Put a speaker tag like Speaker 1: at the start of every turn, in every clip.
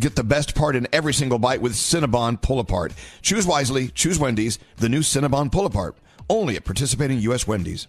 Speaker 1: Get the best part in every single bite with Cinnabon Pull Apart. Choose wisely, choose Wendy's, the new Cinnabon Pull Apart, only at participating U.S. Wendy's.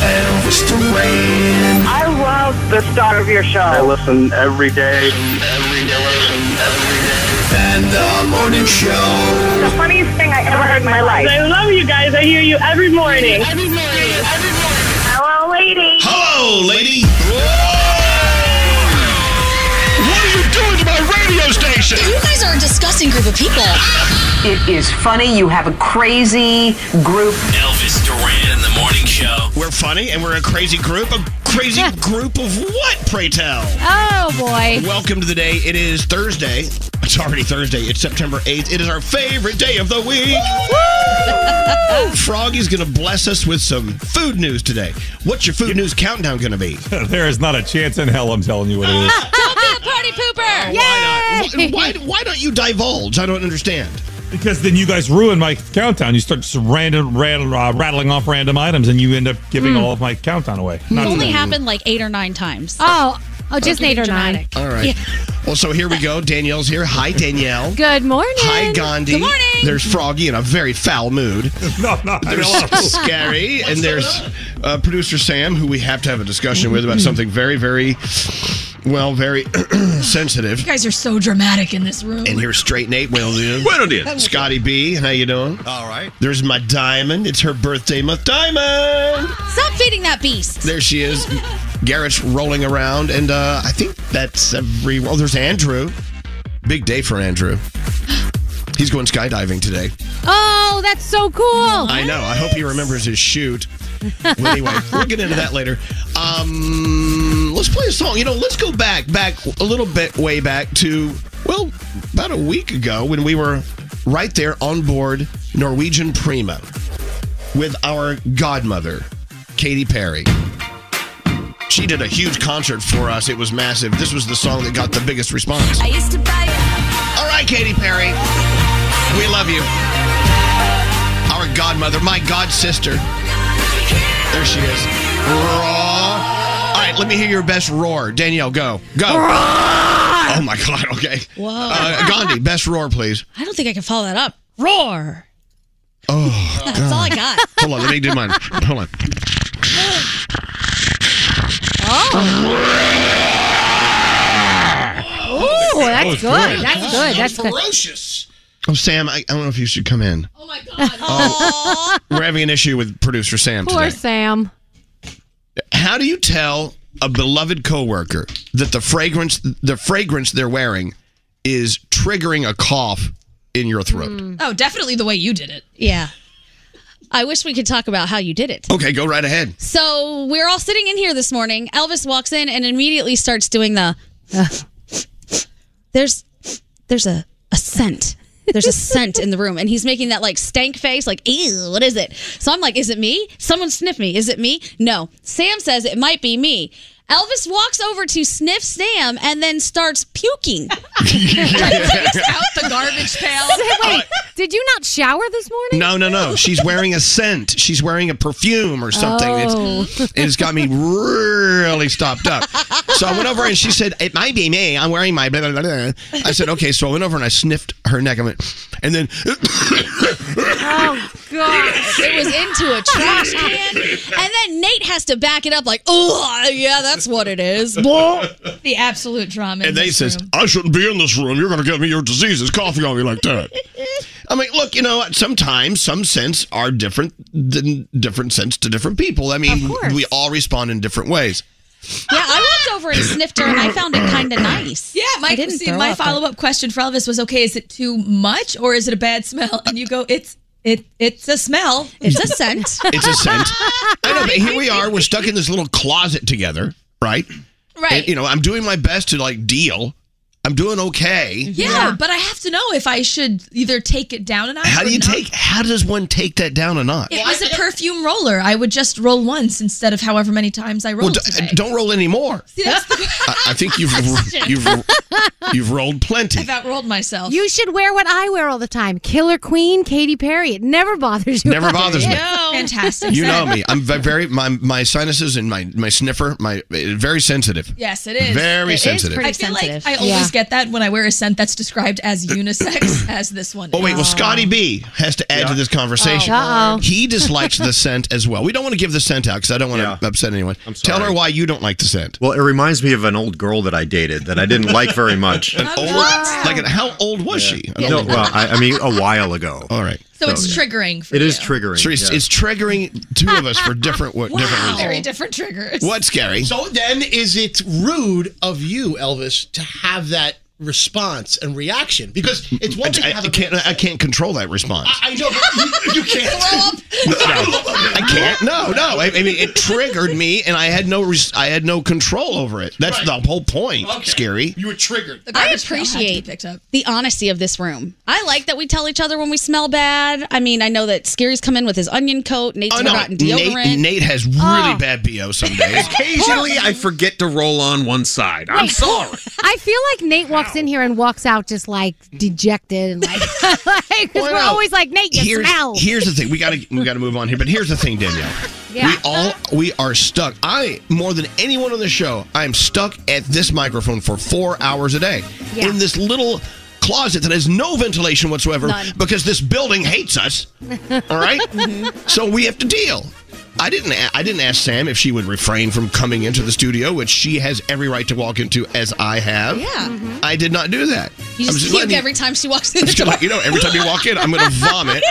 Speaker 2: Elvis Duran.
Speaker 3: I love the start of your show.
Speaker 4: I listen every day.
Speaker 2: Every day. Every day. And the morning show.
Speaker 3: The funniest thing I ever heard in my life.
Speaker 5: I love you guys. I hear you every morning.
Speaker 3: Every morning. Every morning. Hello, lady.
Speaker 2: Hello, lady. Whoa! What are you doing to my radio station?
Speaker 6: You guys are a disgusting group of people.
Speaker 7: It is funny. You have a crazy group.
Speaker 2: Elvis Duran in the morning show. We're funny and we're a crazy group. A crazy group of what, pray tell?
Speaker 8: Oh boy.
Speaker 1: Welcome to the day. It is Thursday. It's already Thursday. It's September 8th. It is our favorite day of the week. Woo! Froggy's going to bless us with some food news today. What's your food news countdown going to be? Ah!
Speaker 9: there is not a chance in hell I'm telling you what it is.
Speaker 10: Don't be a party pooper.
Speaker 1: Why not? Wh- Why, why don't you divulge? I don't understand.
Speaker 9: Because then you guys ruin my countdown. You start just random, ran, uh, rattling off random items, and you end up giving all of my countdown away. Not
Speaker 10: It's Hmm. only
Speaker 9: today.
Speaker 10: happened like eight or nine times.
Speaker 6: Oh, oh, just
Speaker 10: Okay,
Speaker 6: eight or nine.
Speaker 10: dramatic.
Speaker 1: All right. Well, so here we go. Danielle's here. Hi, Danielle.
Speaker 6: Good morning.
Speaker 1: Hi, Gandhi.
Speaker 10: Good morning.
Speaker 1: There's Froggy in a very foul mood.
Speaker 9: No, no. I mean,
Speaker 1: There's Scary. and there's uh, producer Sam, who we have to have a discussion with about something very, very, well, very sensitive.
Speaker 6: You guys are so dramatic in this room.
Speaker 1: And here's Straight Nate. Well, dude.
Speaker 11: Bueno dias.
Speaker 1: Scotty B, how you doing?
Speaker 11: All right.
Speaker 1: There's my diamond. It's her birthday month. Diamond!
Speaker 10: Stop feeding that beast.
Speaker 1: There she is. Garrett's rolling around. And uh, I think that's every. Well, there's Andrew. Big day for Andrew. He's going skydiving today.
Speaker 8: Oh, that's so cool.
Speaker 1: I know. I hope he remembers his shoot. Well, anyway, we'll get into that later. Um, let's play a song. You know, let's go back, back a little bit, way back to well, about a week ago when we were right there on board Norwegian Prima with our godmother, Katy Perry. She did a huge concert for us. It was massive. This was the song that got the biggest response.
Speaker 6: used to buy
Speaker 1: All right, Katy Perry. We love you. Our godmother, my god sister. There she is. Raw. All right, right, let me hear your best roar. Danielle, go. Go. Oh, my God. Okay.
Speaker 10: Whoa.
Speaker 1: Uh, Gandhi, best roar, please.
Speaker 10: I don't think I can follow that up. Roar.
Speaker 1: Oh,
Speaker 10: That's all I got.
Speaker 1: Hold on. Let me do mine. Hold on.
Speaker 8: Oh,
Speaker 1: That was
Speaker 8: that's good.
Speaker 1: good.
Speaker 8: That's good. That's good.
Speaker 2: Ferocious.
Speaker 1: Oh, Sam, I, I don't know if you should come in. Oh,
Speaker 10: Oh my god.
Speaker 1: We're having an issue with producer Sam
Speaker 8: Poor
Speaker 1: today.
Speaker 8: Sam.
Speaker 1: How do you tell a beloved coworker that the fragrance the fragrance they're wearing is triggering a cough in your throat?
Speaker 10: Oh, definitely the way you did it. Yeah. I wish we could talk about how you did it.
Speaker 1: Okay, go right ahead.
Speaker 10: So we're all sitting in here this morning. Elvis walks in and immediately starts doing the. uh, there's, there's a a scent. There's a scent in the room, and he's making that like stank face, like ew, what is it? So I'm like, is it me? Someone sniff me? Is it me? No. Sam says it might be me. Elvis walks over to sniff Sam and then starts puking.
Speaker 12: Out the garbage pail.
Speaker 8: Wait, did you not shower this morning?
Speaker 1: No, no, no. She's wearing a scent. She's wearing a perfume or something. It's, and it's got me really stopped up. So I went over and she said, It might be me. I'm wearing my blah, blah, blah, blah. I said, Okay. So I went over and I sniffed her neck. I went, and then
Speaker 8: Oh, gosh.
Speaker 10: It was into a trash can, and then Nate has to back it up, like, oh yeah, that's what it is.
Speaker 6: The absolute drama.
Speaker 1: And they says, I shouldn't be in this room. You're going to give me your diseases coughing on me like that. I mean, look, you know, sometimes some scents are different than different scents to different people. I mean,
Speaker 8: course.
Speaker 1: we all respond in different ways.
Speaker 10: Yeah, I walked over and sniffed her, and I found it kind of nice.
Speaker 6: yeah,
Speaker 10: I
Speaker 6: my,
Speaker 10: didn't
Speaker 6: see,
Speaker 10: throw
Speaker 6: my
Speaker 10: up, but-
Speaker 6: follow up question for Elvis was okay, is it too much or is it a bad smell? And you go, it's it it's a smell.
Speaker 10: It's a scent.
Speaker 1: It's a scent. I know, but here we are. We're stuck in this little closet together, right?
Speaker 6: Right.
Speaker 1: And, you know, I'm doing my best to like deal. I'm doing okay.
Speaker 6: yeah, but I have to know if I should either take it down a notch.
Speaker 1: How
Speaker 6: or
Speaker 1: do you
Speaker 6: not.
Speaker 1: take? How does one take that down a notch?
Speaker 6: It was a perfume roller. I would just roll once instead of however many times I
Speaker 1: Well,
Speaker 6: rolled
Speaker 1: d- uh,
Speaker 6: today.
Speaker 1: don't roll anymore.
Speaker 6: See, that's the
Speaker 1: I, I think you've you've you've rolled plenty.
Speaker 6: I've outrolled myself.
Speaker 8: You should wear what I wear all the time. Killer Queen, Katy Perry. It never bothers you.
Speaker 1: Never bothers me.
Speaker 6: fantastic.
Speaker 1: You know me. I'm ve- very my my sinuses and my my sniffer my very sensitive.
Speaker 6: Yes, it is.
Speaker 1: Very sensitive.
Speaker 6: I
Speaker 10: pretty
Speaker 6: feel
Speaker 10: sensitive.
Speaker 6: like I always
Speaker 8: Yeah.
Speaker 6: get that when I wear a scent that's described as unisex, as this one.
Speaker 1: Oh wait,
Speaker 6: is.
Speaker 1: well Scotty B has to add to this
Speaker 13: Oh,
Speaker 1: conversation.
Speaker 8: Uh-oh.
Speaker 1: He dislikes the scent as well. We don't want to give the scent out because I don't want to
Speaker 14: Yeah.
Speaker 1: upset anyone.
Speaker 14: I'm
Speaker 1: Tell
Speaker 14: sorry.
Speaker 1: her why you don't like the scent.
Speaker 14: Well, it reminds me of an old girl that I dated that I didn't like very much.
Speaker 1: An old, like an, how old was she? An
Speaker 14: No,
Speaker 1: old-
Speaker 14: well, I, I mean, a while ago.
Speaker 1: All right.
Speaker 6: so it's
Speaker 14: yeah.
Speaker 6: triggering. For
Speaker 14: It
Speaker 6: you.
Speaker 14: is triggering.
Speaker 1: So it's,
Speaker 14: yeah.
Speaker 1: it's triggering two of us for different wa- different reasons.
Speaker 6: Very different triggers.
Speaker 1: What's scary?
Speaker 13: So then, is it rude of you, Elvis, to have that response and reaction? Because it's
Speaker 1: I,
Speaker 13: one thing to
Speaker 1: I,
Speaker 13: have
Speaker 1: I
Speaker 13: a
Speaker 1: can't I can't control that response.
Speaker 13: I know, but you, you can't.
Speaker 1: I can't. No, no. I, I mean, it triggered me, and I had no, res- I had no control over it. That's the whole point. Scary.
Speaker 13: You were triggered.
Speaker 6: The
Speaker 10: I
Speaker 6: garbage pail had to be
Speaker 10: appreciate
Speaker 6: picked up.
Speaker 10: the honesty of this room. I like that we tell each other when we smell bad. I mean, I know that Scary's come in with his onion coat, Nate's forgotten deodorant.
Speaker 1: Oh, Nate, Nate has really
Speaker 8: Oh.
Speaker 1: bad bo some days.
Speaker 14: Occasionally, I forget to roll on one side. I'm sorry.
Speaker 8: I feel like Nate walks in here and walks out just like dejected and like, like 'cause
Speaker 1: Well,
Speaker 8: we're
Speaker 1: no.
Speaker 8: always like, Nate, you
Speaker 1: here's,
Speaker 8: smell.
Speaker 1: here's the thing. We gotta we gotta move on here. But here's the thing, Danielle.
Speaker 8: Yeah.
Speaker 1: We all we are stuck. I more than anyone on the show, I am stuck at this microphone for four hours a day
Speaker 8: Yeah.
Speaker 1: in this little closet that has no ventilation whatsoever
Speaker 10: None.
Speaker 1: because this building hates us. All right? so we have to deal. I didn't. a- I didn't ask Sam if she would refrain from coming into the studio, which she has every right to walk into, as I have. Mm-hmm.
Speaker 10: Yeah.
Speaker 1: I did not do that.
Speaker 10: you
Speaker 1: I'm
Speaker 10: just,
Speaker 1: just
Speaker 10: puke
Speaker 1: letting you-
Speaker 10: every time she walks in the
Speaker 1: it's
Speaker 10: door.
Speaker 1: kinda like, you know, every time you walk in, I'm going to vomit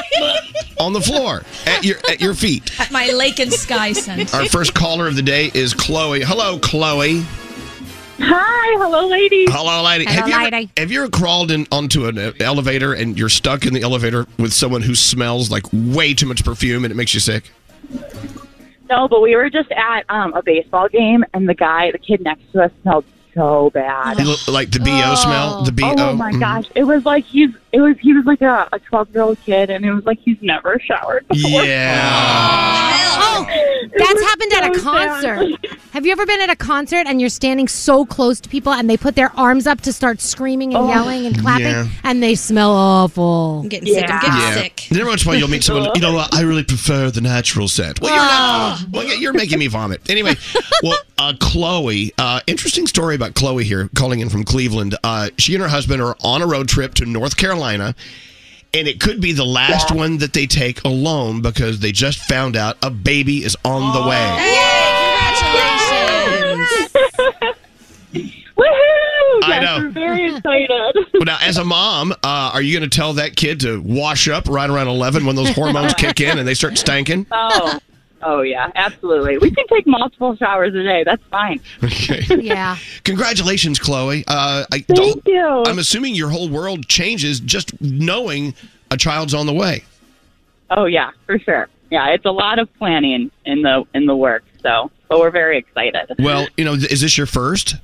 Speaker 1: on the floor at your at your feet.
Speaker 6: At my lake and sky scent.
Speaker 1: Our first caller of the day is Chloe. Hello, Chloe.
Speaker 15: Hi, hello, ladies.
Speaker 1: Hello, lady.
Speaker 8: Hello,
Speaker 1: have, you ever,
Speaker 8: lady.
Speaker 1: have you ever crawled in onto an uh, elevator and you're stuck in the elevator with someone who smells like way too much perfume and it makes you sick?
Speaker 16: No, but we were just at um, a baseball game, and the guy, the kid next to us, smelled so bad.
Speaker 1: You look like the bo smell. The bo.
Speaker 16: Oh, my
Speaker 1: Mhm.
Speaker 16: gosh! It was like he's it was he was like a a twelve year old kid, and it was like he's never showered.
Speaker 1: Yeah.
Speaker 8: Oh, that's happened at a concert. Have you ever been at a concert and you're standing so close to people and they put their arms up to start screaming and
Speaker 1: Oh.
Speaker 8: yelling and clapping
Speaker 1: Yeah.
Speaker 8: and they smell awful? I'm
Speaker 10: getting sick. I'm getting
Speaker 1: Yeah. Then once in a while you'll meet someone, you know, what? I really prefer the natural scent. Well, you're
Speaker 16: Oh.
Speaker 1: not. Well, yeah, you're making me vomit. Anyway, well, uh, Chloe, uh, interesting story about Chloe here, calling in from Cleveland. Uh, she and her husband are on a road trip to North Carolina, and it could be the last one that they take alone because they just found out a baby is on the
Speaker 16: Oh.
Speaker 1: way.
Speaker 16: Woohoo!
Speaker 1: I
Speaker 16: Yes,
Speaker 1: know.
Speaker 16: we're very excited.
Speaker 1: But now, as a mom, uh, are you going to tell that kid to wash up right around 11 when those hormones kick in and they start stanking?
Speaker 16: Oh, oh yeah, absolutely. We can take multiple showers a day. That's fine.
Speaker 1: Okay.
Speaker 8: Yeah.
Speaker 1: Congratulations, Chloe. Uh, I, Thank
Speaker 16: you.
Speaker 1: I'm assuming your whole world changes just knowing a child's on the way.
Speaker 16: Oh yeah, for sure. Yeah, it's a lot of planning in the in the work. So, but we're very excited.
Speaker 1: Well, you know, is this your first?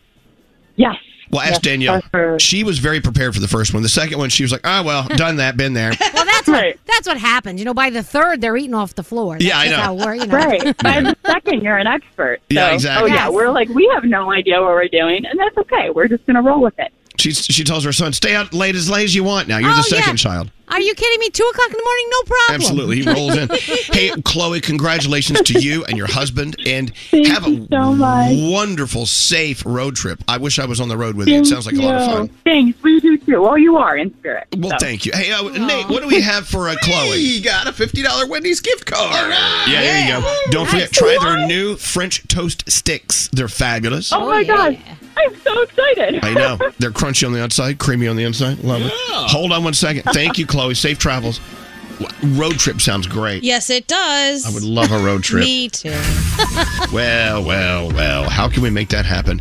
Speaker 16: Yes.
Speaker 1: Well, ask Danielle. She was very prepared for the first one. The second one, she was like, "Ah, well, done that, been there."
Speaker 8: Well, that's what that's what happened. You know, by the third, they're eating off the floor. That's
Speaker 1: Yeah, I
Speaker 8: just
Speaker 1: know.
Speaker 8: How we're, you know.
Speaker 16: Right. By the second, you're an expert. So,
Speaker 1: Yeah, exactly.
Speaker 16: Oh yeah,
Speaker 1: Yes.
Speaker 16: we're like we have no idea what we're doing, and that's okay. We're just gonna roll with it.
Speaker 1: She she tells her son, "Stay out late as late as you want. Now you're
Speaker 8: Oh,
Speaker 1: the
Speaker 8: yeah.
Speaker 1: second child."
Speaker 8: Are you kidding me? Two o'clock in the morning, no problem.
Speaker 1: Absolutely, he rolls in. hey, Chloe, congratulations to you and your husband, and have a wonderful, safe road trip. I wish I was on the road with you. It
Speaker 16: Thank
Speaker 1: sounds like a lot of
Speaker 16: you.
Speaker 1: fun.
Speaker 16: Thanks. We do too. Well, you are in spirit.
Speaker 1: Well, thank you. Hey, uh, Nate, what do we have for uh, Chloe?
Speaker 16: Hey,
Speaker 1: got a fifty dollar Wendy's gift card. Yeah, there you go. Don't forget, try their new French toast sticks. They're fabulous.
Speaker 16: Oh, my gosh. I'm so excited.
Speaker 1: I know. They're crunchy on the outside, creamy on the inside. Love it. Hold on one second. Thank you, Chloe. Safe travels. W- Road trip sounds great.
Speaker 10: Yes, it does.
Speaker 1: I would love a road trip.
Speaker 10: Me too.
Speaker 1: Well, well, well. How can we make that happen?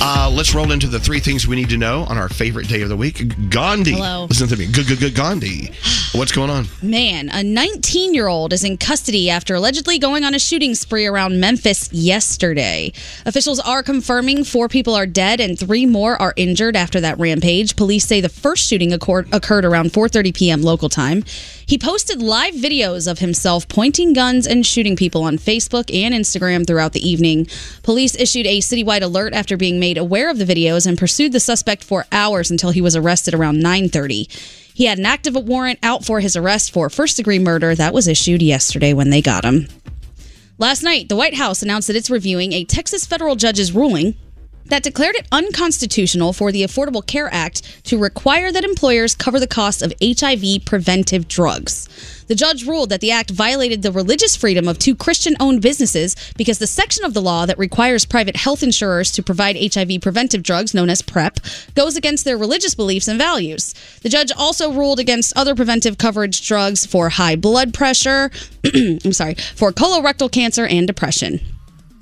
Speaker 1: Uh, let's roll into the three things we need to know on our favorite day of the week. Gandhi.
Speaker 10: Hello.
Speaker 1: Listen to me. Good, good, good. Gandhi. What's going on?
Speaker 10: Man, a 19 year old is in custody after allegedly going on a shooting spree around Memphis yesterday. Officials are confirming four people are dead and three more are injured after that rampage. Police say the first shooting occur- occurred around 4:30 p.m. local time. He posted live videos of himself pointing guns and shooting people on Facebook and Instagram throughout the evening. Police issued a citywide alert after being made aware of the videos and pursued the suspect for hours until he was arrested around 9:30. He had an active warrant out for his arrest for first degree murder that was issued yesterday when they got him. Last night, the White House announced that it's reviewing a Texas federal judge's ruling that declared it unconstitutional for the Affordable Care Act to require that employers cover the cost of HIV preventive drugs. The judge ruled that the act violated the religious freedom of two Christian owned businesses because the section of the law that requires private health insurers to provide HIV preventive drugs, known as PrEP, goes against their religious beliefs and values. The judge also ruled against other preventive coverage drugs for high blood pressure, I'm sorry, for colorectal cancer and depression.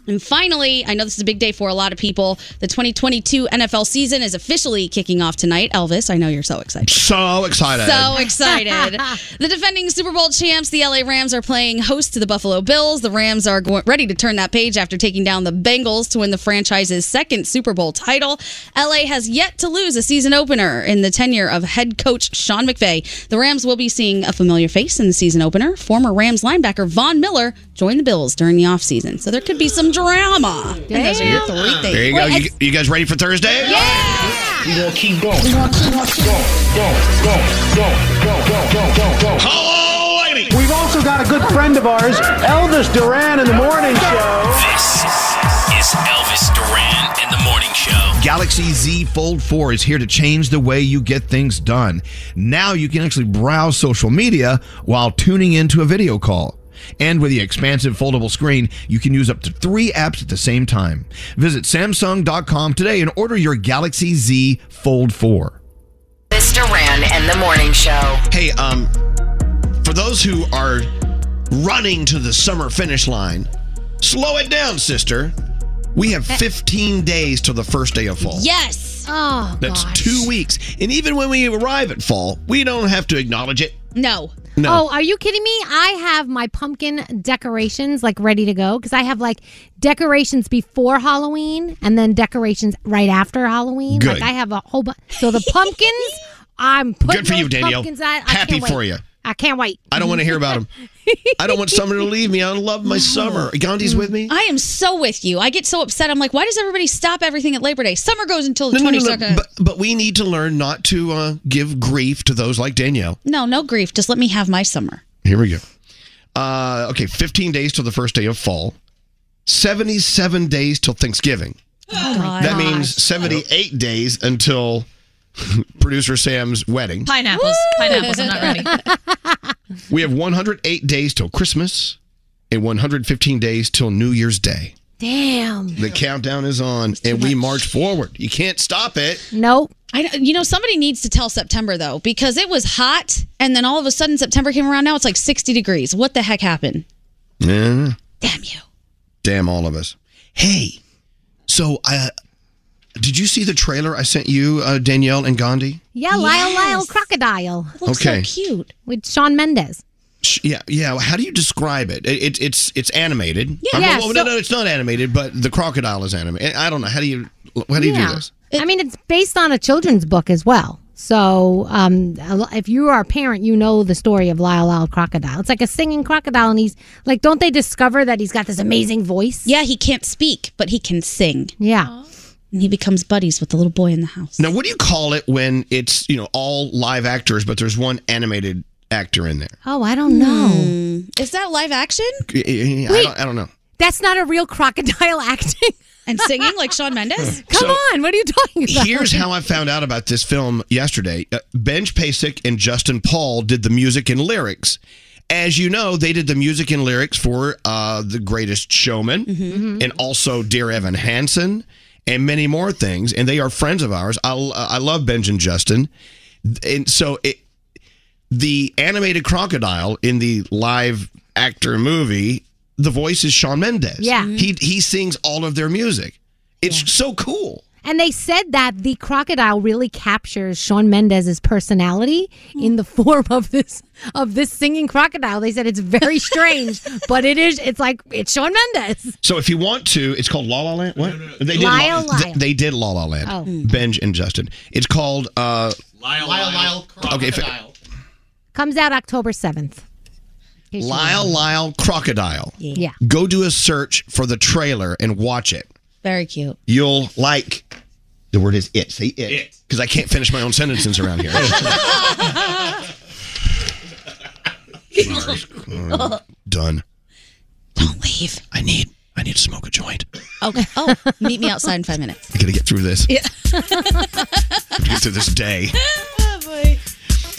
Speaker 10: And finally, I know this is a big day for a lot of people. The 2022 NFL season is officially kicking off tonight. Elvis, I know you're so excited.
Speaker 1: So excited.
Speaker 10: So excited. the defending Super Bowl champs, the LA Rams, are playing host to the Buffalo Bills. The Rams are go- ready to turn that page after taking down the Bengals to win the franchise's second Super Bowl title. LA has yet to lose a season opener in the tenure of head coach Sean McVay. The Rams will be seeing a familiar face in the season opener. Former Rams linebacker Von Miller joined the Bills during the offseason. So there could be some drama. And those are your three things.
Speaker 1: There you go. You, you guys ready for Thursday? Yeah.
Speaker 16: We're going to keep going. We're going to keep going.
Speaker 1: Hello, lady.
Speaker 17: We've also got a good friend of ours, Elvis Duran, in the morning show.
Speaker 18: This is Elvis Duran in the morning show.
Speaker 6: Galaxy Z Fold 4 is here to change the way you get things done. Now you can actually browse social media while tuning into a video call. And with the expansive foldable screen, you can use up to three apps at the same time. Visit Samsung.com today and order your Galaxy Z Fold 4.
Speaker 19: Elvis Duran and the morning show.
Speaker 1: Hey, um, for those who are running to the summer finish line, slow it down, sister. We have 15 days till the first day of fall.
Speaker 10: Yes.
Speaker 8: Oh,
Speaker 1: That's two weeks. And even when we arrive at fall, we don't have to acknowledge it.
Speaker 8: No.
Speaker 1: No.
Speaker 8: Oh, are you kidding me? I have my pumpkin decorations like ready to go because I have like decorations before Halloween and then decorations right after Halloween.
Speaker 1: Good.
Speaker 8: Like I have a whole bunch. So the pumpkins, I'm putting
Speaker 1: Good for you,
Speaker 8: those
Speaker 1: Danielle.
Speaker 8: pumpkins out. I
Speaker 1: Happy
Speaker 8: can't wait.
Speaker 1: for you.
Speaker 8: I can't wait.
Speaker 1: I don't want to hear about him. I don't want summer to leave me. I love my summer. Gandhi's with me.
Speaker 10: I am so with you. I get so upset. I'm like, why does everybody stop everything at Labor Day? Summer goes until the
Speaker 1: No, no,
Speaker 10: 22nd.
Speaker 1: no, no. But, but we need to learn not to uh, give grief to those like Danielle.
Speaker 10: no, no grief. Just let me have my summer.
Speaker 1: Here we go. Uh, okay, 15 days till the first day of fall, 77 days till Thanksgiving.
Speaker 10: Oh, my
Speaker 1: That means 78 days until producer Sam's wedding.
Speaker 13: Pineapples. Pineapples. I'm not ready.
Speaker 1: We have 108 days till Christmas and 115 days till New Year's Day.
Speaker 8: Damn.
Speaker 1: The countdown is on and we march forward. You can't stop it.
Speaker 8: Nope.
Speaker 10: I don't- you know somebody needs to tell September though because it was hot and then all of a sudden September came around now it's like 60 degrees. What the heck happened?
Speaker 1: Yeah.
Speaker 10: Damn you.
Speaker 1: Damn all of us. Hey, so uh, did you see the trailer I sent you, uh, Danielle and Gandhi?
Speaker 8: Yeah, Lyle Lyle Crocodile.
Speaker 1: Looks so Okay.
Speaker 10: cute.
Speaker 8: With Sean Mendez.
Speaker 1: Sh- Yeah, yeah. How do you describe it? It, it it's it's animated.
Speaker 8: Yeah.
Speaker 1: I mean,
Speaker 8: Yeah,
Speaker 1: well,
Speaker 8: so-
Speaker 1: no, no, it's not animated, but the crocodile is animated. I don't know. How do you how do you do this?
Speaker 8: I mean, it's based on a children's book as well. So, um, a lo- if you are a parent, you know the story of Lyle Lyle Crocodile. It's like a singing crocodile, and he's like, don't they discover that he's got this amazing voice?
Speaker 10: Yeah, he can't speak, but he can sing.
Speaker 8: Yeah.
Speaker 10: And he becomes buddies with the little boy in the house.
Speaker 1: Now, what do you call it when it's you know all live actors, but there's one animated actor in there?
Speaker 8: Oh, I don't know.
Speaker 10: Hmm. Is that live action?
Speaker 1: I- I- I,
Speaker 8: Wait.
Speaker 1: don't, I don't know.
Speaker 8: That's not a real crocodile acting.
Speaker 10: And singing like Sean Mendes?
Speaker 8: Come
Speaker 1: So-
Speaker 8: on, what are you talking about?
Speaker 1: Here's how I found out about this film yesterday. Uh, Benj Pasek and Justin Paul did the music and lyrics. As you know, they did the music and lyrics for uh, The Greatest Showman
Speaker 8: Mm-hmm.
Speaker 1: and also Dear Evan Hansen and many more things. And they are friends of ours. I, l- I love Benj and Justin. And so it, the animated crocodile in the live actor movie, the voice is Sean Mendes.
Speaker 8: Yeah.
Speaker 1: He, he sings all of their music. It's so cool.
Speaker 8: And they said that the crocodile really captures Sean Mendes's personality in the form of this of this singing crocodile. They said it's very strange, but it is. It's like it's Sean Mendes.
Speaker 1: So if you want to, it's called La La Land. What they did?
Speaker 8: Lyle,
Speaker 1: La,
Speaker 8: Lyle.
Speaker 1: They, they did La La Land.
Speaker 8: Oh.
Speaker 1: Benj and Justin. It's called uh,
Speaker 20: Lyle Lyle, Lyle
Speaker 1: okay, if-
Speaker 8: Comes out October seventh.
Speaker 1: Lyle Lyle Crocodile.
Speaker 8: Yeah.
Speaker 1: Go do a search for the trailer and watch it.
Speaker 10: Very cute.
Speaker 1: You'll like. The word is it. Say it. Because I can't finish my own sentences around here. Done.
Speaker 10: Don't leave.
Speaker 1: I need. I need to smoke a joint.
Speaker 10: Okay. Oh, meet me outside in 5 minutes.
Speaker 1: I gotta get through this.
Speaker 10: Yeah.
Speaker 1: Get through this day.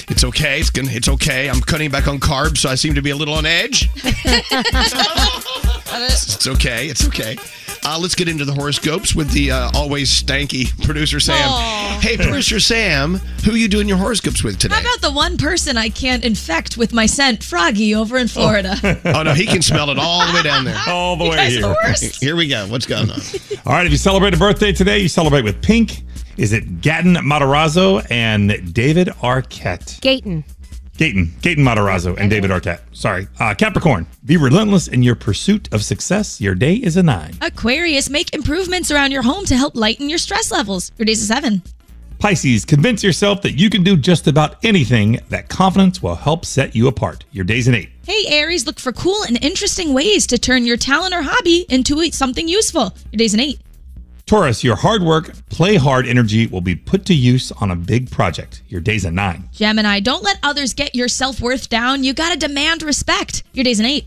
Speaker 1: It's okay. It's gonna. It's okay. I'm cutting back on carbs, so I seem to be a little on edge. It's okay. It's okay. Uh, let's get into the horoscopes with the uh, always stanky producer Sam.
Speaker 13: Aw.
Speaker 1: Hey, producer Sam, who are you doing your horoscopes with today?
Speaker 13: How about the one person I can't infect with my scent, Froggy, over in Florida?
Speaker 1: Oh no, he can smell it all the way down there.
Speaker 9: All the way here.
Speaker 1: Here we go. What's going on?
Speaker 9: All right, if you celebrate a birthday today, you celebrate with Pink. Is it Gatton Matarazzo and David Arquette?
Speaker 8: Gayton.
Speaker 9: Gaten, Gaten Matarazzo, and David Arquette. Sorry. Uh, Capricorn, be relentless in your pursuit of success. Your day is a nine.
Speaker 13: Aquarius, make improvements around your home to help lighten your stress levels. Your day's a seven.
Speaker 9: Pisces, convince yourself that you can do just about anything. That confidence will help set you apart. Your day's an eight.
Speaker 13: Hey, Aries, look for cool and interesting ways to turn your talent or hobby into a- something useful. Your day's an eight.
Speaker 9: Taurus, your hard work, play hard energy will be put to use on a big project. Your day's a nine.
Speaker 13: Gemini, don't let others get your self worth down. You gotta demand respect. Your day's an eight.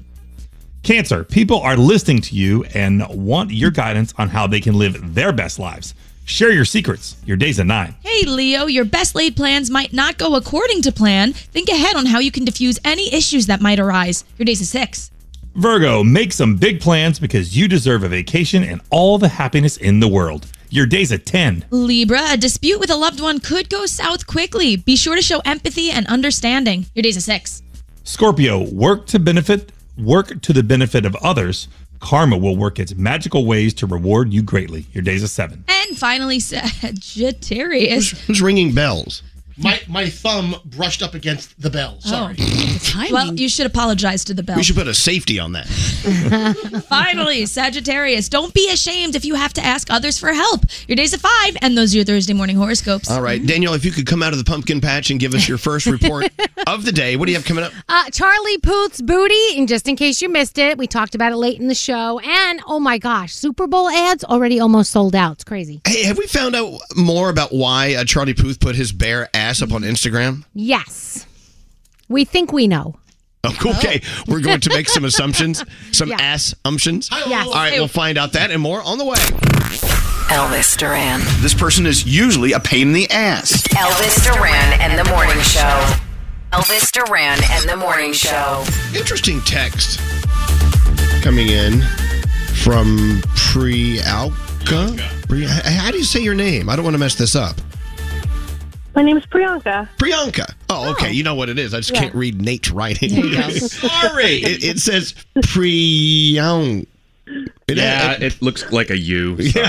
Speaker 9: Cancer, people are listening to you and want your guidance on how they can live their best lives. Share your secrets. Your day's a nine.
Speaker 13: Hey, Leo, your best laid plans might not go according to plan. Think ahead on how you can diffuse any issues that might arise. Your day's a six.
Speaker 9: Virgo, make some big plans because you deserve a vacation and all the happiness in the world. Your day's a 10.
Speaker 13: Libra, a dispute with a loved one could go south quickly. Be sure to show empathy and understanding. Your day's a six.
Speaker 9: Scorpio, work to benefit, work to the benefit of others. Karma will work its magical ways to reward you greatly. Your day's a 7.
Speaker 13: And finally, Sagittarius.
Speaker 1: Who's ringing bells?
Speaker 13: My my thumb brushed up against the bell.
Speaker 6: Oh.
Speaker 13: Sorry.
Speaker 6: well, you should apologize to the bell.
Speaker 1: We should put a safety on that.
Speaker 6: Finally, Sagittarius, don't be ashamed if you have to ask others for help. Your days of five, and those are your Thursday morning horoscopes.
Speaker 1: All right, Danielle, if you could come out of the pumpkin patch and give us your first report of the day. What do you have coming up?
Speaker 8: Uh, Charlie Puth's booty, and just in case you missed it, we talked about it late in the show. And oh my gosh, Super Bowl ads already almost sold out. It's crazy.
Speaker 1: Hey, have we found out more about why uh, Charlie Puth put his bare ass up on Instagram?
Speaker 8: Yes. We think we know.
Speaker 1: Oh, Okay, we're going to make some assumptions, some
Speaker 8: Yeah.
Speaker 1: ass assumptions.
Speaker 8: Yes.
Speaker 1: All right, we'll find out that and more on the way.
Speaker 19: Elvis Duran.
Speaker 21: This person is usually a pain in the ass.
Speaker 19: Elvis Duran and the Morning Show. Elvis Duran and the Morning Show.
Speaker 1: Interesting text coming in from Prialka. Pri- How do you say your name? I don't want to mess this up.
Speaker 22: My name is Priyanka.
Speaker 1: Priyanka. Oh, okay. You know what it is. I just
Speaker 22: Yeah.
Speaker 1: can't read Nate's writing.
Speaker 22: There you go.
Speaker 1: Sorry. It, it says Priyanka.
Speaker 23: yeah, it, looks like a U. Sorry.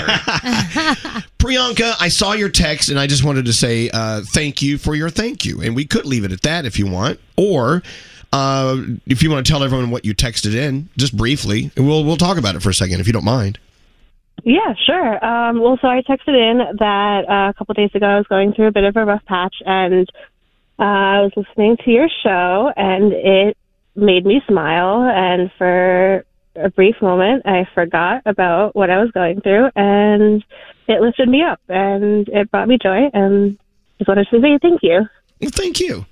Speaker 1: Priyanka, I saw your text and I just wanted to say uh, thank you for your thank you. And we could leave it at that if you want, or uh, if you want to tell everyone what you texted in, just briefly, and we'll we'll talk about it for a second if you don't mind.
Speaker 22: Yeah, sure. Um, well, so I texted in that uh, a couple days ago I was going through a bit of a rough patch, and uh, I was listening to your show, and it made me smile. And for a brief moment, I forgot about what I was going through, and it lifted me up, and it brought me joy. And just wanted to say thank you.
Speaker 1: Well, thank you.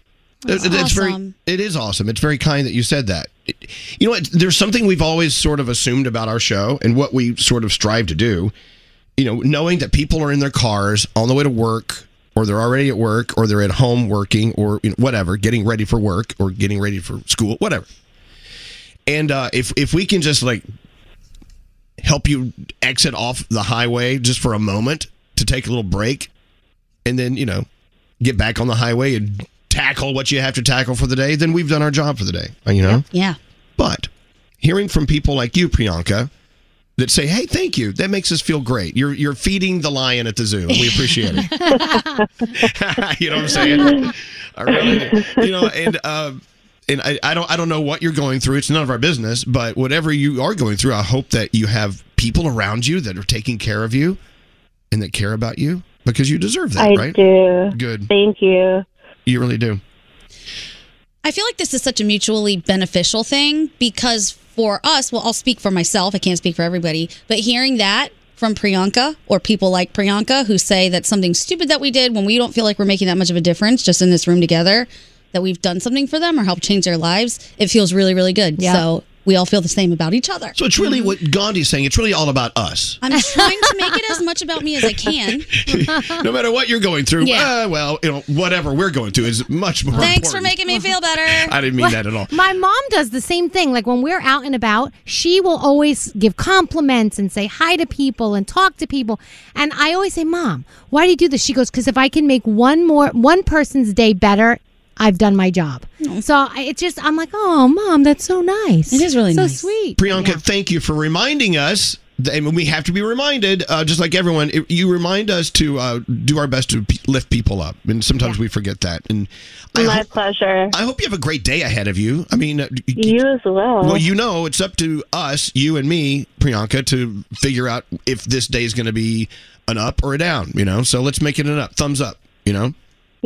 Speaker 1: It- it's very it is awesome. It's very kind that you said that. It- you know what? There's something we've always sort of assumed about our show and what we sort of strive to do. You know, knowing that people are in their cars on the way to work, or they're already at work, or they're at home working, or you know, whatever, getting ready for work or getting ready for school, whatever. And uh, if if we can just like help you exit off the highway just for a moment to take a little break and then, you know, get back on the highway and tackle what you have to tackle for the day, then we've done our job for the day, you know?
Speaker 10: Yeah.
Speaker 1: But hearing from people like you, Priyanka, that say, "Hey, thank you. That makes us feel great. You're you're feeding the lion at the zoo. We appreciate it." you know what I'm saying? I really, do. you know, and uh, and I, I don't I don't know what you're going through. It's none of our business. But whatever you are going through, I hope that you have people around you that are taking care of you and that care about you because you deserve that,
Speaker 22: I
Speaker 1: right?
Speaker 22: do.
Speaker 1: Good.
Speaker 22: Thank you.
Speaker 1: You really do.
Speaker 10: I feel like this is such a mutually beneficial thing because for us, well, I'll speak for myself. I can't speak for everybody, but hearing that from Priyanka or people like Priyanka who say that something stupid that we did when we don't feel like we're making that much of a difference just in this room together, that we've done something for them or helped change their lives, it feels really, really good. So we all feel the same about each other.
Speaker 1: So it's really
Speaker 22: Mm-hmm.
Speaker 1: what Gandhi's saying. It's really all about us.
Speaker 10: I'm trying to make it as much about me as I can.
Speaker 1: No matter what you're going through,
Speaker 10: Yeah.
Speaker 1: uh, well, you know, whatever we're going through is much more.
Speaker 10: Thanks for
Speaker 1: important.
Speaker 10: making me feel better.
Speaker 1: I didn't mean that at all.
Speaker 8: My mom does the same thing. Like when we're out and about, she will always give compliments and say hi to people and talk to people. And I always say, Mom, why do you do this? She goes, Because if I can make one more, one person's day better, I've done my job. So I, it's just, I'm like, oh, mom, that's so nice. It is really so nice. So sweet.
Speaker 1: Priyanka, thank you for reminding us. th- And we have to be reminded, uh, just like everyone, it- you remind us to uh, do our best to p- lift people up. And sometimes we forget that. And I
Speaker 22: My
Speaker 1: hope-
Speaker 22: pleasure.
Speaker 1: I hope you have a great day ahead of you. I mean, uh,
Speaker 22: You as well.
Speaker 1: Well, you know, it's up to us, you and me, Priyanka, to figure out if this day is going to be an up or a down, you know? So let's make it an up. Thumbs up, you know?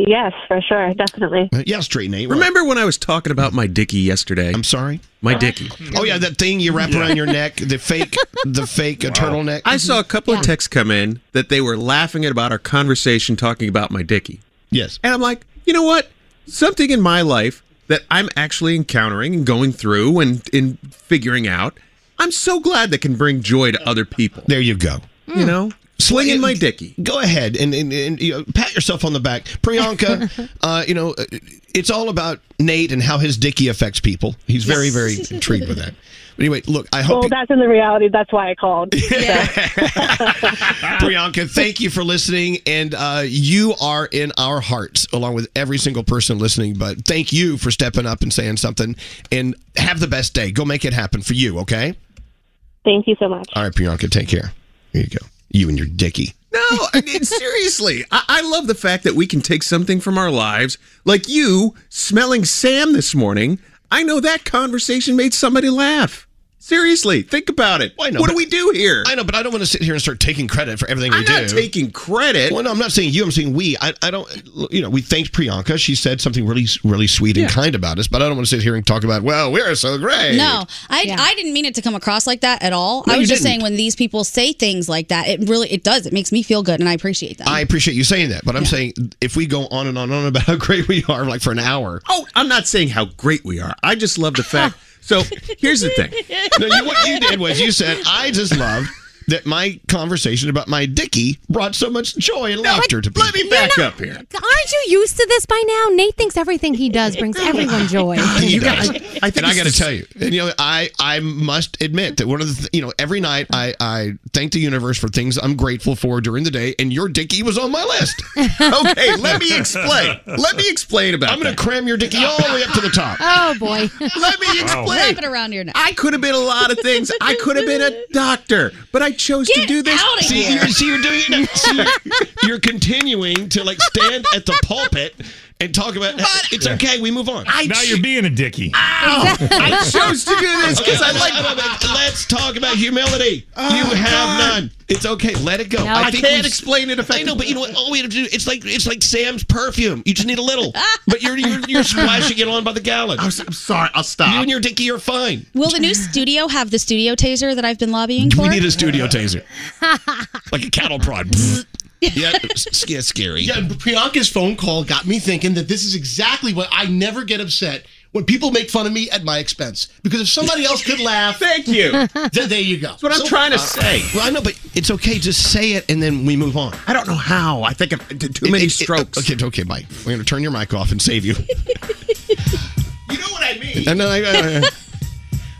Speaker 22: Yes, for sure. Definitely.
Speaker 1: Yeah, straight Nate.
Speaker 23: Remember when I was talking about my dicky yesterday? I'm
Speaker 1: sorry.
Speaker 23: My dicky.
Speaker 1: Oh, yeah, that thing you wrap
Speaker 23: Yeah.
Speaker 1: around your neck, the fake, the fake uh turtleneck.
Speaker 23: I saw a couple of texts come in that they were laughing at about our conversation talking about my dicky.
Speaker 1: Yes.
Speaker 23: And I'm like, you know what? Something in my life that I'm actually encountering and going through and in figuring out. I'm so glad that can bring joy to other people.
Speaker 1: There you go.
Speaker 23: You know, slinging my dicky.
Speaker 1: Go ahead and, and, and you know, pat yourself on the back. Priyanka, uh, you know, it's all about Nate and how his dicky affects people. He's very, very intrigued with that. But anyway, look, I hope
Speaker 22: Well,
Speaker 1: you-
Speaker 22: that's in the reality. That's why I called.
Speaker 1: Priyanka, thank you for listening. And uh, you are in our hearts, along with every single person listening. But thank you for stepping up and saying something. And have the best day. Go make it happen for you, okay?
Speaker 22: Thank you so much.
Speaker 1: All right, Priyanka, take care. Here you go. You and your dicky.
Speaker 24: No, I mean, seriously. I, I love the fact that we can take something from our lives, like you smelling Sam this morning. I know that conversation made somebody laugh. Seriously, think about it.
Speaker 1: I know,
Speaker 24: what
Speaker 1: but-
Speaker 24: do we do here?
Speaker 1: I know, but I don't want to sit here and start taking credit for everything we
Speaker 24: I'm
Speaker 1: do.
Speaker 24: not taking credit.
Speaker 1: Well, no, I'm not saying you. I'm saying we. I, I don't. You know, we thanked Priyanka. She said something really, really sweet and kind about us. But I don't want to sit here and talk about. Well, we're so great.
Speaker 10: No, I, I didn't mean it to come across like that at all.
Speaker 1: No,
Speaker 10: I was
Speaker 1: you
Speaker 10: just
Speaker 1: didn't.
Speaker 10: saying when these people say things like that, it really it does. It makes me feel good, and I appreciate that.
Speaker 1: I appreciate you saying that, but I'm saying if we go on and on and on about how great we are, like for an hour.
Speaker 24: Oh, I'm not saying how great we are. I just love the fact. So here's the thing.
Speaker 1: No, you, what you did was you said, "I just love that my conversation about my dicky brought so much joy and laughter to people." Let
Speaker 24: me back up here.
Speaker 8: Aren't you used to this by now? Nate thinks everything he does brings everyone joy.
Speaker 1: You guys, and I got to tell you, and you know, I I must admit that one of the th- you know every night I I thank the universe for things I'm grateful for during the day, and your dicky was on my list.
Speaker 24: okay, let me explain. Let me explain about.
Speaker 1: I'm going to cram your dicky all the way up to the top.
Speaker 8: Oh boy.
Speaker 24: Let me explain.
Speaker 10: Wrap it around your neck.
Speaker 24: I could have been a lot of things. I could have been a doctor, but I chose to do this.
Speaker 10: out of
Speaker 1: See, you're, see, you're doing it. See, you're continuing to like stand at the pulpit and talk about. it's okay. We move on.
Speaker 9: now you're being a dicky.
Speaker 1: Ah. I
Speaker 24: chose to do this 'cause I like-
Speaker 1: Let's talk about humility.
Speaker 24: Oh,
Speaker 1: you have
Speaker 24: God.
Speaker 1: none. It's okay. Let it go.
Speaker 24: No. I can't
Speaker 1: we've-
Speaker 24: explain it
Speaker 1: I know, but you know what? All we have to do it's like it's like Sam's perfume. You just need a little, but you're you're, you're splashing it on by the gallon. I'm
Speaker 24: sorry. I'll stop.
Speaker 1: You and your dicky are fine.
Speaker 10: Will the new studio have the studio taser that I've been lobbying
Speaker 1: We
Speaker 10: for?
Speaker 1: need a studio taser, like a cattle prod. yeah, it's- yeah, scary.
Speaker 20: Yeah, but Priyanka's phone call got me thinking that this is exactly what I never get upset when people make fun of me at my expense. Because if somebody else could laugh,
Speaker 24: thank you.
Speaker 20: Th- there you go. uh, That's
Speaker 24: what I'm trying to say.
Speaker 1: Well, I know, but it's okay. Just say it, and then we move on.
Speaker 24: I don't know how. I think I've did too many strokes.
Speaker 1: okay, okay, Mike. We're gonna turn your mic off and save you.
Speaker 24: You know what I mean?
Speaker 1: And then I- I- I-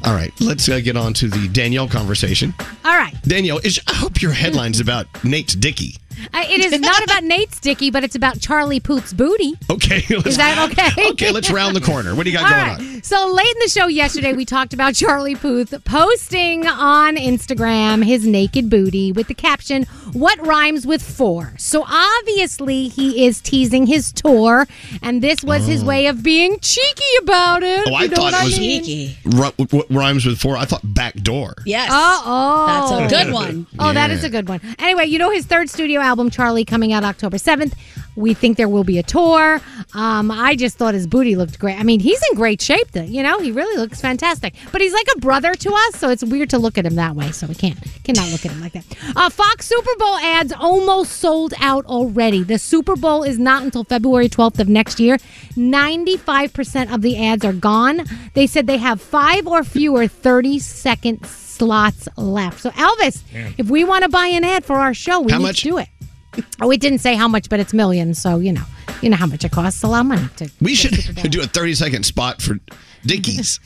Speaker 1: all right, let's uh, get on to the Danielle conversation.
Speaker 8: All right.
Speaker 1: Danielle, is, I hope your headline's about Nate's dicky.
Speaker 8: Uh, it is not about Nate's dicky, but it's about Charlie Poot's booty.
Speaker 1: Okay. let's-
Speaker 8: Is that okay?
Speaker 1: Okay, let's round the corner. What do you got
Speaker 8: All
Speaker 1: going
Speaker 8: right.
Speaker 1: on?
Speaker 8: So late in the show yesterday, we talked about Charlie Puth posting on Instagram his naked booty with the caption, What rhymes with four? So obviously, he is teasing his tour, and this was his way of being cheeky about it.
Speaker 1: Oh, I
Speaker 8: You know
Speaker 1: thought
Speaker 8: what
Speaker 1: it was
Speaker 8: mean?
Speaker 1: Ru- what rhymes with four? I thought back door.
Speaker 10: Yes.
Speaker 8: Oh, oh.
Speaker 10: That's a good one.
Speaker 8: Oh, that is
Speaker 1: Yeah.
Speaker 8: a good one. Anyway, you know his third studio album, Charlie, coming out October 7th. We think there will be a tour. Um, I just thought his booty looked great. I mean, he's in great shape, though. You know, he really looks fantastic. But he's like a brother to us, so it's weird to look at him that way. So we can't, cannot look at him like that. Uh, Fox Super Bowl ads almost sold out already. The Super Bowl is not until February 12th of next year. 95% of the ads are gone. They said they have five or fewer 30 second slots left. So, Elvis,
Speaker 1: Damn.
Speaker 8: if we want to buy an ad for our show, we
Speaker 1: How
Speaker 8: need
Speaker 1: much?
Speaker 8: to do it. Oh, it didn't say how much, but it's millions. So, you know, you know how much it costs. A lot of money to.
Speaker 1: We should do a 30 second spot for Dickies.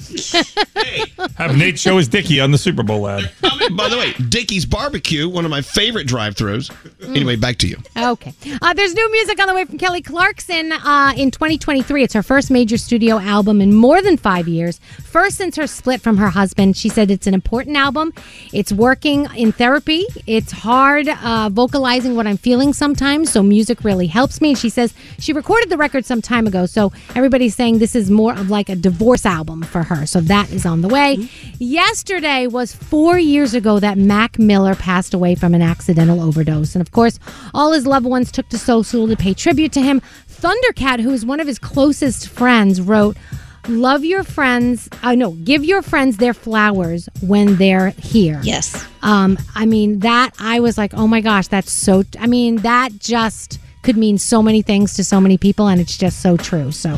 Speaker 9: Have Nate show his dicky on the Super Bowl ad.
Speaker 1: By the way, Dickie's Barbecue, one of my favorite drive thrus
Speaker 8: Mm.
Speaker 1: Anyway, back to you.
Speaker 8: Okay. Uh, there's new music on the way from Kelly Clarkson uh, in 2023. It's her first major studio album in more than five years. First since her split from her husband. She said it's an important album. It's working in therapy. It's hard uh, vocalizing what I'm feeling sometimes, so music really helps me. And she says she recorded the record some time ago, so everybody's saying this is more of like a divorce album for her. So that is on the way. Yesterday was four years ago that Mac Miller passed away from an accidental overdose. And of course, all his loved ones took to social to pay tribute to him. Thundercat, who is one of his closest friends, wrote, Love your friends. I uh, know. Give your friends their flowers when they're here.
Speaker 10: Yes.
Speaker 8: Um. I mean that. I was like, oh my gosh, that's so. I mean that just could mean so many things to so many people, and it's just so true. So,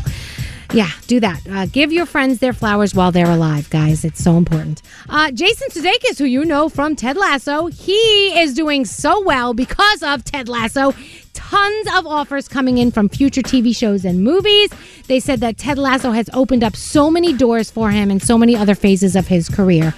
Speaker 8: yeah, do that. Uh, give your friends their flowers while they're alive, guys. It's so important. Uh, Jason Sudeikis, who you know from Ted Lasso, he is doing so well because of Ted Lasso. Tons of offers coming in from future TV shows and movies. They said that Ted Lasso has opened up so many doors for him in so many other phases of his career.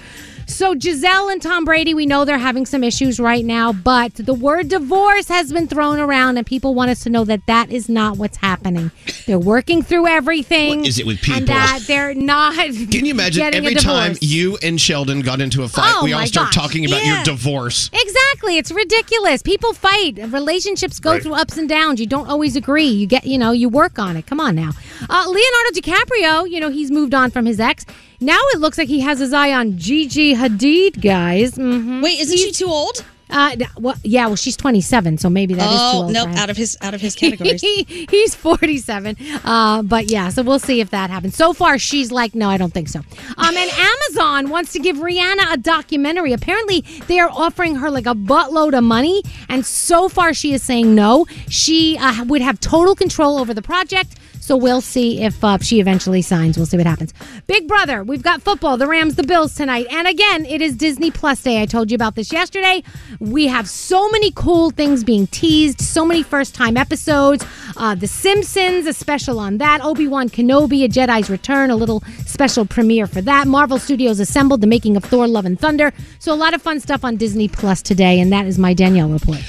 Speaker 8: So Giselle and Tom Brady, we know they're having some issues right now, but the word divorce has been thrown around, and people want us to know that that is not what's happening. They're working through everything.
Speaker 1: What is it with people?
Speaker 8: And that they're not.
Speaker 1: Can you imagine
Speaker 8: getting a
Speaker 1: every time
Speaker 8: divorce.
Speaker 1: you and Sheldon got into a fight,
Speaker 8: Oh,
Speaker 1: we all
Speaker 8: my
Speaker 1: start
Speaker 8: gosh.
Speaker 1: talking about
Speaker 8: Yeah.
Speaker 1: your divorce?
Speaker 8: Exactly. It's ridiculous. People fight. Relationships go
Speaker 1: Right.
Speaker 8: through ups and downs. You don't always agree. You get, you know, you work on it. Come on now. Uh, Leonardo DiCaprio, you know, he's moved on from his ex. Now it looks like he has his eye on Gigi Hadid, guys. hmm Wait, isn't she too old? Uh, d- well, yeah, well, she's 27, so maybe that is too
Speaker 10: oh
Speaker 8: old.
Speaker 10: nope,
Speaker 8: for him.
Speaker 10: out of his out of his categories.
Speaker 8: He- he's 47. Uh, but yeah, so we'll see if that happens. So far, she's like, no, I don't think so. Um, and Amazon wants to give Rihanna a documentary. Apparently, they are offering her like a buttload of money. And so far, she is saying no. She uh, would have total control over the project. So we'll see if uh, she eventually signs. We'll see what happens. Big Brother, we've got football, the Rams, the Bills tonight. And again, it is Disney Plus Day. I told you about this yesterday. We have so many cool things being teased, so many first time episodes. Uh, the Simpsons, a special on that. Obi Wan Kenobi, A Jedi's Return, a little special premiere for that. Marvel Studios assembled, the making of Thor, Love, and Thunder. So a lot of fun stuff on Disney Plus today. And that is my Danielle report.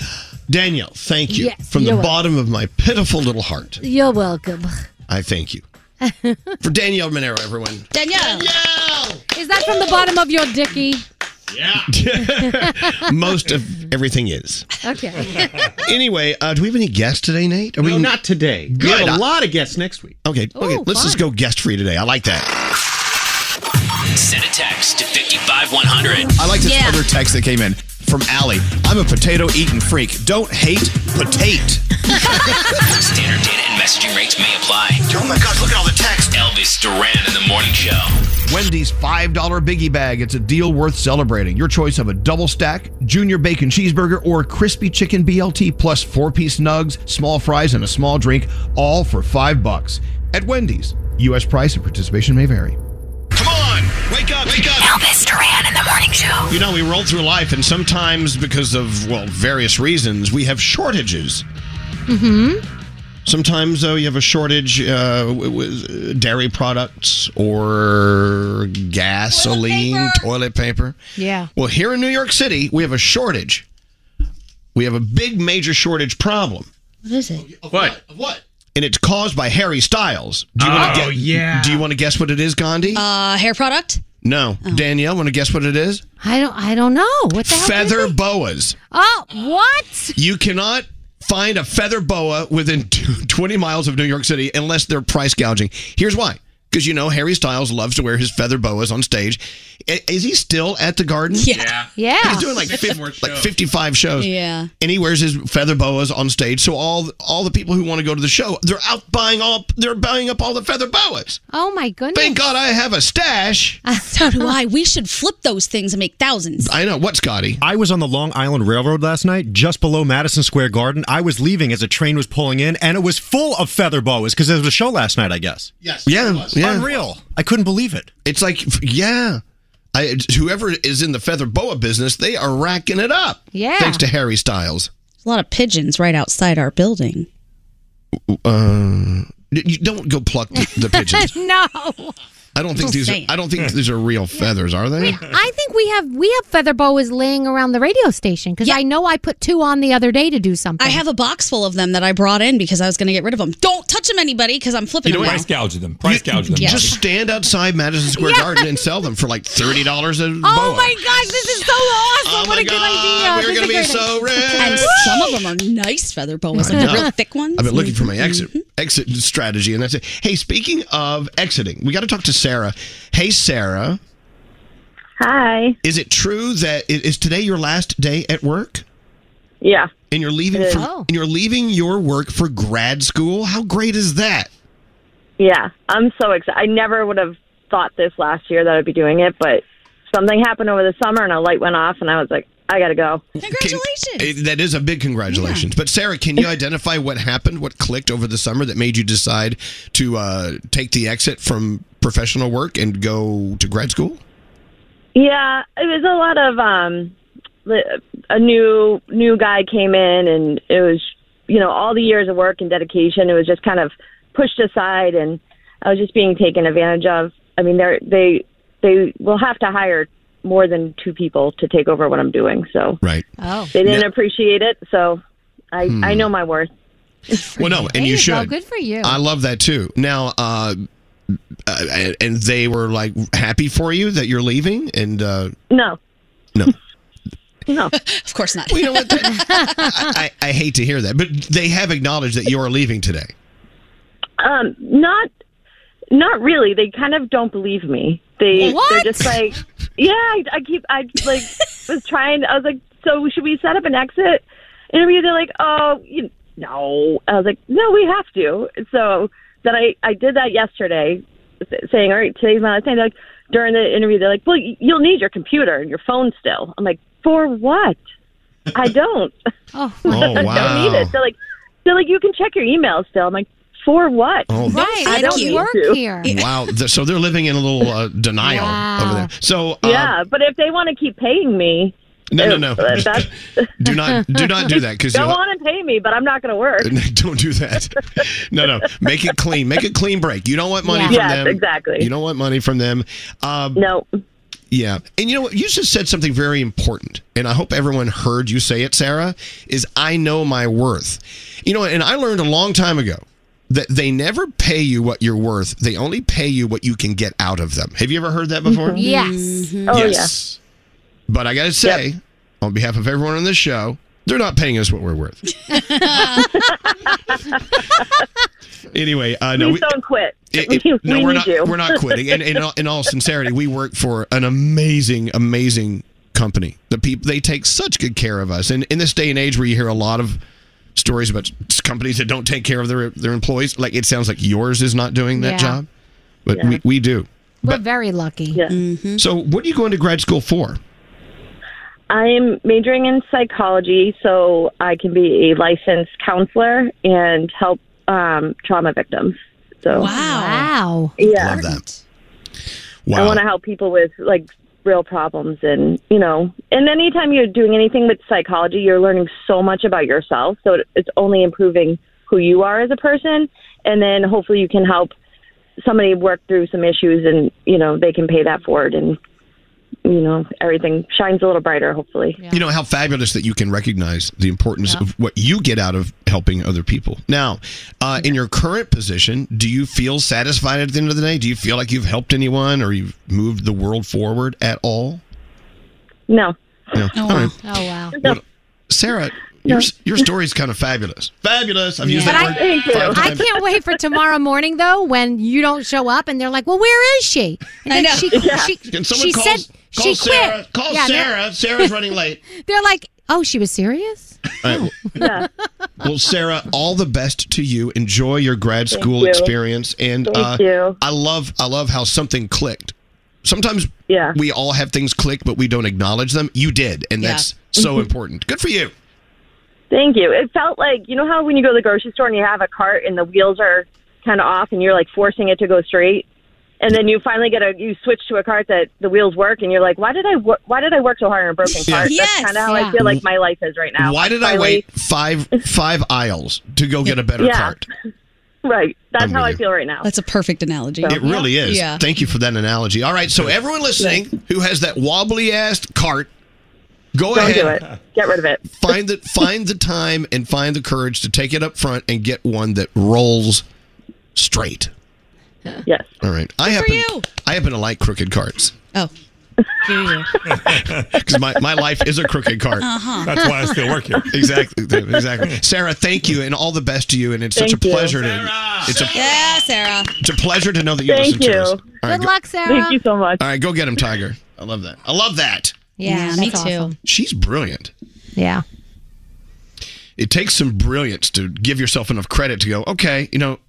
Speaker 1: Danielle, thank you.
Speaker 8: Yes,
Speaker 1: From the
Speaker 8: you're welcome.
Speaker 1: bottom of my pitiful little heart,
Speaker 8: You're welcome.
Speaker 1: I thank you. For Danielle Monero, everyone.
Speaker 8: Danielle! Is that from the bottom of your dicky?
Speaker 1: Most of everything is.
Speaker 8: Okay.
Speaker 1: Anyway, uh, do we have any guests today, Nate? Are
Speaker 24: No, not today. We
Speaker 1: Good.
Speaker 24: have a
Speaker 1: lot of guests next week. Okay, okay.
Speaker 24: Ooh,
Speaker 1: let's just go guest free today. I like that.
Speaker 18: Send a text to 55100.
Speaker 1: I like this other text that came in from Allie. I'm a potato eating freak. Don't hate potato.
Speaker 18: Standard data and messaging rates may apply. Oh my gosh, look at all the text. Elvis Duran in the morning show.
Speaker 6: Wendy's $5 biggie bag. It's a deal worth celebrating. Your choice of a double stack, junior bacon cheeseburger, or crispy chicken BLT plus four piece nugs, small fries, and a small drink, all for five bucks. At Wendy's, U.S. price and participation may vary.
Speaker 1: Come on, wake up, wake up.
Speaker 19: Elvis Duran in the morning show.
Speaker 1: You know, we roll through life, and sometimes because of, well, various reasons, we have shortages.
Speaker 8: Mm hmm.
Speaker 1: Sometimes, though, you have a shortage uh, w- with uh, dairy products or gasoline, toilet paper.
Speaker 8: Yeah.
Speaker 1: Well, here in New York City, we have a shortage. We have a big, major shortage problem,
Speaker 10: What is it?
Speaker 1: What?
Speaker 20: What?
Speaker 1: and it's caused by Harry Styles. Do you want to
Speaker 10: Oh, yeah.
Speaker 1: Do you want to guess what it is, Gandhi?
Speaker 10: Uh, hair product.
Speaker 1: no, Danielle. Want to guess what it is?
Speaker 8: I don't. I don't know. What the hell?
Speaker 1: Feather boas.
Speaker 8: Oh, what?
Speaker 1: You cannot find a feather boa within two- 20 miles of New York City unless they're price gouging. Here's why. Because you know Harry Styles loves to wear his feather boas on stage. I- Is he still at the Garden?
Speaker 10: Yeah. Yeah.
Speaker 1: He's doing like,
Speaker 10: Six
Speaker 1: fif-
Speaker 10: more
Speaker 1: like
Speaker 10: shows.
Speaker 1: 55 shows.
Speaker 10: Yeah.
Speaker 1: And he wears his feather boas on stage. So all all the people who want to go to the show, they're out buying all they're buying up all the feather boas.
Speaker 8: Oh my goodness.
Speaker 1: Thank God I have a stash.
Speaker 10: Uh, So do I. We should flip those things and make thousands.
Speaker 1: I know. What, Scotty?
Speaker 14: I was on the Long Island Railroad last night, just below Madison Square Garden. I was leaving as a train was pulling in, and it was full of feather boas because there was a show last night, I guess.
Speaker 20: Yes.
Speaker 1: Yeah, yeah.
Speaker 14: Unreal. I couldn't believe it.
Speaker 1: It's like yeah. I, whoever is in the feather boa business, they are racking it up.
Speaker 10: Yeah.
Speaker 1: Thanks to Harry Styles.
Speaker 10: There's a lot of pigeons right outside our building.
Speaker 1: Uh, you don't go pluck the, the pigeons.
Speaker 8: no.
Speaker 1: I don't think
Speaker 8: Just
Speaker 1: these. Are,
Speaker 8: saying.
Speaker 1: I don't
Speaker 14: Hmm.
Speaker 1: think these are real feathers, are they?
Speaker 8: I think we have we have feather boas laying around the radio station because I know I put two on the other day to do something.
Speaker 10: I have a box full of them that I brought in because I was going to get rid of them. Don't touch them, anybody, because I'm flipping them.
Speaker 1: price
Speaker 10: now.
Speaker 1: gouge them. Price gouge
Speaker 10: them. Yeah.
Speaker 1: Just stand outside Madison Square Garden and sell them for like thirty dollars a boa.
Speaker 8: Oh my gosh, this is so
Speaker 10: oh,
Speaker 8: awesome! what a good idea.
Speaker 1: Oh we're
Speaker 8: This is
Speaker 1: gonna
Speaker 8: a
Speaker 1: be
Speaker 8: great
Speaker 1: so
Speaker 8: idea.
Speaker 10: And some of them are nice feather boas,
Speaker 1: I
Speaker 10: like the
Speaker 1: know.
Speaker 10: real thick ones.
Speaker 1: I've been looking for my exit exit strategy, and that's it. Hey, speaking of exiting, we got to talk to Sarah. Hey, Sarah.
Speaker 3: Hi.
Speaker 1: Is it true that i- is today your last day at work?
Speaker 3: Yeah.
Speaker 1: And you're leaving.
Speaker 3: It is.
Speaker 1: For,
Speaker 3: Oh.
Speaker 1: And you're leaving your work for grad school. How great is that?
Speaker 3: Yeah, I'm so excited. I never would have thought this last year that I'd be doing it, but something happened over the summer and a light went off, and I was like, I gotta go.
Speaker 1: Congratulations! that is a big congratulations. But Sarah, can you identify what happened? What clicked over the summer that made you decide to uh, take the exit from professional work and go to grad school?
Speaker 3: Yeah, it was a lot of um li- a new new guy came in and it was you know all the years of work and dedication it was just kind of pushed aside and I was just being taken advantage of. I mean they are they they will have to hire
Speaker 24: more than two people to take over what I'm doing. So
Speaker 1: right.
Speaker 24: Oh. They didn't appreciate it, so I
Speaker 1: Hmm.
Speaker 24: I know my worth.
Speaker 1: Well, no, and
Speaker 24: Hey,
Speaker 1: you should.
Speaker 24: well, good for you.
Speaker 1: I love that too. Now, uh, uh, and they were like happy for you that you're leaving, and uh,
Speaker 24: No.
Speaker 1: No.
Speaker 24: No.
Speaker 10: of course not.
Speaker 1: you know what? I, I hate to hear that, but they have acknowledged that you are leaving today.
Speaker 24: Um, not not really. They kind of don't believe me. They
Speaker 3: What?
Speaker 24: they're just like, yeah. I, I keep I like was trying. I was like, so should we set up an exit interview? They're like, oh, you, no. I was like, no, we have to. So then I I did that yesterday, s- saying, all right, today's my last day. They're like during the interview, they're like, well, y- you'll need your computer and your phone still. I'm like, for what? I don't.
Speaker 8: oh,
Speaker 24: I don't need it. They're like, they're like, you can check your email still. I'm like, for what?
Speaker 1: Oh,
Speaker 8: Right,
Speaker 24: I don't
Speaker 8: you
Speaker 24: need
Speaker 8: work
Speaker 24: to.
Speaker 8: here.
Speaker 1: Wow. th- So they're living in a little uh, denial over there. So uh,
Speaker 24: yeah, but if they want to keep paying me,
Speaker 1: no, no, no.
Speaker 24: That's-
Speaker 1: do not do not do that because
Speaker 24: don't want to pay me, but I'm not going to work.
Speaker 1: Don't do that. No, no. Make it clean. Make a clean break. You don't want money
Speaker 24: Yeah.
Speaker 1: from
Speaker 24: Yes,
Speaker 1: them.
Speaker 24: exactly.
Speaker 1: You don't want money from them. Um,
Speaker 24: no.
Speaker 1: Yeah. And you know what? You just said something very important. And I hope everyone heard you say it, Sarah, is I know my worth. You know, and I learned a long time ago that they never pay you what you're worth. They only pay you what you can get out of them. Have you ever heard that
Speaker 2: Mm-hmm.
Speaker 1: before?
Speaker 8: Yes.
Speaker 10: Mm-hmm.
Speaker 1: Oh, Yes. But I got to say, on behalf of everyone on this show, they're not paying us what we're worth. anyway, uh, no,
Speaker 24: Please
Speaker 1: we-
Speaker 24: don't quit.
Speaker 1: it- it-
Speaker 24: We-
Speaker 1: no,
Speaker 24: we
Speaker 1: we're
Speaker 24: need
Speaker 1: not.
Speaker 24: you.
Speaker 1: We're not quitting. And in all, in all sincerity, we work for an amazing, amazing company. The people they take such good care of us. And in this day and age, where you hear a lot of stories about s- companies that don't take care of their their employees, like it sounds like yours is not doing that
Speaker 8: Yeah.
Speaker 1: job, but we, we do.
Speaker 8: We're very lucky. Mm.
Speaker 1: So, what are you going to grad school for?
Speaker 24: I'm majoring in psychology so I can be a licensed counselor and help um, trauma victims. So
Speaker 8: Wow.
Speaker 24: Yeah. I
Speaker 1: Wow.
Speaker 24: want to help people with like real problems and you know and anytime you're doing anything with psychology you're learning so much about yourself so it- it's only improving who you are as a person and then hopefully you can help somebody work through some issues and you know they can pay that forward and you know everything shines a little brighter hopefully
Speaker 1: You know how fabulous that you can recognize the importance of what you get out of helping other people. Now, uh, in your current position, do you feel satisfied at the end of the day? Do you feel like you've helped anyone or you've moved the world forward at all?
Speaker 24: no
Speaker 1: No. All right.
Speaker 8: Oh wow.
Speaker 1: Well, Sarah, your, your story's kind of fabulous. Fabulous. I've used
Speaker 8: But
Speaker 1: that
Speaker 8: I,
Speaker 1: word five
Speaker 8: I
Speaker 1: times.
Speaker 8: can't wait for tomorrow morning though when you don't show up and they're like, "Well, where is she?" And
Speaker 1: I
Speaker 8: then
Speaker 1: know.
Speaker 8: she
Speaker 1: Yeah.
Speaker 8: she,
Speaker 1: Can someone
Speaker 8: she
Speaker 1: call-
Speaker 8: said
Speaker 1: call
Speaker 8: she
Speaker 1: Sarah-
Speaker 8: quit.
Speaker 1: call
Speaker 8: they're-
Speaker 1: Sarah. Sarah's running late.
Speaker 8: they're like, "Oh, she was serious."
Speaker 1: All right. Well, Sarah, all the best to you. Enjoy your grad
Speaker 8: Thank
Speaker 1: school
Speaker 8: you.
Speaker 1: experience, and
Speaker 8: Thank
Speaker 1: uh,
Speaker 8: you.
Speaker 1: I love I love how something clicked. Sometimes
Speaker 24: yeah.
Speaker 1: we all have things click, but we don't acknowledge them. You did, and
Speaker 24: Yeah.
Speaker 1: that's so
Speaker 24: Mhm.
Speaker 1: important. Good for you.
Speaker 24: Thank you. It felt like you know how when you go to the grocery store and you have a cart and the wheels are kind of off and you're like forcing it to go straight, and then you finally get a you switch to a cart that the wheels work and you're like, why did I wor- why did I work so hard on a broken
Speaker 1: Yeah.
Speaker 24: cart?
Speaker 1: Yes.
Speaker 24: That's kind of how
Speaker 1: Yeah.
Speaker 24: I feel like my life is right now.
Speaker 1: Why did I
Speaker 24: Finally-
Speaker 1: wait five five aisles to go get a better
Speaker 24: Yeah.
Speaker 1: cart?
Speaker 24: Right. That's
Speaker 1: I'm
Speaker 24: how
Speaker 1: with
Speaker 24: I
Speaker 1: you.
Speaker 24: feel right now.
Speaker 10: That's a perfect analogy.
Speaker 1: It really is.
Speaker 10: Yeah.
Speaker 1: Thank you for that analogy. All right, so everyone listening who has that wobbly ass cart, go
Speaker 24: Don't
Speaker 1: ahead.
Speaker 24: do it. Get rid of it.
Speaker 1: Find the find the time and find the courage to take it up front and get one that rolls straight.
Speaker 24: Yes.
Speaker 1: All right. I happen I happen to like crooked carts.
Speaker 10: Oh.
Speaker 1: Because my, my life is a crooked cart.
Speaker 10: Uh-huh. That's why I still work
Speaker 1: here. Exactly. Exactly. Sarah, thank you and all the best to you. And it's such
Speaker 10: Thank
Speaker 1: a
Speaker 10: you.
Speaker 1: pleasure to it's a,
Speaker 10: Yeah, Sarah.
Speaker 1: it's a pleasure to know that you
Speaker 10: Thank
Speaker 1: listen to
Speaker 10: you.
Speaker 1: us. All
Speaker 10: Good
Speaker 1: go-
Speaker 10: luck, Sarah. Thank you
Speaker 24: so much.
Speaker 1: All right, go get him, Tiger. I love that. I love that.
Speaker 8: Yeah,
Speaker 10: me too.
Speaker 8: that's awesome.
Speaker 1: She's brilliant.
Speaker 8: Yeah.
Speaker 1: It takes some brilliance to give yourself enough credit to go, okay, you know,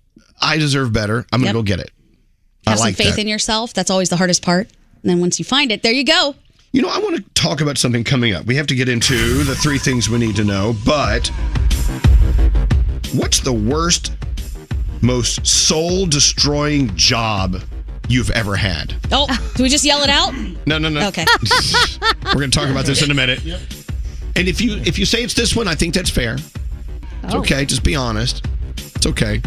Speaker 1: I deserve better. I'm
Speaker 10: Yep.
Speaker 1: gonna go get it.
Speaker 10: Have
Speaker 1: I like
Speaker 10: some faith
Speaker 1: that.
Speaker 10: in yourself. That's always the hardest part. And then once you find it, there you go.
Speaker 1: You know, I want to talk about something coming up. We have to get into the three things we need to know, but what's the worst, most soul destroying job you've ever had?
Speaker 10: Oh, do we just yell it out?
Speaker 1: No, no, no.
Speaker 10: Okay.
Speaker 1: We're going to talk about this in a minute. And if you if you say it's this one, I think that's fair. It's
Speaker 10: Oh.
Speaker 1: okay. Just be honest. It's okay.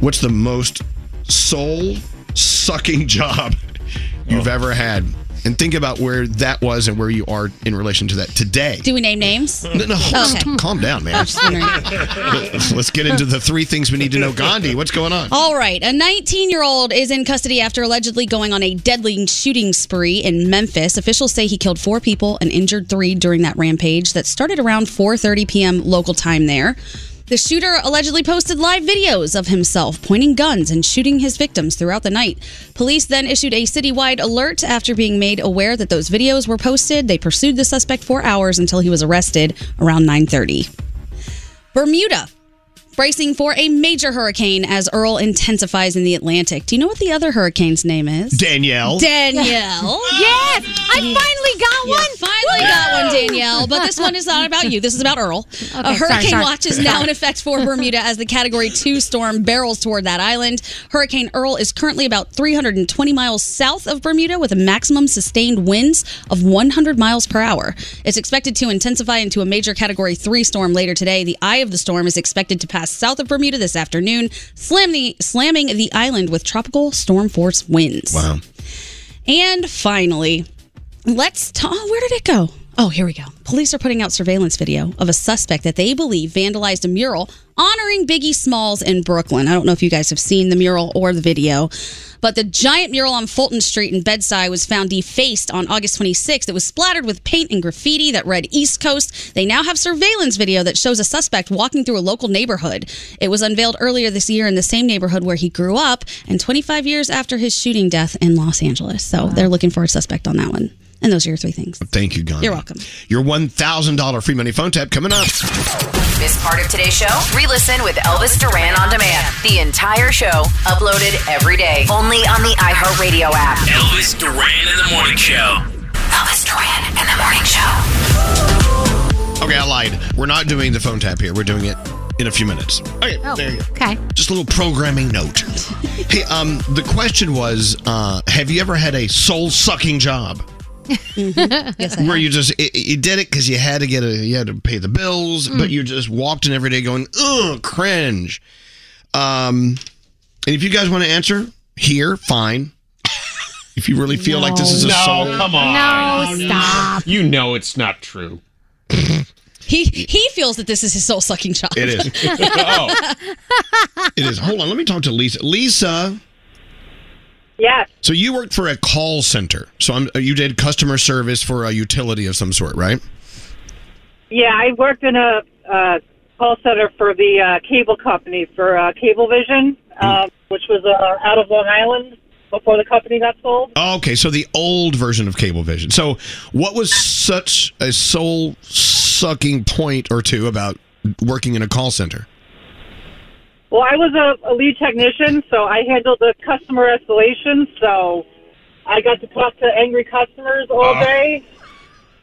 Speaker 1: What's the most soul sucking job you've ever had? and think about where that was and where you are in relation to that today.
Speaker 10: Do we name names? Oh,
Speaker 1: No, no,
Speaker 10: Okay. Oh,
Speaker 1: calm down, man.
Speaker 10: I'm just wondering.
Speaker 1: Let's get into the three things we need to know. Gandhi, what's going on?
Speaker 10: All right. A 19 year old is in custody after allegedly going on a deadly shooting spree in Memphis. Officials say he killed four people and injured three during that rampage that started around 4:30 p.m. local time there. The shooter allegedly posted live videos of himself pointing guns and shooting his victims throughout the night. Police then issued a citywide alert after being made aware that those videos were posted. They pursued the suspect for hours until he was arrested around 9:30. Bermuda bracing for a major hurricane as Earl intensifies in the Atlantic. Do you know what the other hurricane's name is?
Speaker 1: Danielle.
Speaker 10: Danielle.
Speaker 8: yes, I finally got one.
Speaker 10: Finally got one, Danielle. But this one is not about you. This is about Earl. a
Speaker 8: sorry,
Speaker 10: hurricane
Speaker 8: sorry.
Speaker 10: watch is now in effect for Bermuda as the Category 2 storm barrels toward that island. Hurricane Earl is currently about 320 miles south of Bermuda with a maximum sustained winds of 100 miles per hour. It's expected to intensify into a major Category 3 storm later today. The eye of the storm is expected to pass south of Bermuda this afternoon, slam the, slamming the island with tropical storm force winds.
Speaker 1: Wow.
Speaker 10: And finally, let's talk. Where did it go? Oh, here we go. Police are putting out surveillance video of a suspect that they believe vandalized a mural honoring Biggie Smalls in Brooklyn. I don't know if you guys have seen the mural or the video, but the giant mural on Fulton Street in Bedside was found defaced on August 26th. It was splattered with paint and graffiti that read East Coast. They now have surveillance video that shows a suspect walking through a local neighborhood. It was unveiled earlier this year in the same neighborhood where he grew up and 25 years after his shooting death in Los Angeles. So they're looking for a suspect on that one. And those are your three things.
Speaker 1: Thank you, Gandhi.
Speaker 10: You're welcome.
Speaker 1: Your $1,000 free money phone tap coming up.
Speaker 19: Miss part of today's show? Re-listen with Elvis Duran on demand. The entire show uploaded every day, only on the iHeartRadio app.
Speaker 18: Elvis Duran in the Morning Show.
Speaker 19: Elvis Duran and the Morning Show.
Speaker 1: Okay, I lied. We're not doing the phone tap here. We're doing it in a few minutes. Okay, there you go.
Speaker 8: Oh, Okay.
Speaker 1: Just a little programming note. hey, um, the question was, uh, have you ever had a soul-sucking job
Speaker 10: Mm-hmm. yes, I
Speaker 1: where you just i i- you did it because you had to get a you had to pay the bills,
Speaker 10: Mm.
Speaker 1: but you just walked in every day going, ugh, cringe. Um, and if you guys want to answer here, fine. If you really feel like this is a
Speaker 23: no,
Speaker 1: soul,
Speaker 23: come on. You know it's not true.
Speaker 10: He he feels that this is his soul sucking job.
Speaker 1: It is.
Speaker 23: Oh.
Speaker 1: It is. Hold on. Let me talk to Lisa. Lisa.
Speaker 25: Yes.
Speaker 1: So you worked for a call center. So I'm, you did customer service for a utility of some sort, right?
Speaker 25: Yeah, I worked in a uh, call center for the uh, cable company for uh, Cablevision, uh, which was uh, out of Long Island before the company got sold.
Speaker 1: Oh, okay. So the old version of Cablevision. So what was such a soul sucking point or two about working in a call center?
Speaker 25: Well, I was a, a lead technician, so I handled the customer escalation. So I got to talk to angry customers all
Speaker 1: Ah.
Speaker 25: day,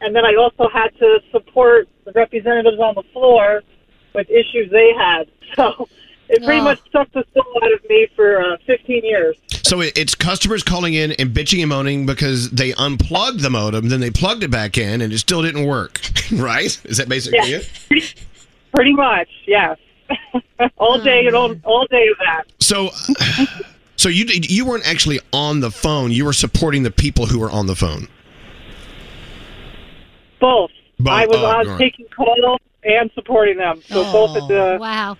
Speaker 25: and then I also had to support the representatives on the floor with issues they had. So it pretty
Speaker 1: Ah.
Speaker 25: much sucked the soul out of me for uh, 15 years.
Speaker 1: So it- it's customers calling in and bitching and moaning because they unplugged the modem, then they plugged it back in, and it still didn't work. Right? Is that basically
Speaker 25: Yeah.
Speaker 1: it?
Speaker 25: Pretty much, yes. all day and all, all day of that.
Speaker 1: So, so you you weren't actually on the phone. You were supporting the people who were on the phone.
Speaker 25: Both.
Speaker 1: Both.
Speaker 25: I was
Speaker 1: Oh,
Speaker 25: on
Speaker 1: darn.
Speaker 25: taking calls and supporting them. So both at the
Speaker 8: wow.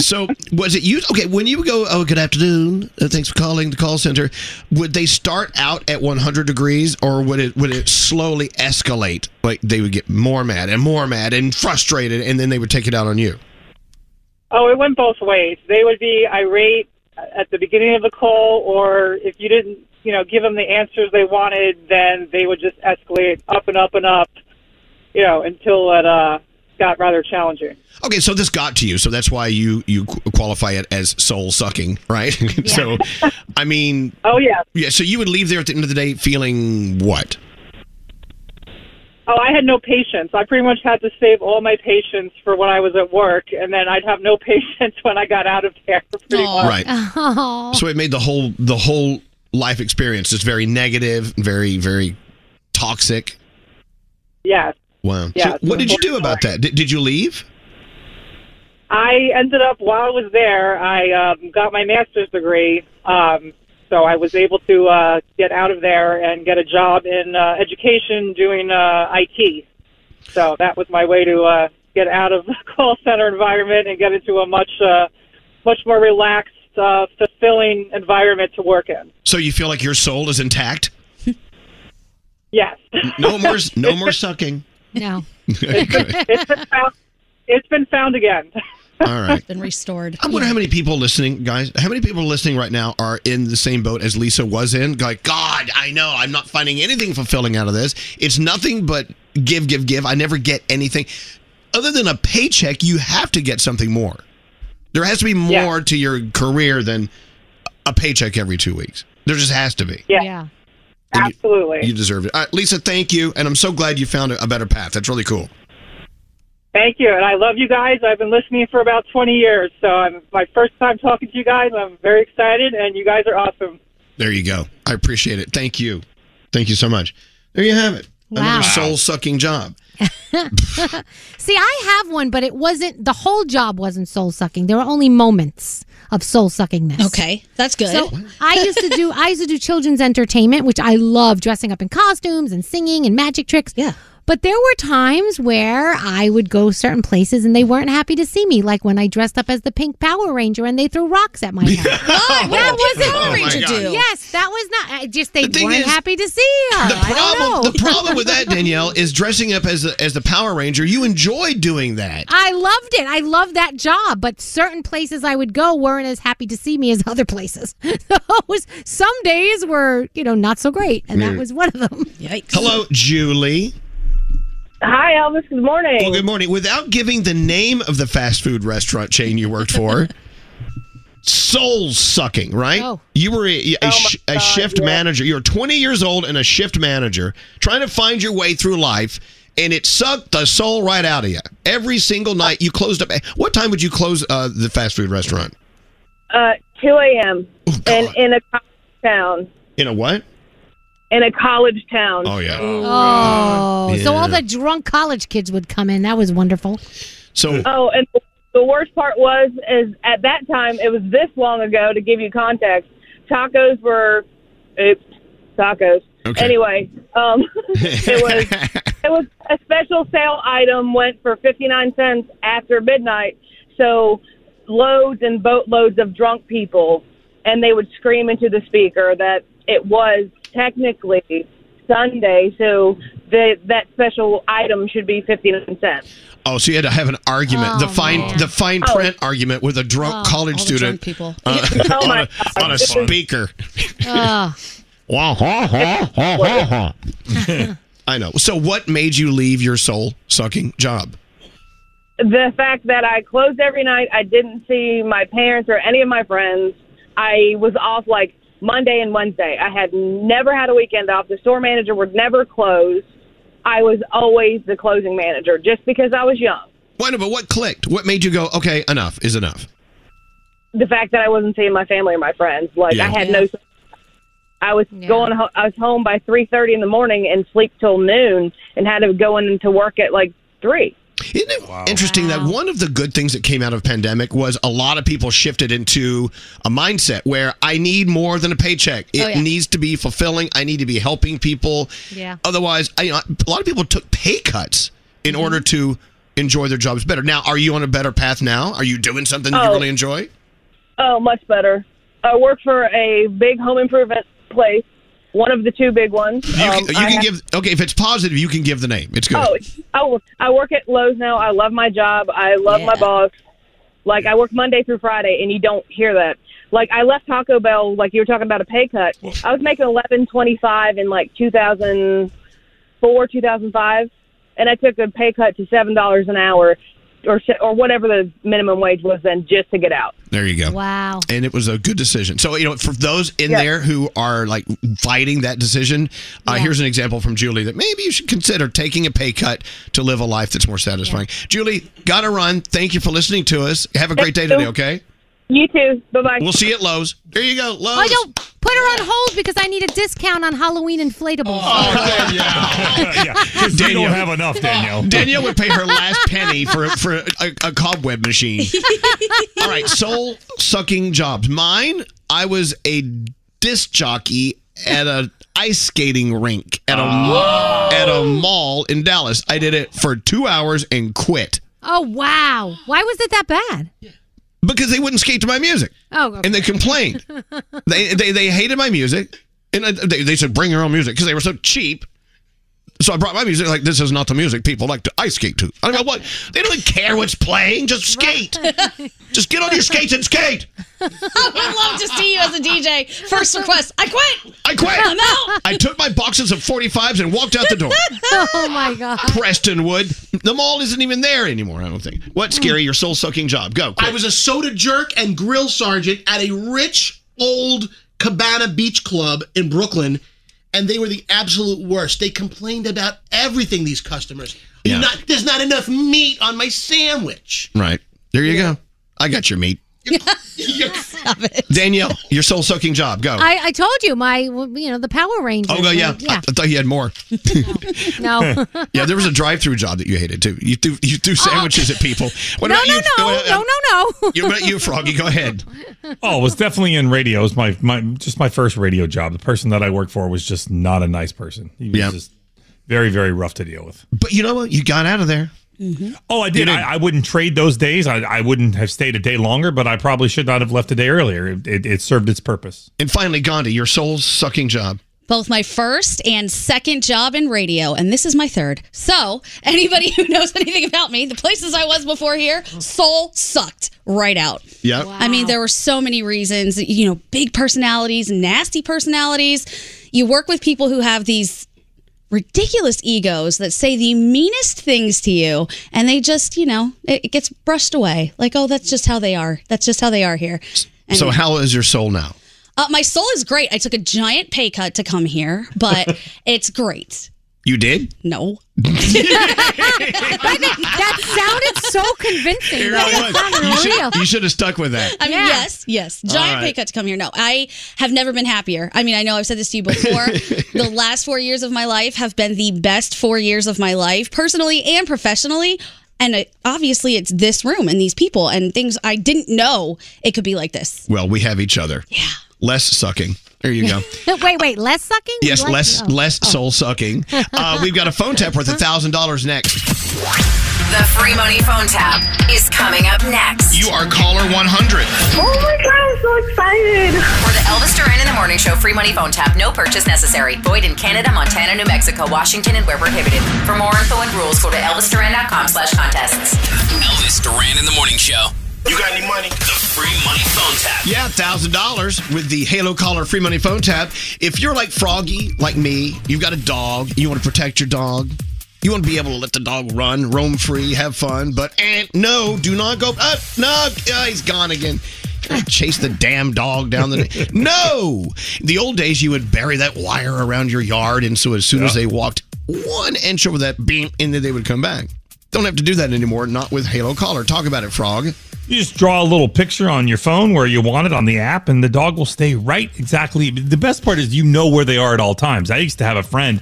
Speaker 1: So was it you? Okay, when you would go, oh, good afternoon. Uh, thanks for calling the call center. Would they start out at 100 degrees, or would it would it slowly escalate? Like they would get more mad and more mad and frustrated, and then they would take it out on you.
Speaker 25: Oh, it went both ways. They would be irate at the beginning of the call, or if you didn't, you know, give them the answers they wanted, then they would just escalate up and up and up, you know, until it uh, got rather challenging.
Speaker 1: Okay, so this got to you, so that's why you you qu- qualify it as soul sucking, right? so, I mean,
Speaker 25: oh yeah,
Speaker 1: yeah. So you would leave there at the end of the day feeling what?
Speaker 25: Oh, I had no patience. I pretty much had to save all my patience for when I was at work, and then I'd have no patience when I got out of there. Pretty much.
Speaker 1: Right.
Speaker 8: Oh.
Speaker 1: So it made the whole the whole life experience just very negative, very very toxic.
Speaker 25: Yes.
Speaker 1: Wow.
Speaker 25: Yeah,
Speaker 1: so
Speaker 25: it's
Speaker 1: what did you do about that? Did, did you leave?
Speaker 25: I ended up while I was there. I um, got my master's degree. Um, so so I was able to uh, get out of there and get a job in uh, education doing uh, IT. So that was my way to uh, get out of the call center environment and get into a much uh, much more relaxed, uh, fulfilling environment to work in.
Speaker 1: So you feel like your soul is intact?
Speaker 25: Yes.
Speaker 1: No more, no more sucking.
Speaker 8: No.
Speaker 25: it's, been found, it's been found again.
Speaker 1: All right.
Speaker 10: Been restored.
Speaker 1: I wonder how many people listening, guys. How many people listening right now are in the same boat as Lisa was in? Like, God, I know I'm not finding anything fulfilling out of this. It's nothing but give, give, give. I never get anything other than a paycheck. You have to get something more. There has to be more to your career than a paycheck every two weeks. There just has to be.
Speaker 25: Yeah. Absolutely.
Speaker 1: You deserve it. All right, Lisa, thank you, and I'm so glad you found a a better path. That's really cool.
Speaker 25: Thank you, and I love you guys. I've been listening for about 20 years, so I'm my first time talking to you guys. I'm very excited, and you guys are awesome.
Speaker 1: There you go. I appreciate it. Thank you. Thank you so much. There you have it.
Speaker 8: Wow.
Speaker 1: Another soul sucking job.
Speaker 8: See, I have one, but it wasn't the whole job wasn't soul sucking. There were only moments of soul suckingness.
Speaker 10: Okay, that's good.
Speaker 8: So I used to do I used to do children's entertainment, which I love dressing up in costumes and singing and magic tricks. Yeah. But there were times where I would go certain places and they weren't happy to see me, like when I dressed up as the Pink Power Ranger and they threw rocks at my head.
Speaker 10: oh,
Speaker 8: that was
Speaker 1: Oh, my Ranger God. do?
Speaker 8: Yes, that was not. I just they
Speaker 1: The thing
Speaker 8: weren't
Speaker 1: is,
Speaker 8: happy to see her.
Speaker 1: The
Speaker 8: I don't know.
Speaker 1: problem, the problem with that, Danielle, is dressing up as the, as the Power Ranger. You enjoy doing that.
Speaker 8: I loved it. I loved that job, but certain places I would go weren't as happy to see me as other places. So it was, some days were, you know, not so great, and that
Speaker 1: Mm.
Speaker 8: was one of them.
Speaker 1: Hello, Julie.
Speaker 5: Hi, Elvis. Good morning.
Speaker 1: Well, good morning. Without giving the name of the fast food restaurant chain you worked for, soul sucking, right?
Speaker 5: Oh.
Speaker 1: You were a, a sh- a shift manager. You were 20 years old and a shift manager trying to find your way through life. And it sucked the soul right out of you. Every single night you closed up. What time would you close uh, the fast food restaurant?
Speaker 5: Uh, 2 a.m.
Speaker 3: Oh,
Speaker 5: and in a college town.
Speaker 1: In a what?
Speaker 5: In a college town.
Speaker 1: Oh, yeah.
Speaker 8: Oh, so all
Speaker 1: Yeah.
Speaker 8: the drunk college kids would come in. That was wonderful.
Speaker 1: So
Speaker 5: Oh, and the worst part was is at that time it was this long ago to give you context. Tacos were, oops, tacos.
Speaker 1: Okay.
Speaker 5: Anyway, um, it was it was a special sale item went for fifty nine cents after midnight. So loads and boatloads of drunk people, and they would scream into the speaker that it was technically Sunday, so the, that special item should be fifty nine cents.
Speaker 1: Oh, so you had to have an argument, the fine, the fine print argument with a drunk
Speaker 5: Oh,
Speaker 1: college
Speaker 5: all the
Speaker 1: student
Speaker 5: drunk people.
Speaker 1: uh,
Speaker 5: Oh
Speaker 1: on,
Speaker 5: my
Speaker 1: a, on a speaker.
Speaker 8: Ah.
Speaker 1: Wah, ha, ha, ha, ha, ha. I know. So, what made you leave your soul sucking job?
Speaker 5: the fact that I closed every night, I didn't see my parents or any of my friends. I was off like Monday and Wednesday. I had never had a weekend off. The store manager would never close. I was always the closing manager just because I was young.
Speaker 1: Why no, but what clicked? What made you go, okay, enough is enough?
Speaker 5: The fact that I wasn't seeing my family or my friends, like
Speaker 1: Yeah.
Speaker 5: I had no. I was going. Ho- I was home by three thirty in the morning and sleep till noon, and had to go into work at like three.
Speaker 1: Isn't it interesting that one of the good things that came out of pandemic was a lot of people shifted into a mindset where I need more than a paycheck. It
Speaker 8: Oh, yeah.
Speaker 1: needs to be fulfilling. I need to be helping people.
Speaker 8: Yeah.
Speaker 1: Otherwise, I, a lot of people took pay cuts in
Speaker 5: Mm-hmm.
Speaker 1: order to enjoy their jobs better. Now, are you on a better path now? Are you doing something that you
Speaker 5: Oh.
Speaker 1: really enjoy?
Speaker 5: Oh, much better. I work for a big home improvement place, one of the two big ones.
Speaker 1: You,
Speaker 5: Um,
Speaker 1: can- you
Speaker 5: I
Speaker 1: can
Speaker 5: have-
Speaker 1: give okay if it's positive. You can give the name. It's good.
Speaker 5: Oh, oh, I work at Lowe's now. I love my job. I love my boss. Like I work Monday through Friday, and you don't hear that. Like I left Taco Bell. Like you were talking about a pay cut. I was making eleven twenty five in like two thousand four, two thousand five, and I took a pay cut to seven dollars an hour, or se- or whatever the minimum wage was then, just to get out.
Speaker 1: There you go.
Speaker 8: Wow.
Speaker 1: And it was a good decision. So, you know, for those in there who are like fighting that decision, uh, here's an example from Julie that maybe you should consider taking a pay cut to live a life that's more satisfying. Julie, got to run. Thank you for listening to us. Have a great day today, okay?
Speaker 5: You too. Bye bye.
Speaker 1: We'll see you at Lowe's. There you go, Lowe's.
Speaker 8: Oh, I don't put her on hold because I need a discount on Halloween inflatables.
Speaker 1: Oh,
Speaker 9: yeah, 'cause you don't have enough, Danielle.
Speaker 1: Danielle would pay her last penny for for a, a cobweb machine. All right, soul sucking jobs. Mine, I was a disc jockey at a ice skating rink at a
Speaker 9: Ah.
Speaker 1: mall at a mall in Dallas. I did it for two hours and quit
Speaker 8: Oh, wow. Why was it that bad?
Speaker 1: because they wouldn't skate to my music.
Speaker 8: Oh,
Speaker 1: And they complained. they, they they hated my music, and I, they, they said bring your own music because they were so cheap. So I brought my music. Like this is not the music people like to ice skate to. I don't know what they don't care what's playing. Just skate. Just get on your skates and skate.
Speaker 10: I would love to see you as a DJ. First request. I quit.
Speaker 1: I quit.
Speaker 10: I'm out.
Speaker 1: I took my boxes of 45s and walked out the door.
Speaker 8: oh my god.
Speaker 1: Prestonwood. The mall isn't even there anymore. I don't think. What
Speaker 8: Hmm.
Speaker 1: scary? Your soul sucking job. Go.
Speaker 20: I was a soda jerk and grill sergeant at a rich old Cabana Beach Club in Brooklyn, and they were the absolute worst. They complained about everything. These customers, You're
Speaker 1: Yeah.
Speaker 20: not, there's not enough meat on my sandwich.
Speaker 1: Right. There you go. I got your meat.
Speaker 8: Stop it.
Speaker 1: Danielle, your soul sucking job. Go.
Speaker 8: I, I told you my you know the Power Rangers.
Speaker 1: oh, go, yeah.
Speaker 8: were-
Speaker 1: I, I thought you had more.
Speaker 8: No.
Speaker 1: yeah, there was a drive through job that you hated too. You threw, you threw sandwiches at people. What
Speaker 8: no,
Speaker 1: about
Speaker 8: Oh,
Speaker 1: you?
Speaker 8: no, no, no, no, no,
Speaker 1: You, what about you, Froggy? Go ahead.
Speaker 9: Oh, it was definitely in radio. It was my, my just my first radio job. The person that I worked for was just not a nice person. He was just very, very rough to deal with.
Speaker 1: But you know what? You got out of there.
Speaker 9: Oh, I did. I, I wouldn't trade those days. I, I wouldn't have stayed a day longer, but I probably should not have left a day earlier. It, it, it served its purpose.
Speaker 1: And finally, Gandhi, your soul sucking job.
Speaker 10: both my first and second job in radio, and this is my third. So, anybody who knows anything about me, the places I was before here, soul sucked right out.
Speaker 1: Yep.
Speaker 10: I mean, there were so many reasons, you know, big personalities, nasty personalities. You work with people who have these ridiculous egos that say the meanest things to you and they just, you know, it, it gets brushed away. Like, oh, that's just how they are. That's just how they are here. And-
Speaker 1: So, how is your soul now?
Speaker 10: uh, my soul is great. I took a giant pay cut to come here, but it's great.
Speaker 1: You did?
Speaker 10: No.
Speaker 8: That sounded so convincing.
Speaker 1: It
Speaker 8: though.
Speaker 1: really
Speaker 8: It sounded
Speaker 1: was. You
Speaker 8: real.
Speaker 1: should, you should have stuck with that.
Speaker 10: I mean, yes, yes.
Speaker 1: All
Speaker 10: Giant
Speaker 1: right.
Speaker 10: pay cut to come here. No, I have never been happier. I mean, I know I've said this to you before. the last four years of my life have been the best four years of my life, personally and professionally. And it, obviously, it's this room and these people and things I didn't know it could be like this.
Speaker 1: Well, we have each other. Yeah. Less sucking. There you go.
Speaker 8: wait, wait, less sucking?
Speaker 1: Yes,
Speaker 8: Like-
Speaker 1: less
Speaker 8: oh.
Speaker 1: less soul sucking. Uh, we've got a phone tap worth a thousand dollars next.
Speaker 19: The free money phone tap is coming up next.
Speaker 1: You are caller 100.
Speaker 19: Oh my god, I'm so excited! For the Elvis Duran in the Morning Show free money phone tap, no purchase necessary. Void in Canada, Montana, New Mexico, Washington, and where prohibited. For more info and rules, go to elvisduran.com slash contests.
Speaker 18: Elvis Duran in the Morning Show. You got any money? The free money phone tap.
Speaker 1: Yeah, thousand dollars with the Halo Caller free money phone tap. If you're like Froggy, like me, you've got a dog, you want to protect your dog. You want to be able to let the dog run, roam free, have fun, but eh, no, do not go. Uh, no, uh, he's gone again. Can I chase the damn dog down the. no! The old days, you would bury that wire around your yard, and so as soon as they walked one inch over that beam, and then they would come back. Don't have to do that anymore, not with Halo Caller. Talk about it, Frog.
Speaker 9: You just draw a little picture on your phone where you want it on the app, and the dog will stay right exactly. The best part is you know where they are at all times. I used to have a friend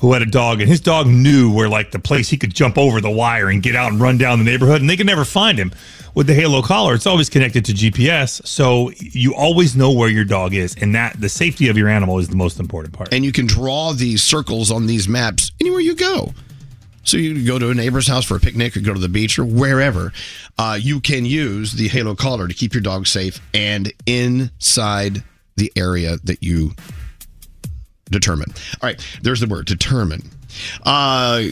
Speaker 9: who had a dog, and his dog knew where like the place he could jump over the wire and get out and run down the neighborhood, and they could never find him. With the Halo collar, it's always connected to GPS, so you always know where your dog is, and that the safety of your animal is the most important part.
Speaker 1: and you can draw these circles on these maps anywhere you go. So you can go to a neighbor's house for a picnic, or go to the beach, or wherever. Uh, you can use the Halo collar to keep your dog safe and inside the area that you determine. All right, there's the word determine. Uh,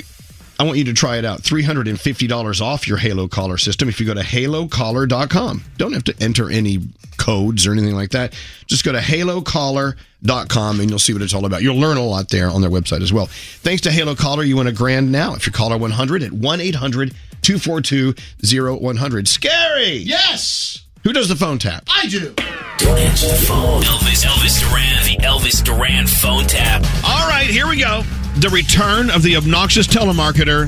Speaker 1: I want you to try it out. $350 off your Halo Collar system if you go to halocollar.com. Don't have to enter any codes or anything like that. Just go to halocollar.com and you'll see what it's all about. You'll learn a lot there on their website as well. Thanks to Halo Collar, you win a grand now if you call our 100 at 1 800 242 0100. Scary! Yes! Who does the phone tap?
Speaker 20: I do.
Speaker 18: Don't answer the phone. Elvis, Elvis Duran, the Elvis Duran phone tap.
Speaker 1: All right, here we go. The return of the obnoxious telemarketer,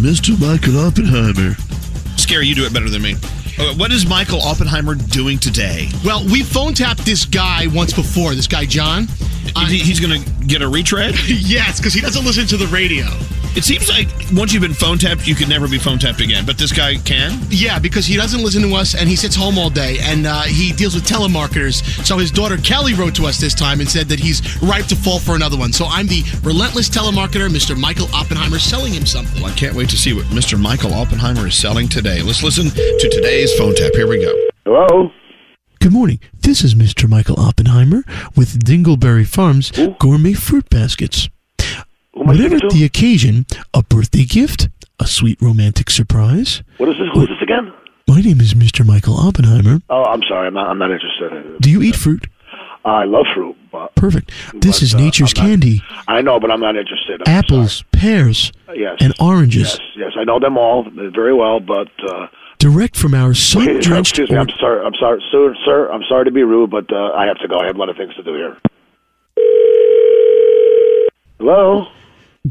Speaker 1: Mr. Michael Oppenheimer. Scary, you do it better than me. Uh, What is Michael Oppenheimer doing today?
Speaker 20: Well, we phone tapped this guy once before. This guy John.
Speaker 1: he's gonna get a retread.
Speaker 20: yes, because he doesn't listen to the radio.
Speaker 1: It seems like once you've been phone tapped, you can never be phone tapped again. But this guy can.
Speaker 20: Yeah, because he doesn't listen to us and he sits home all day and uh, he deals with telemarketers. So his daughter Kelly wrote to us this time and said that he's ripe to fall for another one. So I'm the relentless telemarketer, Mr. Michael Oppenheimer, selling him something.
Speaker 1: Well, I can't wait to see what Mr. Michael Oppenheimer is selling today. Let's listen to today's phone tap. Here we go.
Speaker 26: Hello?
Speaker 27: Good morning. This is Mr. Michael Oppenheimer with Dingleberry Farms Gourmet Fruit Baskets. Whatever the occasion, a birthday gift, a sweet romantic surprise.
Speaker 26: What is this? Who's this again?
Speaker 27: My name is Mr. Michael Oppenheimer.
Speaker 26: Oh, I'm sorry. I'm not, I'm not interested.
Speaker 27: Do you eat fruit?
Speaker 26: I love fruit, but uh,
Speaker 27: Perfect. This is nature's candy.
Speaker 26: I know, but I'm not interested. I'm
Speaker 27: Apples, pears,
Speaker 26: sorry. Uh, Yes.
Speaker 27: and oranges.
Speaker 26: Yes, yes. I know them all very well, but. Uh,
Speaker 27: Direct from our sun drenched.
Speaker 26: Excuse me. I'm sorry. I'm sorry, sir. Sir, I'm sorry to be rude, but uh, I have to go. I have a lot of things to do here. Hello.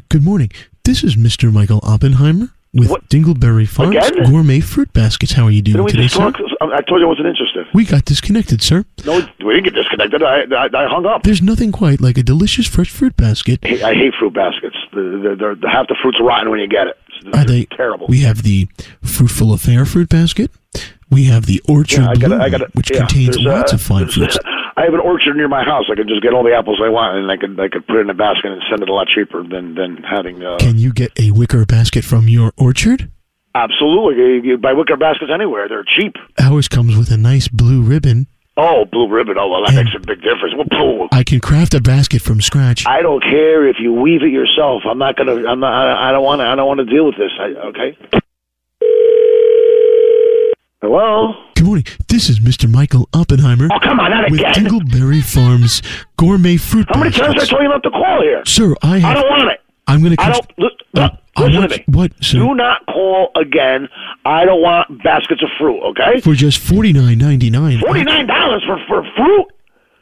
Speaker 27: Good morning. This is Mr. Michael Oppenheimer with Dingleberry Farms
Speaker 26: Again?
Speaker 27: Gourmet Fruit Baskets. How are you
Speaker 26: Didn't
Speaker 27: doing
Speaker 26: we
Speaker 27: today,
Speaker 26: just
Speaker 27: sir?
Speaker 26: talk? I I told you I wasn't interested.
Speaker 27: We got disconnected, sir.
Speaker 26: No, we didn't get disconnected. I, I, I hung up.
Speaker 27: There's nothing quite like a delicious fresh fruit basket.
Speaker 26: I hate- I hate fruit baskets. They're, they're, they're, half the fruit's rotten when you get it. It's
Speaker 27: Are they
Speaker 26: terrible.
Speaker 27: We have the Fruitful Affair fruit basket. We have the Orchard
Speaker 26: Yeah, I gotta-
Speaker 27: Bloom,
Speaker 26: I gotta-
Speaker 27: which
Speaker 26: yeah,
Speaker 27: contains
Speaker 26: there's, uh,
Speaker 27: lots of fine fruits.
Speaker 26: I have an orchard near my house. I can just get all the apples I want, and I could I could put it in a basket and send it a lot cheaper than than having. Uh,
Speaker 27: Can you get a wicker basket from your orchard?
Speaker 26: absolutely, you, you buy wicker baskets anywhere. They're cheap.
Speaker 27: Ours comes with a nice blue ribbon.
Speaker 26: Oh, blue ribbon. Oh, well, that makes a big difference. Well, blue.
Speaker 27: I can craft a basket from scratch.
Speaker 26: I don't care if you weave it yourself. I'm not gonna. I'm not. I, I don't want to. I don't want to deal with this. I, okay. Hello.
Speaker 27: Good morning. This is Mr. Michael Oppenheimer.
Speaker 26: Oh, come on, not
Speaker 27: with
Speaker 26: again.
Speaker 27: Dingleberry Farms Gourmet Fruit
Speaker 26: How many times did I
Speaker 27: Baskets.
Speaker 26: tell you not to call here?
Speaker 27: Sir, I
Speaker 26: I
Speaker 27: have.
Speaker 26: don't want it.
Speaker 27: I'm going to.
Speaker 26: I don't. li- listen to me.
Speaker 27: What, sir?
Speaker 26: Do not call again. I don't want baskets of fruit. Okay.
Speaker 27: For just forty nine ninety nine.
Speaker 26: Forty nine dollars for for fruit.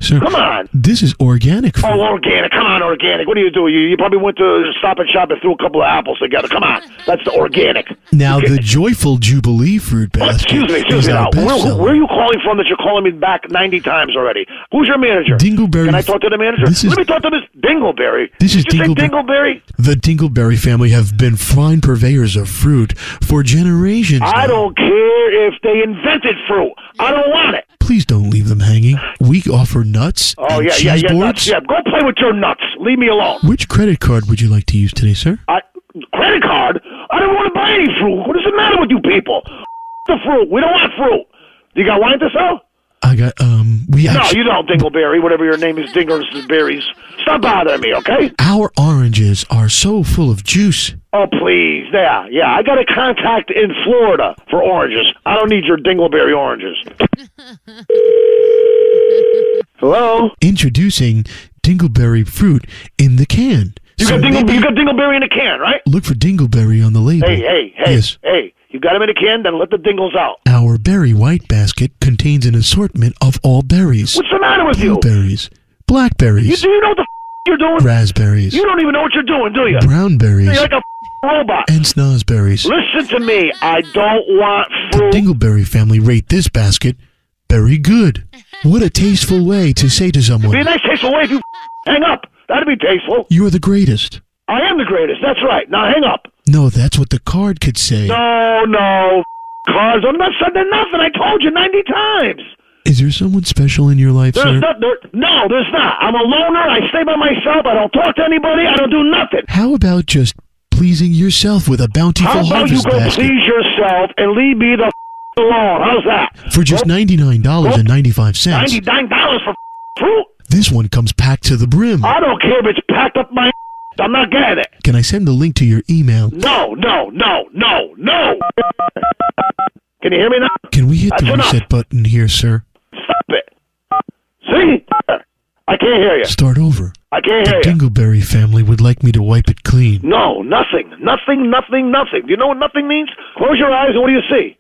Speaker 27: Sir,
Speaker 26: Come on.
Speaker 27: This is organic.
Speaker 26: Oh, organic. Come on, organic. What do you do? You, you probably went to Stop and Shop and threw a couple of apples together. Come on. That's the organic.
Speaker 27: Now the joyful Jubilee fruit basket
Speaker 26: Excuse me. Excuse
Speaker 27: is
Speaker 26: me.
Speaker 27: our
Speaker 26: Now,
Speaker 27: best
Speaker 26: where,
Speaker 27: seller.
Speaker 26: who- where are you calling from that you're calling me back 90 times already? Who's your manager?
Speaker 27: Dingleberry.
Speaker 26: Can I talk to the manager?
Speaker 27: This is-
Speaker 26: Let me talk to this Dingleberry.
Speaker 27: This is
Speaker 26: Did you say
Speaker 27: Dingleberry.
Speaker 26: Dingleberry?
Speaker 27: The Dingleberry family have been fine purveyors of fruit for generations.
Speaker 26: I don't care if they invented fruit. I don't want it.
Speaker 27: Please don't leave them hanging. We offer nuts
Speaker 26: Oh,
Speaker 27: and
Speaker 26: yeah, yeah,
Speaker 27: cheese
Speaker 26: yeah, nuts.
Speaker 27: boards.
Speaker 26: Yeah, go play with your nuts. Leave me alone.
Speaker 27: Which credit card would you like to use today, sir?
Speaker 26: I, credit card? I don't want to buy any fruit. What does it matter with you people? The fruit. We don't want fruit. You got wine to sell?
Speaker 27: I got um. We
Speaker 26: no,
Speaker 27: actually,
Speaker 26: you don't, Dingleberry. Whatever your name is, Dingers and Berries. Stop bothering me, okay?
Speaker 27: our oranges are so full of juice.
Speaker 26: Oh, please. Yeah, yeah. I got a contact in Florida for oranges. I don't need your Dingleberry oranges. Hello.
Speaker 27: Introducing Dingleberry fruit in the can.
Speaker 26: You
Speaker 27: So
Speaker 26: got, dingle,
Speaker 27: maybe
Speaker 26: you got Dingleberry in a can, right?
Speaker 27: look for Dingleberry on the label.
Speaker 26: Hey, hey, hey.
Speaker 27: Yes.
Speaker 26: Hey, you got them in a can, then let the dingles out.
Speaker 27: Our berry white basket contains an assortment of all berries.
Speaker 26: What's the matter with you?
Speaker 27: Blueberries, blackberries,
Speaker 26: You, do you know what the f- you're doing?
Speaker 27: raspberries,
Speaker 26: You don't even know what you're doing, do you?
Speaker 27: brownberries,
Speaker 26: You're like a f- robot.
Speaker 27: and snozberries.
Speaker 26: Listen to me. I don't want
Speaker 27: The Dingleberry family rate this basket very good. What a tasteful way to say to
Speaker 26: Be a
Speaker 27: someone,
Speaker 26: nice tasteful way if you f- hang up. That'd be tasteful.
Speaker 27: "You are the greatest."
Speaker 26: I am the greatest. That's right. Now hang up.
Speaker 27: No, that's what the card could say.
Speaker 26: No, no. f- Cars. I'm not sending nothing. I told you 90 times.
Speaker 27: Is there someone special in your life,
Speaker 26: There's
Speaker 27: sir?
Speaker 26: not, there, no, there's not. I'm a loner. I stay by myself. I don't talk to anybody. I don't do nothing.
Speaker 27: How about just pleasing yourself with a
Speaker 26: How
Speaker 27: bountiful
Speaker 26: about you
Speaker 27: harvest
Speaker 26: go
Speaker 27: basket
Speaker 26: please yourself and leave me the f- alone? How's that?
Speaker 27: for just ninety-nine dollars and ninety-five cents?
Speaker 26: $99 for f- fruit?
Speaker 27: This one comes packed to the brim.
Speaker 26: I don't care if it's packed up my. f- I'm not getting it.
Speaker 27: Can I send a link to your email?
Speaker 26: No, no, no, no, no. Can you hear me now?
Speaker 27: Can we hit
Speaker 26: That's
Speaker 27: the
Speaker 26: enough.
Speaker 27: reset button here, sir?
Speaker 26: Stop it. See? I can't hear you.
Speaker 27: Start over.
Speaker 26: I can't hear
Speaker 27: The
Speaker 26: you.
Speaker 27: Dingleberry family would like me to wipe it clean.
Speaker 26: No, nothing, nothing, nothing, nothing. Do you know what nothing means? Close your eyes and what do you see?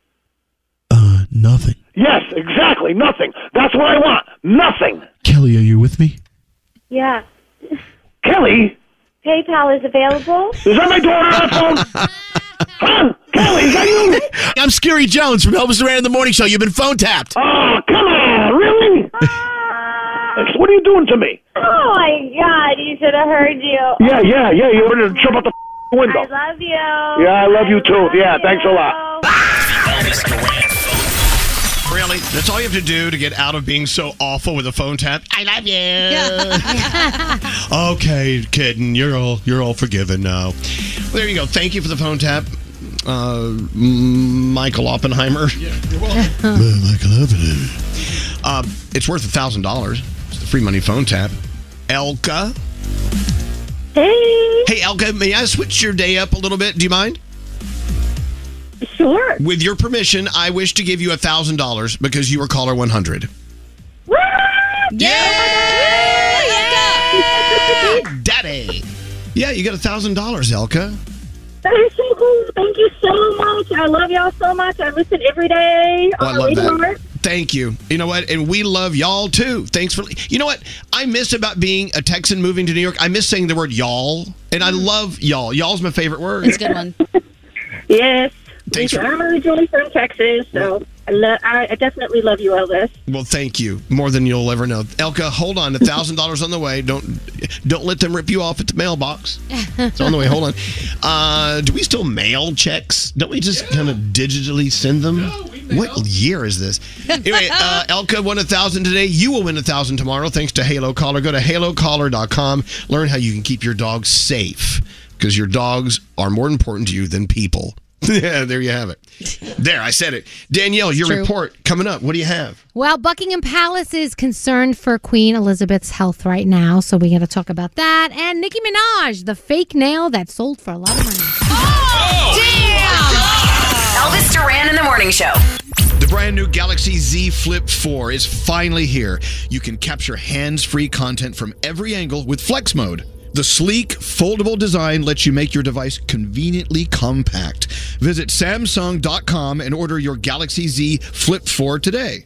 Speaker 27: Uh, nothing.
Speaker 26: Yes, exactly, nothing. That's what I want. Nothing.
Speaker 27: Kelly, are you with me?
Speaker 3: Yeah.
Speaker 26: Kelly,
Speaker 3: PayPal is available.
Speaker 26: is that my daughter on the phone?
Speaker 20: I'm Scary Jones from Elvis Duran in the Morning Show. You've been phone tapped.
Speaker 26: Oh, come on, really? what are you doing to me?
Speaker 3: Oh my God! You should have heard you.
Speaker 26: Yeah, yeah, yeah. You wanted to jump out the window.
Speaker 2: I love you.
Speaker 26: Yeah, I love you too. Yeah, thanks a lot.
Speaker 1: Really? That's all you have to do to get out of being so awful with a phone tap? I love you. Okay, kidding. You're all you're all forgiven now. Well, there you go. Thank you for the phone tap, uh, M- Michael Oppenheimer.
Speaker 27: You're welcome.
Speaker 1: Michael Oppenheimer. Uh, it's worth a thousand dollars. It's the free money phone tap. Elka.
Speaker 2: Hey.
Speaker 1: Hey, Elka. May I switch your day up a little bit? Do you mind?
Speaker 2: Sure.
Speaker 1: With your permission, I wish to give you a thousand dollars because you were caller one hundred. Daddy. Yeah, you got a thousand dollars, Elka.
Speaker 2: That is so cool. Thank you so much. I love y'all so much. I listen every day
Speaker 1: Oh, I
Speaker 2: on the
Speaker 1: love
Speaker 2: way to
Speaker 1: that.
Speaker 2: work.
Speaker 1: Thank you. You know what? And we love y'all too. Thanks for. You know what? I miss about being a Texan moving to New York. I miss saying the word y'all, and I love y'all. Y'all's my favorite word.
Speaker 28: It's a good one.
Speaker 2: Yes.
Speaker 1: Thanks for-
Speaker 2: I'm originally from Texas, so I, lo- I I definitely love you, Elvis.
Speaker 1: Well, thank you more than you'll ever know. Elka, hold on. A thousand dollars on the way. Don't don't let them rip you off at the mailbox. It's on the way. Hold on. Uh, do we still mail checks? Don't we just kind of digitally send them? what year is this? Anyway, uh, Elka won a thousand today. You will win a thousand tomorrow thanks to Halo Caller. Go to halocaller.com. Learn how you can keep your dog safe because your dogs are more important to you than people. yeah, there you have it. There, I said it. Danielle, your
Speaker 8: True.
Speaker 1: report coming up. What do you have?
Speaker 8: Well, Buckingham Palace is concerned for Queen Elizabeth's health right now, so we got to talk about that. And Nicki Minaj, the fake nail that sold for a lot of money.
Speaker 19: Elvis Duran in the morning show.
Speaker 1: The brand new Galaxy Z Flip 4 is finally here. You can capture hands free content from every angle with Flex Mode. The sleek, foldable design lets you make your device conveniently compact. Visit Samsung.com and order your Galaxy Z Flip 4 today.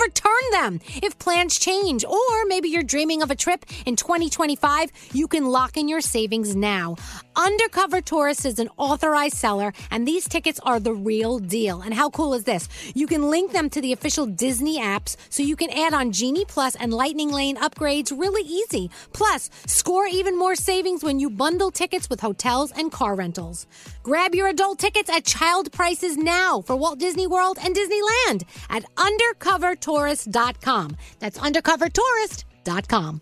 Speaker 8: return them. If plans change, or maybe you're dreaming of a trip in 2025, you can lock in your savings now. Undercover Tourist is an authorized seller, and these tickets are the real deal. And how cool is this? You can link them to the official Disney apps so you can add on Genie Plus and Lightning Lane upgrades really easy. Plus, score even more savings when you bundle tickets with hotels and car rentals. Grab your adult tickets at child prices now for Walt Disney World and Disneyland at undercovertourist.com. That's undercovertourist.com.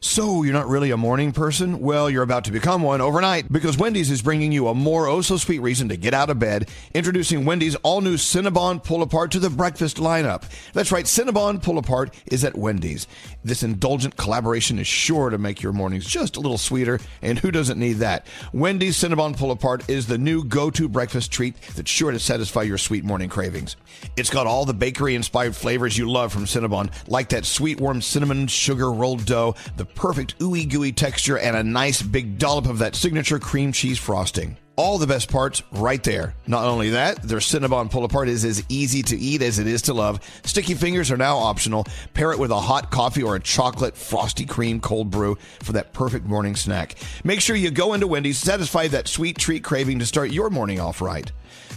Speaker 1: So, you're not really a morning person? Well, you're about to become one overnight because Wendy's is bringing you a more oh so sweet reason to get out of bed, introducing Wendy's all new Cinnabon Pull Apart to the breakfast lineup. That's right, Cinnabon Pull Apart is at Wendy's. This indulgent collaboration is sure to make your mornings just a little sweeter, and who doesn't need that? Wendy's Cinnabon Pull Apart is the new go to breakfast treat that's sure to satisfy your sweet morning cravings. It's got all the bakery inspired flavors you love from Cinnabon, like that sweet warm cinnamon sugar rolled dough, the perfect ooey gooey texture, and a nice big dollop of that signature cream cheese frosting. All the best parts right there. Not only that, their Cinnabon pull apart is as easy to eat as it is to love. Sticky fingers are now optional. Pair it with a hot coffee or a chocolate frosty cream cold brew for that perfect morning snack. Make sure you go into Wendy's, satisfy that sweet treat craving to start your morning off right.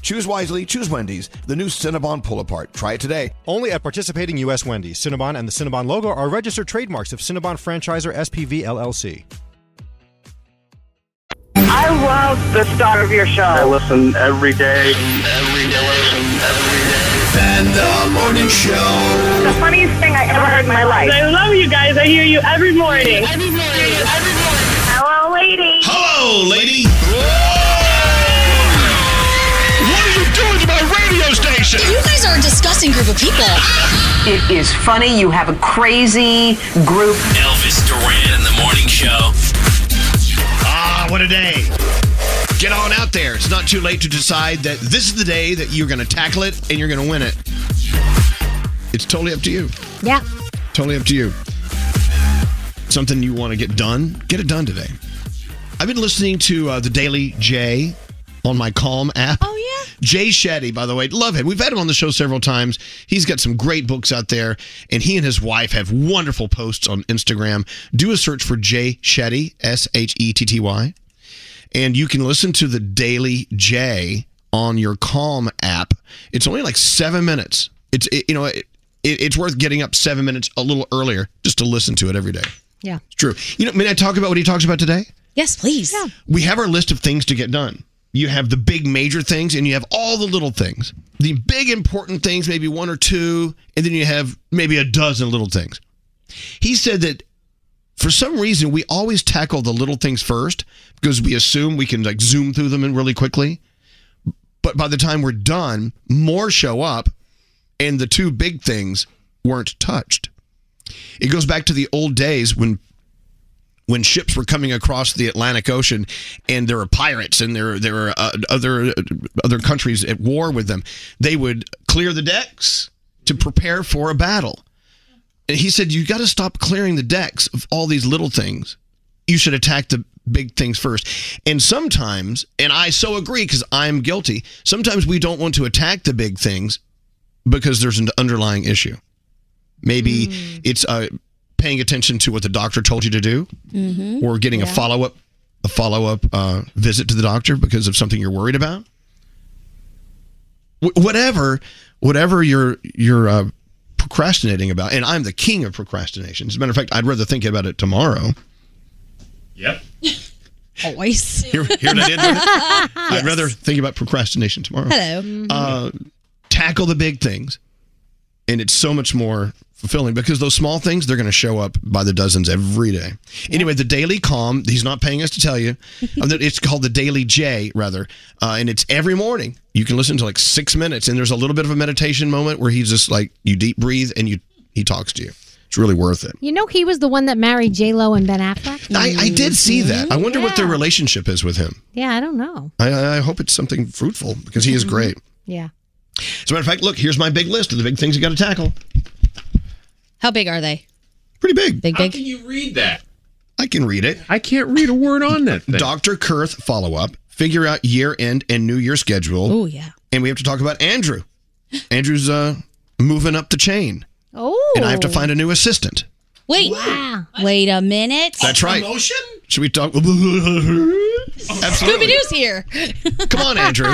Speaker 1: Choose wisely, choose Wendy's, the new Cinnabon pull apart. Try it today.
Speaker 14: Only at participating U.S. Wendy's. Cinnabon and the Cinnabon logo are registered trademarks of Cinnabon Franchisor SPV LLC.
Speaker 2: I love the start of your show. I
Speaker 29: listen every day. Every day. And the morning show.
Speaker 2: The funniest thing I ever heard in my life.
Speaker 16: I love you guys. I hear you every morning.
Speaker 2: Every morning. Every morning. Hello, lady.
Speaker 23: Hello, lady.
Speaker 29: What are you doing to my radio station?
Speaker 2: You guys are a disgusting group of people. It is funny. You have a crazy group.
Speaker 23: Elvis Duran in the morning show.
Speaker 1: Ah, what a day. Get on out there. It's not too late to decide that this is the day that you're going to tackle it and you're going to win it. It's totally up to you.
Speaker 8: Yeah.
Speaker 1: Totally up to you. Something you want to get done, get it done today. I've been listening to uh, the Daily J on my Calm app. Oh, yeah. Jay Shetty, by the way, love him. We've had him on the show several times. He's got some great books out there, and he and his wife have wonderful posts on Instagram. Do a search for Jay Shetty, S H E T T Y, and you can listen to the Daily J on your Calm app. It's only like seven minutes. It's it, you know it, it, it's worth getting up seven minutes a little earlier just to listen to it every day.
Speaker 8: Yeah.
Speaker 1: It's true. You know, may I talk about what he talks about today?
Speaker 10: Yes, please. Yeah.
Speaker 1: We have our list of things to get done. You have the big major things and you have all the little things. The big important things, maybe one or two, and then you have maybe a dozen little things. He said that for some reason we always tackle the little things first because we assume we can like zoom through them and really quickly. But by the time we're done, more show up and the two big things weren't touched. It goes back to the old days when when ships were coming across the Atlantic Ocean, and there were pirates and there there were uh, other other countries at war with them. They would clear the decks to prepare for a battle. And he said, "You got to stop clearing the decks of all these little things. You should attack the big things first. And sometimes, and I so agree because I'm guilty. Sometimes we don't want to attack the big things because there's an underlying issue. Maybe it's uh, paying attention to what the doctor told you to do."
Speaker 30: Mm-hmm.
Speaker 1: or getting a follow up a follow up uh, visit to the doctor because of something you're worried about. Wh- whatever, whatever you're you're uh, procrastinating about, and I'm the king of procrastination. As a matter of fact, I'd rather think about it tomorrow.
Speaker 10: Yep. Always.
Speaker 1: Here, here that end with it? I'd rather think about procrastination tomorrow.
Speaker 10: Hello.
Speaker 1: Uh, tackle the big things, and it's so much more fulfilling because those small things they're going to show up by the dozens every day. Anyway, the Daily Calm. He's not paying us to tell you. Um, that it's called the Daily J, rather, uh, and it's every morning. You can listen to like six minutes, and there's a little bit of a meditation moment where he's just like you deep breathe and you he talks to you. It's really worth it.
Speaker 8: You know, he was the one that married J Lo and Ben Affleck.
Speaker 1: I, I did see that. I wonder what their relationship is with him.
Speaker 8: Yeah, I don't know.
Speaker 1: I- I, I hope it's something fruitful because he is great.
Speaker 8: Yeah.
Speaker 1: As a matter of fact, look, here's my big list of the big things you got to tackle.
Speaker 10: How big are they?
Speaker 1: Pretty big.
Speaker 10: Big, big.
Speaker 31: you read that?
Speaker 1: I can read it.
Speaker 31: I can't read a word on that.
Speaker 1: Dr. Kurth follow up, figure out year end and new year schedule.
Speaker 10: Oh, yeah.
Speaker 1: And we have to talk about Andrew. Andrew's uh, moving up the chain,
Speaker 8: Oh.
Speaker 1: and I have to find a new assistant.
Speaker 10: Wait. Wait a minute.
Speaker 1: That's right. Should we talk?
Speaker 10: Scooby
Speaker 1: Absolutely.
Speaker 10: Doo's here.
Speaker 1: Come on, Andrew.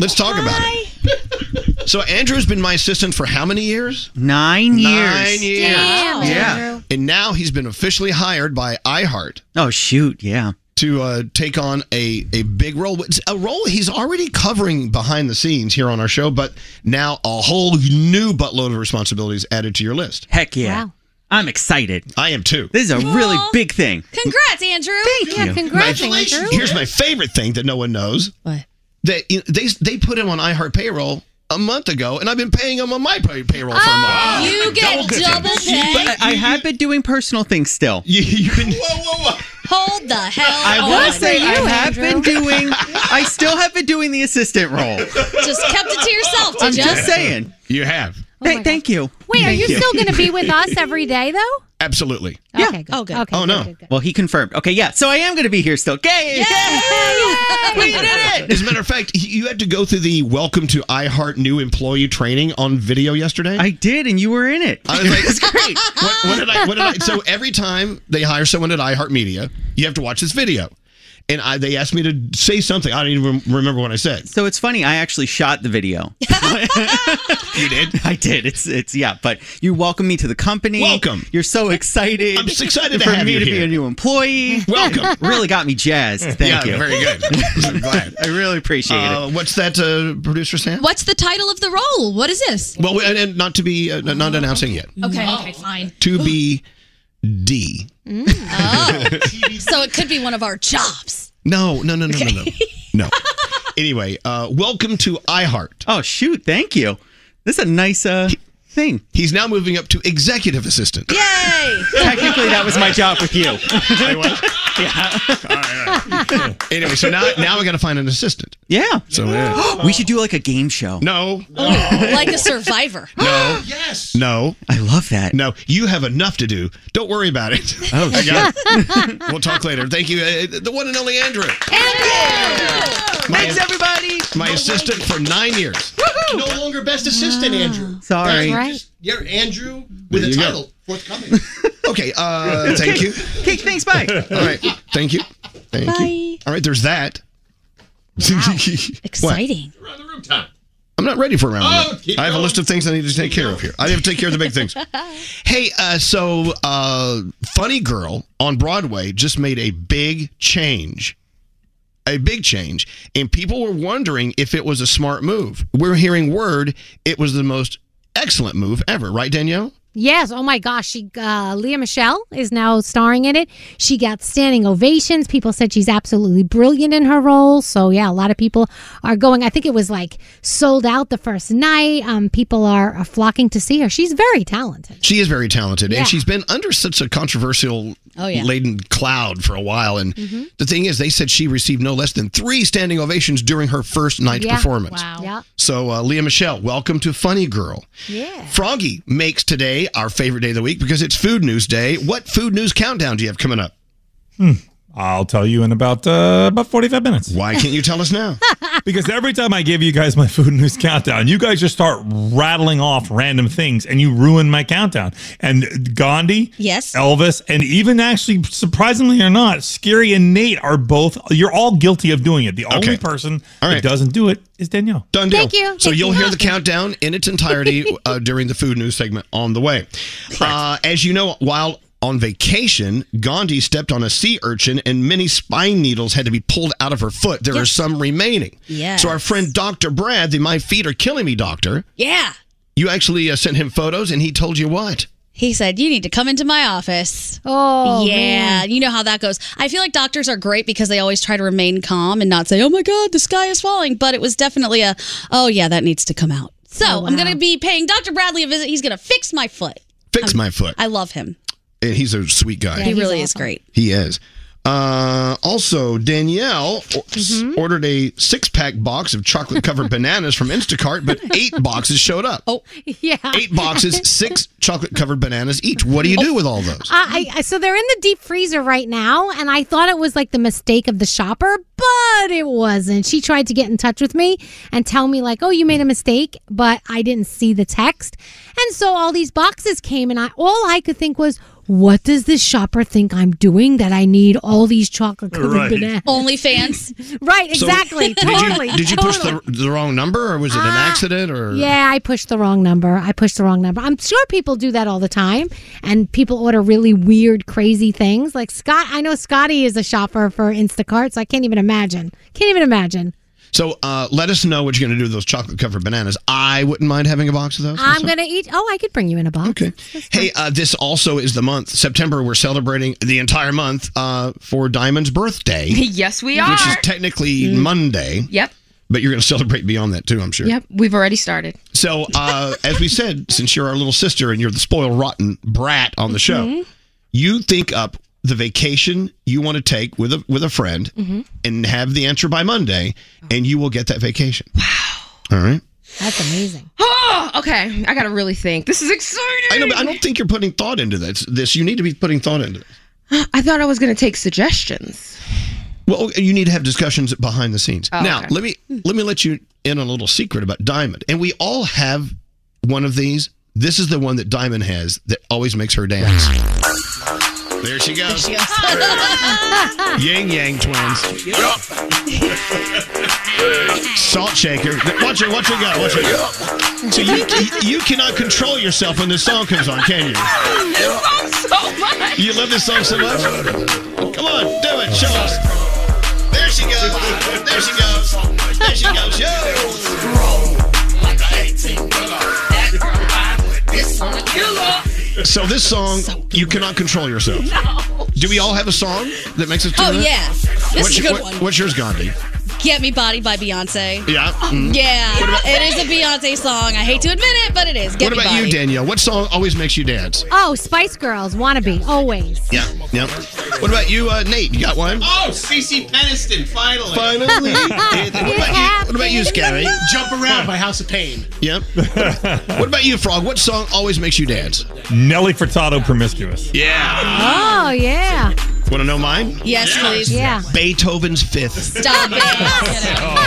Speaker 1: Let's talk about it. So Andrew's been my assistant for how many years?
Speaker 32: Nine years.
Speaker 1: Nine years.
Speaker 32: Damn, Yeah. Andrew.
Speaker 1: And now he's been officially hired by iHeart.
Speaker 32: Oh shoot, yeah.
Speaker 1: To uh, take on a, a big role, It's a role he's already covering behind the scenes here on our show, but now a whole new buttload of responsibilities added to your list.
Speaker 32: Heck yeah.
Speaker 2: I'm excited.
Speaker 1: I am too.
Speaker 2: This is a really
Speaker 10: Aw.
Speaker 2: big thing.
Speaker 10: Congrats, Andrew. Thank
Speaker 2: Yeah, you. congrats,
Speaker 1: Congratulations. Here's my favorite thing that no one knows.
Speaker 10: What?
Speaker 1: That you know, they they put him on iHeart payroll a month ago, and I've been paying him on my pay- payroll for a
Speaker 2: Oh,
Speaker 1: month. Oh,
Speaker 10: you get double pay.
Speaker 2: But I have been doing personal things still.
Speaker 10: Hold the hell.
Speaker 2: I
Speaker 10: on.
Speaker 2: will say I have been doing. I still have been doing the assistant role.
Speaker 10: Just kept it to yourself. Did
Speaker 2: I'm
Speaker 10: ya?
Speaker 2: just saying.
Speaker 1: You have.
Speaker 2: Th- thank you.
Speaker 8: Wait, are
Speaker 2: Thank
Speaker 8: you still going to be with us every day, though?
Speaker 1: Absolutely.
Speaker 8: Yeah. Okay, good. Oh, good. Okay, good, good,
Speaker 2: Well, he confirmed. Okay, yeah. So I am going to be here still. Yay! We did it.
Speaker 1: As a matter of fact, you had to go through the welcome to iHeart new employee training on video yesterday. I
Speaker 2: did, and you were in it.
Speaker 1: I was like,
Speaker 2: it's great.
Speaker 1: What, what did I? What did I? So every time they hire someone at iHeartMedia, you have to watch this video, and I, they asked me to say something. I don't even rem- remember what I said.
Speaker 2: So it's funny. I actually shot the video.
Speaker 1: you did.
Speaker 2: I did. It's it's yeah. But you welcome me to the company.
Speaker 1: Welcome.
Speaker 2: You're so excited.
Speaker 1: I'm just excited to
Speaker 2: for
Speaker 1: have
Speaker 2: me
Speaker 1: you
Speaker 2: to be
Speaker 1: here.
Speaker 2: a new employee.
Speaker 1: Welcome.
Speaker 2: really got me jazzed. Thank
Speaker 1: Mm. Yeah,
Speaker 2: you.
Speaker 1: very good. I'm glad.
Speaker 2: I really appreciate
Speaker 1: Uh,
Speaker 2: it.
Speaker 1: what's that, uh, producer Sam?
Speaker 10: What's the title of the role? What is this?
Speaker 1: Well, we- and, and not to be uh, not announcing yet.
Speaker 10: Okay, okay, fine.
Speaker 1: To be D.
Speaker 10: Mm. Oh. So it could be one of our jobs.
Speaker 1: No, no, no, no, no, no, no. Anyway, uh, welcome to iHeart.
Speaker 2: Oh shoot! Thank you. This is a nice uh, thing.
Speaker 1: He's now moving up to executive assistant.
Speaker 2: Yay! Technically, that was my job with you.
Speaker 1: anyway, so now now I got to find an assistant.
Speaker 2: Yeah.
Speaker 1: So yeah.
Speaker 2: we should do like a game show.
Speaker 1: No.
Speaker 10: like a survivor.
Speaker 1: No. yes. No.
Speaker 2: I love that.
Speaker 1: No, you have enough to do. Don't worry about it.
Speaker 2: Oh,
Speaker 1: I got it. We'll talk later. Thank you, uh, the one and only Andrew.
Speaker 2: Thanks, everybody.
Speaker 1: My assistant for nine years. No longer best assistant, Andrew.
Speaker 2: Ah, Sorry. That's right.
Speaker 1: Just-
Speaker 13: You're Andrew
Speaker 1: There
Speaker 13: with a
Speaker 1: you go.
Speaker 13: title forthcoming.
Speaker 1: Okay. Uh, thank you.
Speaker 2: Cake, thanks. Bye.
Speaker 1: All right. Thank you. Thank you. All right. There's that. Exciting.
Speaker 13: Around the room time.
Speaker 1: I'm not ready for a round.
Speaker 13: Oh,
Speaker 1: robin.
Speaker 13: keep
Speaker 1: I have a
Speaker 13: going.
Speaker 1: list of things I need to take care of here. I have to take care of the big things. Hey, uh, so uh, Funny Girl on Broadway just made a big change. A big change. And people were wondering if it was a smart move. We're hearing word it was the most excellent move ever, right, Danielle?
Speaker 8: Yes. Oh my gosh. She uh, Leah Michelle is now starring in it. She got standing ovations. People said she's absolutely brilliant in her role. So yeah, a lot of people are going. I think it was like sold out the first night. Um, people are, are flocking to see her. She's very talented.
Speaker 1: She is very talented,
Speaker 8: Yeah.
Speaker 1: and she's been under such a controversial,
Speaker 8: Oh, yeah. Mm-hmm.
Speaker 1: laden cloud for a while. And the thing is, they said she received no less than three standing ovations during her first night's
Speaker 8: Yeah.
Speaker 1: performance.
Speaker 8: Wow. Yeah.
Speaker 1: So, uh, Leah Michelle, welcome to Funny Girl.
Speaker 8: Yeah.
Speaker 1: Froggy makes today our favorite day of the week because it's Food News Day. What food news countdown do you have coming up?
Speaker 9: I'll tell you in about uh, about 45 minutes.
Speaker 1: Why can't you tell us now?
Speaker 9: because every time I give you guys my food news countdown, you guys just start rattling off random things and you ruin my countdown. And Gandhi,
Speaker 10: Yes.
Speaker 9: Elvis, and even actually surprisingly or not, Scary and Nate are both you're all guilty of doing it. The only person that doesn't do it is Danielle.
Speaker 1: Done deal.
Speaker 9: Thank you.
Speaker 1: So
Speaker 9: Thank
Speaker 1: you'll
Speaker 9: you.
Speaker 1: hear the countdown in its entirety uh, during the food news segment on the way. Uh, as you know, while on vacation, Gandhi stepped on a sea urchin and many spine needles had to be pulled out of her foot. There are some remaining.
Speaker 10: Yes.
Speaker 1: So our friend Dr. Brad, the My Feet Are Killing Me doctor,
Speaker 10: Yeah.
Speaker 1: you actually uh, sent him photos and he told you what?
Speaker 10: He said, You need to come into my office.
Speaker 8: Oh,
Speaker 10: yeah.
Speaker 8: man.
Speaker 10: You know how that goes. I feel like doctors are great because they always try to remain calm and not say, Oh my God, the sky is falling. But it was definitely a, Oh, yeah, that needs to come out. So I'm going to be paying Dr. Bradley a visit. He's going to fix my foot.
Speaker 8: Um,
Speaker 1: Fix my foot.
Speaker 10: I love him.
Speaker 1: And he's a sweet guy.
Speaker 10: he really is great.
Speaker 1: He is. Uh, also, Danielle or-
Speaker 8: Mm-hmm.
Speaker 1: ordered a six pack box of chocolate covered bananas from Instacart, but eight boxes showed up.
Speaker 10: Oh,
Speaker 8: yeah.
Speaker 1: Eight boxes, six chocolate covered bananas each. What do you
Speaker 8: Oh.
Speaker 1: do with all those?
Speaker 8: I, I, so they're in the deep freezer right now, and I thought it was like the mistake of the shopper, but it wasn't. She tried to get in touch with me and tell me like, "Oh, you made a mistake," but I didn't see the text, and so all these boxes came, and I all I could think was, "What does this shopper think I'm doing that I need all these chocolate covered
Speaker 1: Right.
Speaker 8: bananas?"
Speaker 10: Only fans.
Speaker 8: right,
Speaker 1: So,
Speaker 8: exactly,
Speaker 1: did you-
Speaker 8: totally. Ah,
Speaker 1: Did you push the, the wrong number, or was it an accident? Or
Speaker 8: Yeah, I pushed the wrong number. I pushed the wrong number. I'm sure people do that all the time, and people order really weird, crazy things. Like Scott, I know Scotty is a shopper for Instacart, so I can't even imagine. Can't even imagine.
Speaker 1: So uh, let us know what you're going to do with those chocolate covered bananas. I wouldn't mind having a box of those.
Speaker 8: I'm going to eat. Oh, I could bring you in a box. Okay.
Speaker 1: Hey, uh, this also is the month September. We're celebrating the entire month uh, for Diamond's birthday.
Speaker 24: Yes, we
Speaker 1: Which is
Speaker 24: are.
Speaker 1: technically
Speaker 24: Mm.
Speaker 1: Monday.
Speaker 24: Yep.
Speaker 1: But you're going to celebrate beyond that too, I'm sure.
Speaker 24: Yep. We've already started.
Speaker 1: So, uh, as we said, since you're our little sister and you're the spoiled rotten brat on the show,
Speaker 24: Mhm.
Speaker 1: you think up the vacation you want to take with a with a friend
Speaker 24: Mm-hmm.
Speaker 8: Mhm.
Speaker 1: and have the answer by Monday,
Speaker 24: Oh.
Speaker 1: and you will get that vacation. Wow. All right.
Speaker 8: That's amazing.
Speaker 24: Oh, okay. I gotta really think. This is exciting.
Speaker 1: I know, but I don't think you're putting thought into this. This you need to be putting thought into. It.
Speaker 24: I thought I was gonna take suggestions.
Speaker 1: Well, you need to have discussions behind the scenes.
Speaker 24: Oh,
Speaker 1: now,
Speaker 24: okay.
Speaker 1: let me let me let you in on a little secret about Diamond. And we all have one of these. This is the one that Diamond has that always makes her dance. There she goes.
Speaker 24: Ah.
Speaker 1: Yang Yang twins. Salt shaker. Watch her, watch her go, watch her go. So you you cannot control yourself when this song comes on, can you? You love this song so much? Come on, do it, show us. There she goes. There she goes. There she goes. Yo. So this song, you cannot control yourself. Do we all have a song that makes us? do
Speaker 10: Oh,
Speaker 1: that?
Speaker 10: yeah. This
Speaker 1: what's
Speaker 10: is a
Speaker 1: your-
Speaker 10: good
Speaker 1: what-
Speaker 10: one.
Speaker 1: What's yours, Gandhi?
Speaker 10: Get Me Body by Beyonce.
Speaker 1: Yeah. Mm.
Speaker 10: Um, Yeah,
Speaker 1: What about-
Speaker 10: it is a Beyonce song. I hate to admit it, but it is. Get
Speaker 1: what
Speaker 10: Me
Speaker 1: about
Speaker 10: Body.
Speaker 1: you, Danielle? What song always makes you dance?
Speaker 8: Oh, Spice Girls, wannabe, always.
Speaker 1: Yeah. Yeah. What about you, uh, Nate? You got one?
Speaker 13: Oh, CC Peniston, finally.
Speaker 1: Finally. It- what, about you, what about you, Scary?
Speaker 13: Jump around by House of Pain.
Speaker 1: Yep. what about you, Frog? What song always makes you dance?
Speaker 9: Nelly Furtado promiscuous.
Speaker 1: Yeah.
Speaker 8: Oh, yeah.
Speaker 1: Want to know mine?
Speaker 8: Yes, please. Yeah.
Speaker 1: Beethoven's Fifth.
Speaker 10: Stop it.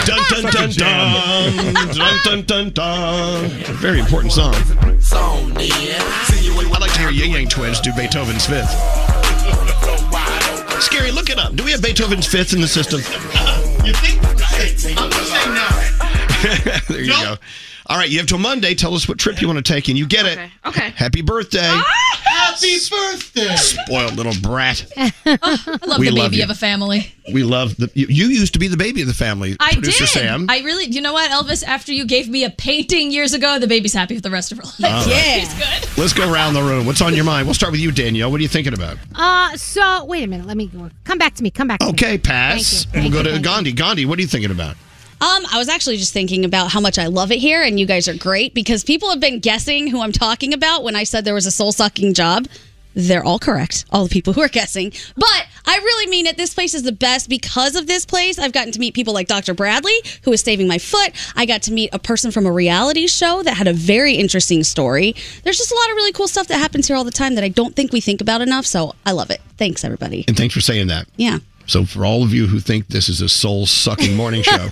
Speaker 1: Dun dun dun dun. dun dun dun dun. Very important song. I'd like to hear Ying Yang Twins do Beethoven's Fifth. Scary, look it up. Do we have Beethoven's Fifth in the system?
Speaker 13: You think? I'm just saying now.
Speaker 1: there you go. All right, you have till Monday. Tell us what trip you want to take, and you get it.
Speaker 24: Okay.
Speaker 1: Happy birthday,
Speaker 5: Ah!
Speaker 13: Happy birthday.
Speaker 1: spoiled little brat.
Speaker 6: Oh,
Speaker 5: I love
Speaker 1: We
Speaker 5: the
Speaker 1: love
Speaker 5: baby
Speaker 1: you.
Speaker 5: of a family.
Speaker 1: We love the. You, you used to be the baby of the family,
Speaker 5: I
Speaker 1: producer
Speaker 5: did.
Speaker 1: Sam.
Speaker 5: I really, you know what, Elvis? After you gave me a painting years ago, the baby's happy for the rest of her life.
Speaker 1: All right.
Speaker 5: She's good.
Speaker 1: Let's go around the room. What's on your mind? We'll start with you, Danielle. What are you thinking about?
Speaker 8: Uh, so wait a minute. Let me go. Come back to me. Come back. To
Speaker 1: Okay,
Speaker 8: me.
Speaker 1: pass.
Speaker 8: Thank you.
Speaker 1: we'll go
Speaker 8: Thank
Speaker 1: to Gandhi. Gandhi, what are you thinking about?
Speaker 10: Um, I was actually just thinking about how much I love it here, and you guys are great because people have been guessing who I'm talking about when I said there was a soul sucking job. They're all correct, all the people who are guessing. But I really mean it. This place is the best because of this place. I've gotten to meet people like Dr. Bradley, who is saving my foot. I got to meet a person from a reality show that had a very interesting story. There's just a lot of really cool stuff that happens here all the time that I don't think we think about enough. So I love it. Thanks, everybody.
Speaker 1: And thanks for saying that.
Speaker 10: Yeah.
Speaker 1: So, for all of you who think this is a soul sucking morning show,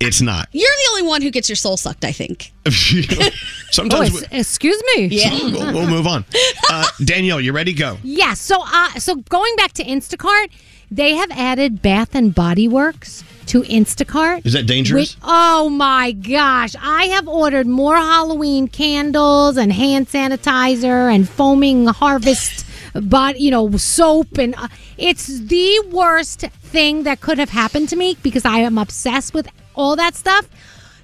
Speaker 1: it's not.
Speaker 10: You're the only one who gets your soul sucked, I think.
Speaker 1: Sometimes
Speaker 10: Oh,
Speaker 1: we-
Speaker 23: Oh,
Speaker 8: excuse me.
Speaker 1: we'll, we'll move on. Uh, Danielle, you ready? Go.
Speaker 8: Yeah. So, uh, so going back to Instacart, they have added Bath and Body Works to Instacart.
Speaker 1: Is that dangerous?
Speaker 8: Wait, oh my gosh! I have ordered more Halloween candles and hand sanitizer and foaming harvest, but you know, soap and uh, it's the worst thing that could have happened to me because I am obsessed with all that stuff.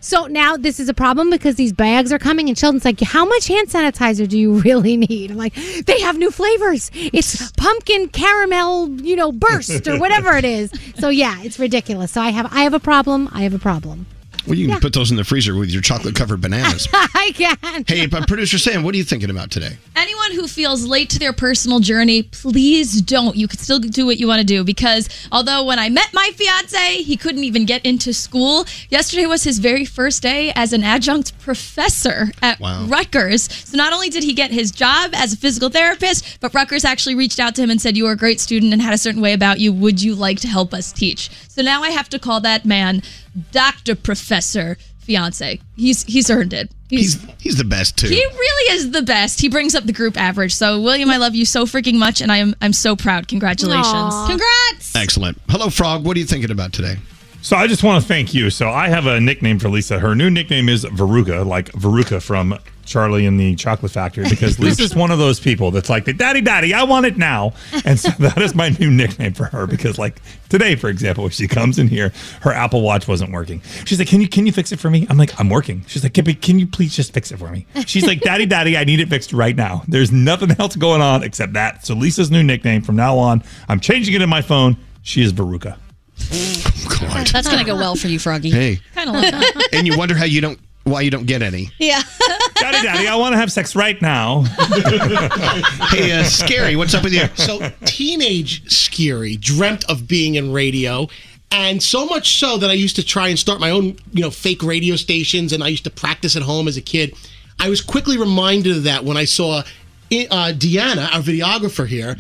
Speaker 8: So now this is a problem because these bags are coming, and Sheldon's like, "How much hand sanitizer do you really need?" I'm like, "They have new flavors. It's pumpkin caramel, you know, burst or whatever it is." So yeah, it's ridiculous. So I have I have a problem. I have a problem.
Speaker 1: Well, you can put those in the freezer with your chocolate covered bananas.
Speaker 8: I can.
Speaker 1: hey, but producer Sam, what are you thinking about today?
Speaker 5: Anyone who feels late to their personal journey, please don't. You could still do what you want to do because although when I met my fiance, he couldn't even get into school. Yesterday was his very first day as an adjunct professor at
Speaker 27: Wow.
Speaker 5: Rutgers. So not only did he get his job as a physical therapist, but Rutgers actually reached out to him and said, "You are a great student and had a certain way about you. Would you like to help us teach?" So now I have to call that man Doctor Professor Fiance. He's he's earned it.
Speaker 1: He's he's the best too.
Speaker 5: He really is the best. He brings up the group average. So William, I love you so freaking much, and I'm I'm so proud. Congratulations.
Speaker 1: Aw.
Speaker 5: Congrats.
Speaker 1: Excellent. Hello, Frog. What are you thinking about today?
Speaker 9: So I just want to thank you. So I have a nickname for Lisa. Her new nickname is Veruca, like Veruca from Charlie and the Chocolate Factory because Lisa's one of those people that's like, "Daddy, Daddy, I want it now," and so that is my new nickname for her because, like today, for example, when she comes in here, her Apple Watch wasn't working. She's like, "Can you can you fix it for me?" I'm like, "I'm working." She's like, "Kippy, can you please just fix it for me?" She's like, "Daddy, Daddy, I need it fixed right now. There's nothing else going on except that." So Lisa's new nickname from now on, I'm changing it in my phone. She is Veruca.
Speaker 10: That's going to go well for you, Froggy.
Speaker 1: Hey.
Speaker 10: Kind of like that.
Speaker 1: and you wonder how you don't why you don't get any.
Speaker 10: Yeah.
Speaker 9: Daddy, Daddy, I want to have sex right now.
Speaker 1: hey, uh, Scary, what's up with you?
Speaker 13: So, teenage Scary dreamt of being in radio. And so much so that I used to try and start my own, you know, fake radio stations, and I used to practice at home as a kid. I was quickly reminded of that when I saw i- uh, Deanna, our videographer here,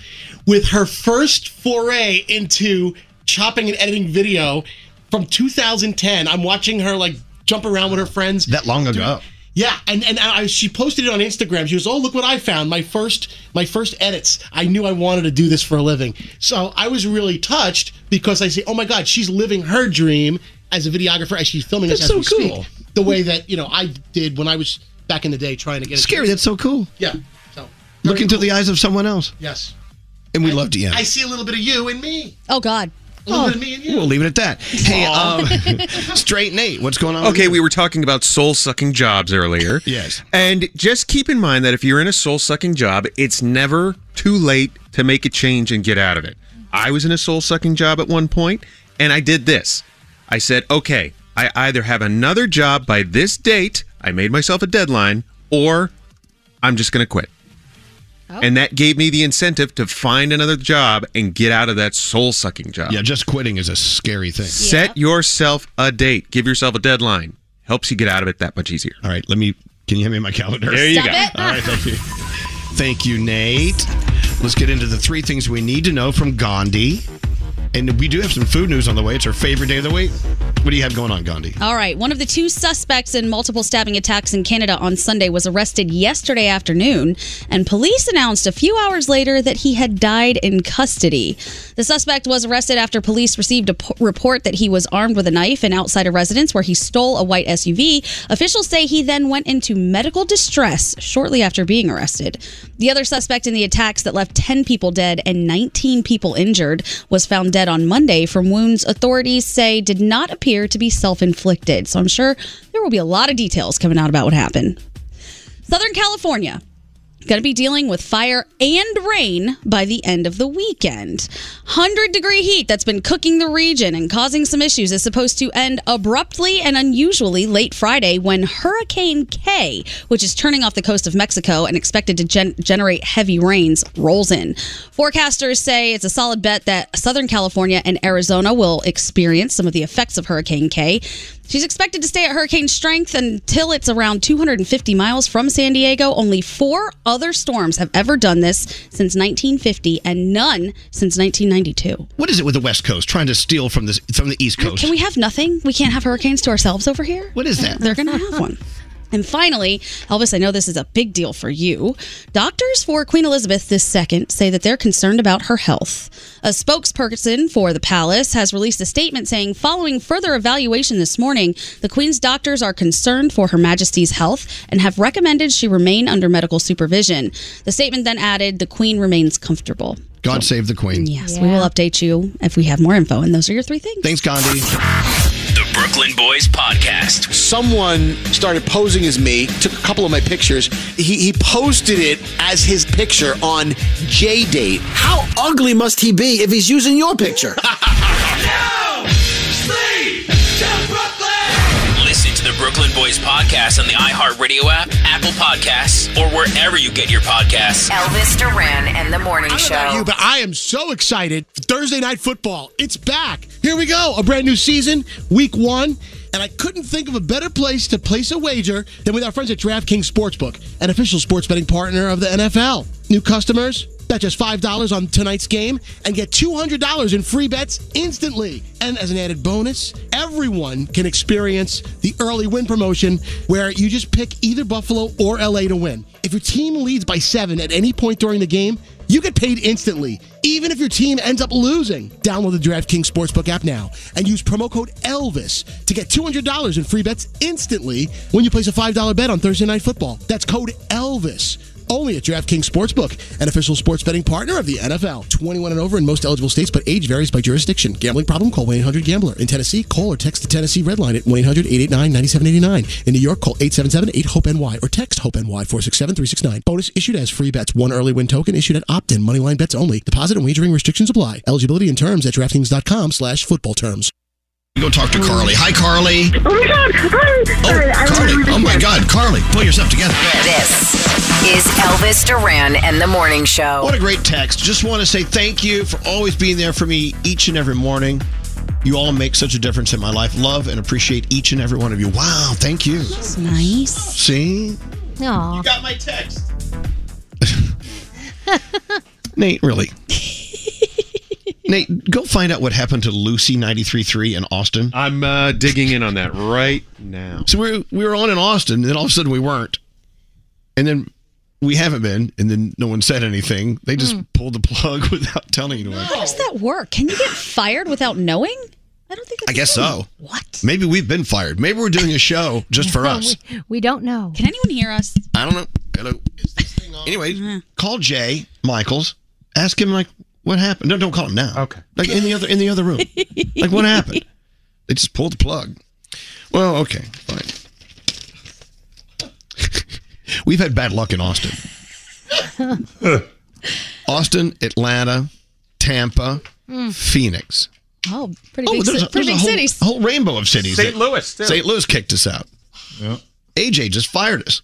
Speaker 13: with her first foray into chopping and editing video from 2010. I'm watching her like jump around with her friends.
Speaker 1: That long ago.
Speaker 13: Yeah, and and I, she posted it on Instagram. She was, "Oh, look what I found! My first my first edits. I knew I wanted to do this for a living." So I was really touched because I say, "Oh my God, she's living her dream as a videographer as she's filming
Speaker 1: That's
Speaker 13: us as
Speaker 1: so
Speaker 13: we
Speaker 1: cool.
Speaker 13: speak." The way that you know I did when I was back in the day trying to get a-
Speaker 1: Scary, that's so cool.
Speaker 13: Yeah. So
Speaker 1: Look into the eyes of someone else.
Speaker 13: yes,
Speaker 1: And we love Deanna.
Speaker 13: I see a little bit of you in me.
Speaker 10: Oh God, Oh.
Speaker 13: a little bit of me in you.
Speaker 1: We'll leave it at that. Hey, um, straight Nate, what's going on? with
Speaker 23: Okay,
Speaker 1: you?
Speaker 23: we were talking about soul sucking jobs earlier.
Speaker 1: Yes.
Speaker 23: And just keep in mind that if you're in a soul sucking job, it's never too late to make a change and get out of it. I was in a soul sucking job at one point, and I did this. I said, okay, I either have another job by this date, I made myself a deadline, or I'm just going to quit. And that gave me the incentive to find another job and get out of that soul sucking job.
Speaker 1: Yeah, just quitting is a scary thing.
Speaker 23: Set yourself a date. Give yourself a deadline. Helps you get out of it that much easier.
Speaker 1: All right, let me. Can you hand me my calendar?
Speaker 23: There you Stop go. it.
Speaker 1: All right, thank you. Thank you, Nate. Let's get into the three things we need to know from Gandhi. And we do have some food news on the way. It's our favorite day of the week. What do you have going on, Gandhi?
Speaker 10: All right. One of the two suspects in multiple stabbing attacks in Canada on Sunday was arrested yesterday afternoon, and police announced a few hours later that he had died in custody. The suspect was arrested after police received a po- report that he was armed with a knife and outside a residence where he stole a white SUV. Officials say he then went into medical distress shortly after being arrested. The other suspect in the attacks that left 10 people dead and 19 people injured was found dead on Monday from wounds authorities say did not appear to be self inflicted. So I'm sure there will be a lot of details coming out about what happened. Southern California. Going to be dealing with fire and rain by the end of the weekend. 100 degree heat that's been cooking the region and causing some issues is supposed to end abruptly and unusually late Friday when Hurricane K, which is turning off the coast of Mexico and expected to gen- generate heavy rains, rolls in. Forecasters say it's a solid bet that Southern California and Arizona will experience some of the effects of Hurricane K. She's expected to stay at hurricane strength until it's around 250 miles from San Diego. Only four other storms have ever done this since 1950, and none since 1992.
Speaker 1: What is it with the West Coast trying to steal from this from the East Coast?
Speaker 10: Can we have nothing? We can't have hurricanes to ourselves over here?
Speaker 1: Oh, What is that?
Speaker 10: They're going to have one. And finally, Elvis, I know this is a big deal for you. Doctors for Queen Elizabeth II say that they're concerned about her health. A spokesperson for the palace has released a statement saying, following further evaluation this morning, the Queen's doctors are concerned for Her Majesty's health and have recommended she remain under medical supervision. The statement then added, the Queen remains comfortable.
Speaker 1: God save the Queen.
Speaker 10: Yes, we will update you if we have more info. And those are your three things.
Speaker 1: Thanks, Gandhi.
Speaker 18: The Brooklyn Boys Podcast.
Speaker 26: Someone started posing as me, took a couple of my pictures. He, he posted it as his picture on J Date. How ugly must he be if he's using your picture?
Speaker 18: Listen to the Brooklyn Boys Podcast on the iHeartRadio app, Apple Podcasts, or wherever you get your podcasts.
Speaker 19: Elvis Duran and the Morning
Speaker 13: about
Speaker 19: Show.
Speaker 13: you, but I am so excited. Thursday night football, it's back. Here we go, a brand new season, week one. And I couldn't think of a better place to place a wager than with our friends at DraftKings Sportsbook, an official sports betting partner of the NFL. New customers, bet just $5 on tonight's game and get $200 in free bets instantly. And as an added bonus, everyone can experience the early win promotion where you just pick either Buffalo or LA to win. If your team leads by seven at any point during the game, You get paid instantly, even if your team ends up losing. Download the DraftKings Sportsbook app now and use promo code ELVIS to get $200 in free bets instantly when you place a $5 bet on Thursday Night Football. That's code ELVIS. Only at DraftKings Sportsbook, an official sports betting partner of the NFL. 21 and over in most eligible states, but age varies by jurisdiction. Gambling problem? Call 1-800-GAMBLER. In Tennessee, call or text the Tennessee Red Line at 1-800-889-9789. In New York, call 877-8-HOPE-NY or text HOPE-NY 467-369. Bonus issued as free bets. One early win token issued at opt-in. Moneyline bets only. Deposit and wagering restrictions apply. Eligibility and terms at DraftKings.com slash football terms.
Speaker 1: Go talk to Carly. Hi, Carly.
Speaker 33: Oh my god! Oh,
Speaker 1: Carly. Oh my God, Carly, pull yourself together.
Speaker 19: This is Elvis Duran and the Morning Show.
Speaker 1: What a great text. Just want to say thank you for always being there for me each and every morning. You all make such a difference in my life. Love and appreciate each and every one of you. Wow, thank you. That's
Speaker 10: nice.
Speaker 1: See?
Speaker 8: No.
Speaker 1: You got my text. Nate, really. Nate, go find out what happened to Lucy 93.3 in Austin.
Speaker 23: I'm uh, digging in on that right now.
Speaker 1: So we were, we were on in Austin, and then all of a sudden we weren't. And then we haven't been, and then no one said anything. They just
Speaker 10: Mm.
Speaker 1: pulled the plug without telling anyone.
Speaker 10: How does that work? Can you get fired without knowing?
Speaker 1: I guess so. What? Maybe we've been fired. Maybe we're doing a show just for us.
Speaker 8: We, we don't know.
Speaker 10: Can anyone hear us?
Speaker 1: I don't know. Hello. Is this thing on? Anyway, call Jay Michaels. Ask him like what happened. No, don't call him now. Okay. Like in the other in the other room. like what happened? They just pulled the plug. Well, okay, fine. We've had bad luck in Austin. Austin, Atlanta, Tampa,
Speaker 10: Mm.
Speaker 1: Phoenix.
Speaker 10: Oh, pretty big,
Speaker 1: there's
Speaker 10: ci-
Speaker 1: a- there's
Speaker 10: pretty big
Speaker 1: a whole,
Speaker 10: cities.
Speaker 1: whole rainbow of cities.
Speaker 23: St. Louis, too.
Speaker 1: St. Louis kicked us out. AJ just fired us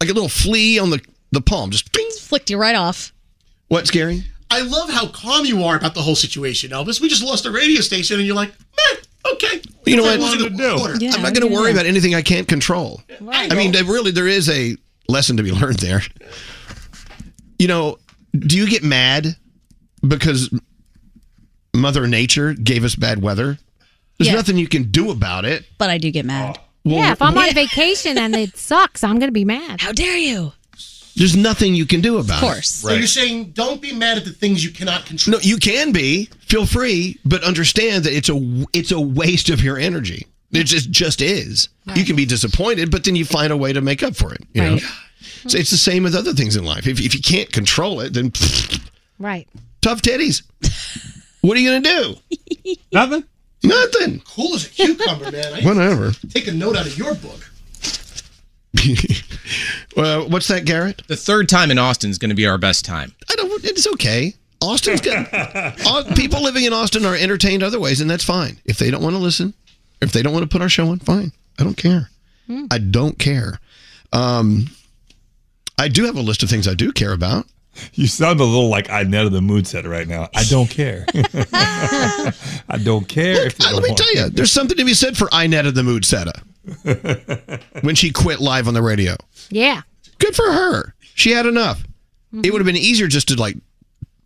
Speaker 1: like a little flea on the the palm. Just ding.
Speaker 10: Flicked you right off.
Speaker 1: What's scary?
Speaker 13: I love how calm you are about the whole situation, Elvis. We just lost a radio station, and you're like, eh, okay.
Speaker 1: You know what?
Speaker 13: That's all I wanted to order.
Speaker 1: I'm not going to worry about anything I can't control. I mean, there really, there is a lesson to be learned there. You know, do you get mad because Mother Nature gave us bad weather? There's
Speaker 8: Yeah.
Speaker 1: nothing you can do about it.
Speaker 10: But I do get mad.
Speaker 8: yeah, if I'm on vacation and it sucks, I'm going to be mad.
Speaker 10: How dare you?
Speaker 1: There's nothing you can do about it.
Speaker 13: So you're saying don't be mad at the things you cannot control.
Speaker 1: No, you can be. Feel free, but understand that it's a it's a waste of your energy. It just just is. You can be disappointed, but then you find a way to make up for it. You know, so it's the same with other things in life. If if you can't control it, then
Speaker 8: Right.
Speaker 1: tough titties. What are you gonna do? Nothing. Nothing.
Speaker 13: Cool as a cucumber, man. I
Speaker 1: Whatever.
Speaker 13: Take a note out of your book.
Speaker 1: well, what's that, Garrett?
Speaker 2: The third time in Austin is going to be our best time.
Speaker 1: I don't. It's okay. Austin's good. Au- People living in Austin are entertained other ways, and that's fine. If they don't want to listen, if they don't want to put our show on, fine. I don't care. I don't care. Um, I do have a list of things I do care about.
Speaker 9: You sound a little like Inetta the Mood Setter right now. I don't care. I don't care. if you
Speaker 1: Let me tell you, there's something to be said for Inetta the Mood Setter when she quit live on the radio.
Speaker 8: Yeah.
Speaker 1: Good for her. She had enough. It would have been easier just to like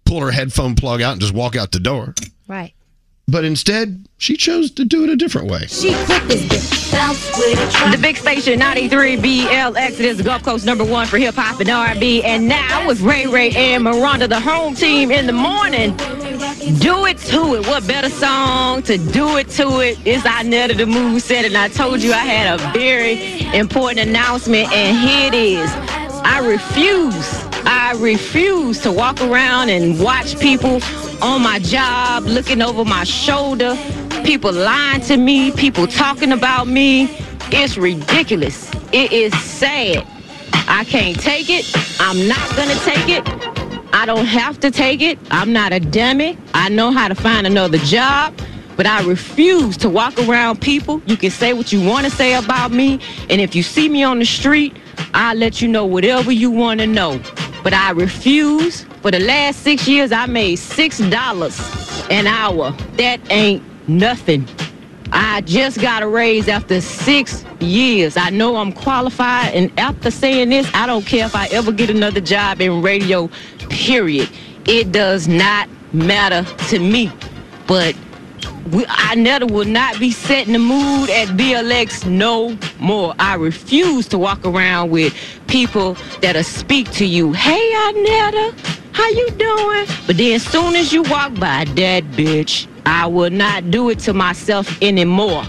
Speaker 1: pull her headphone plug out and just walk out the door.
Speaker 8: Right.
Speaker 1: But instead, she chose to do it a different way.
Speaker 8: She quit this
Speaker 20: The big station 93 BLX it is the Gulf Coast number one for hip hop and R&B. And now with Ray Ray and Miranda, the home team in the morning. Do it to it. What better song to do it to it? It's I Netta the Move said, and I told you I had a very important announcement, and here it is. I refuse. I refuse to walk around and watch people on my job looking over my shoulder, people lying to me, people talking about me. It's ridiculous. It is sad. I can't take it. I'm not gonna take it. I don't have to take it. I'm not a dummy. I know how to find another job, but I refuse to walk around people. You can say what you want to say about me, and if you see me on the street, I'll let you know whatever you want to know. But I refuse. For the last six years, I made six dollars an hour. That ain't nothing. I just got a raise after six years. I know I'm qualified, and after saying this, I don't care if I ever get another job in radio, period. It does not matter to me. But we, I never will not be setting the mood at BLX no more. I refuse to walk around with people that'll speak to you. Hey, Anetta, How you doing? But then soon as you walk by that bitch, I will not do it to myself anymore.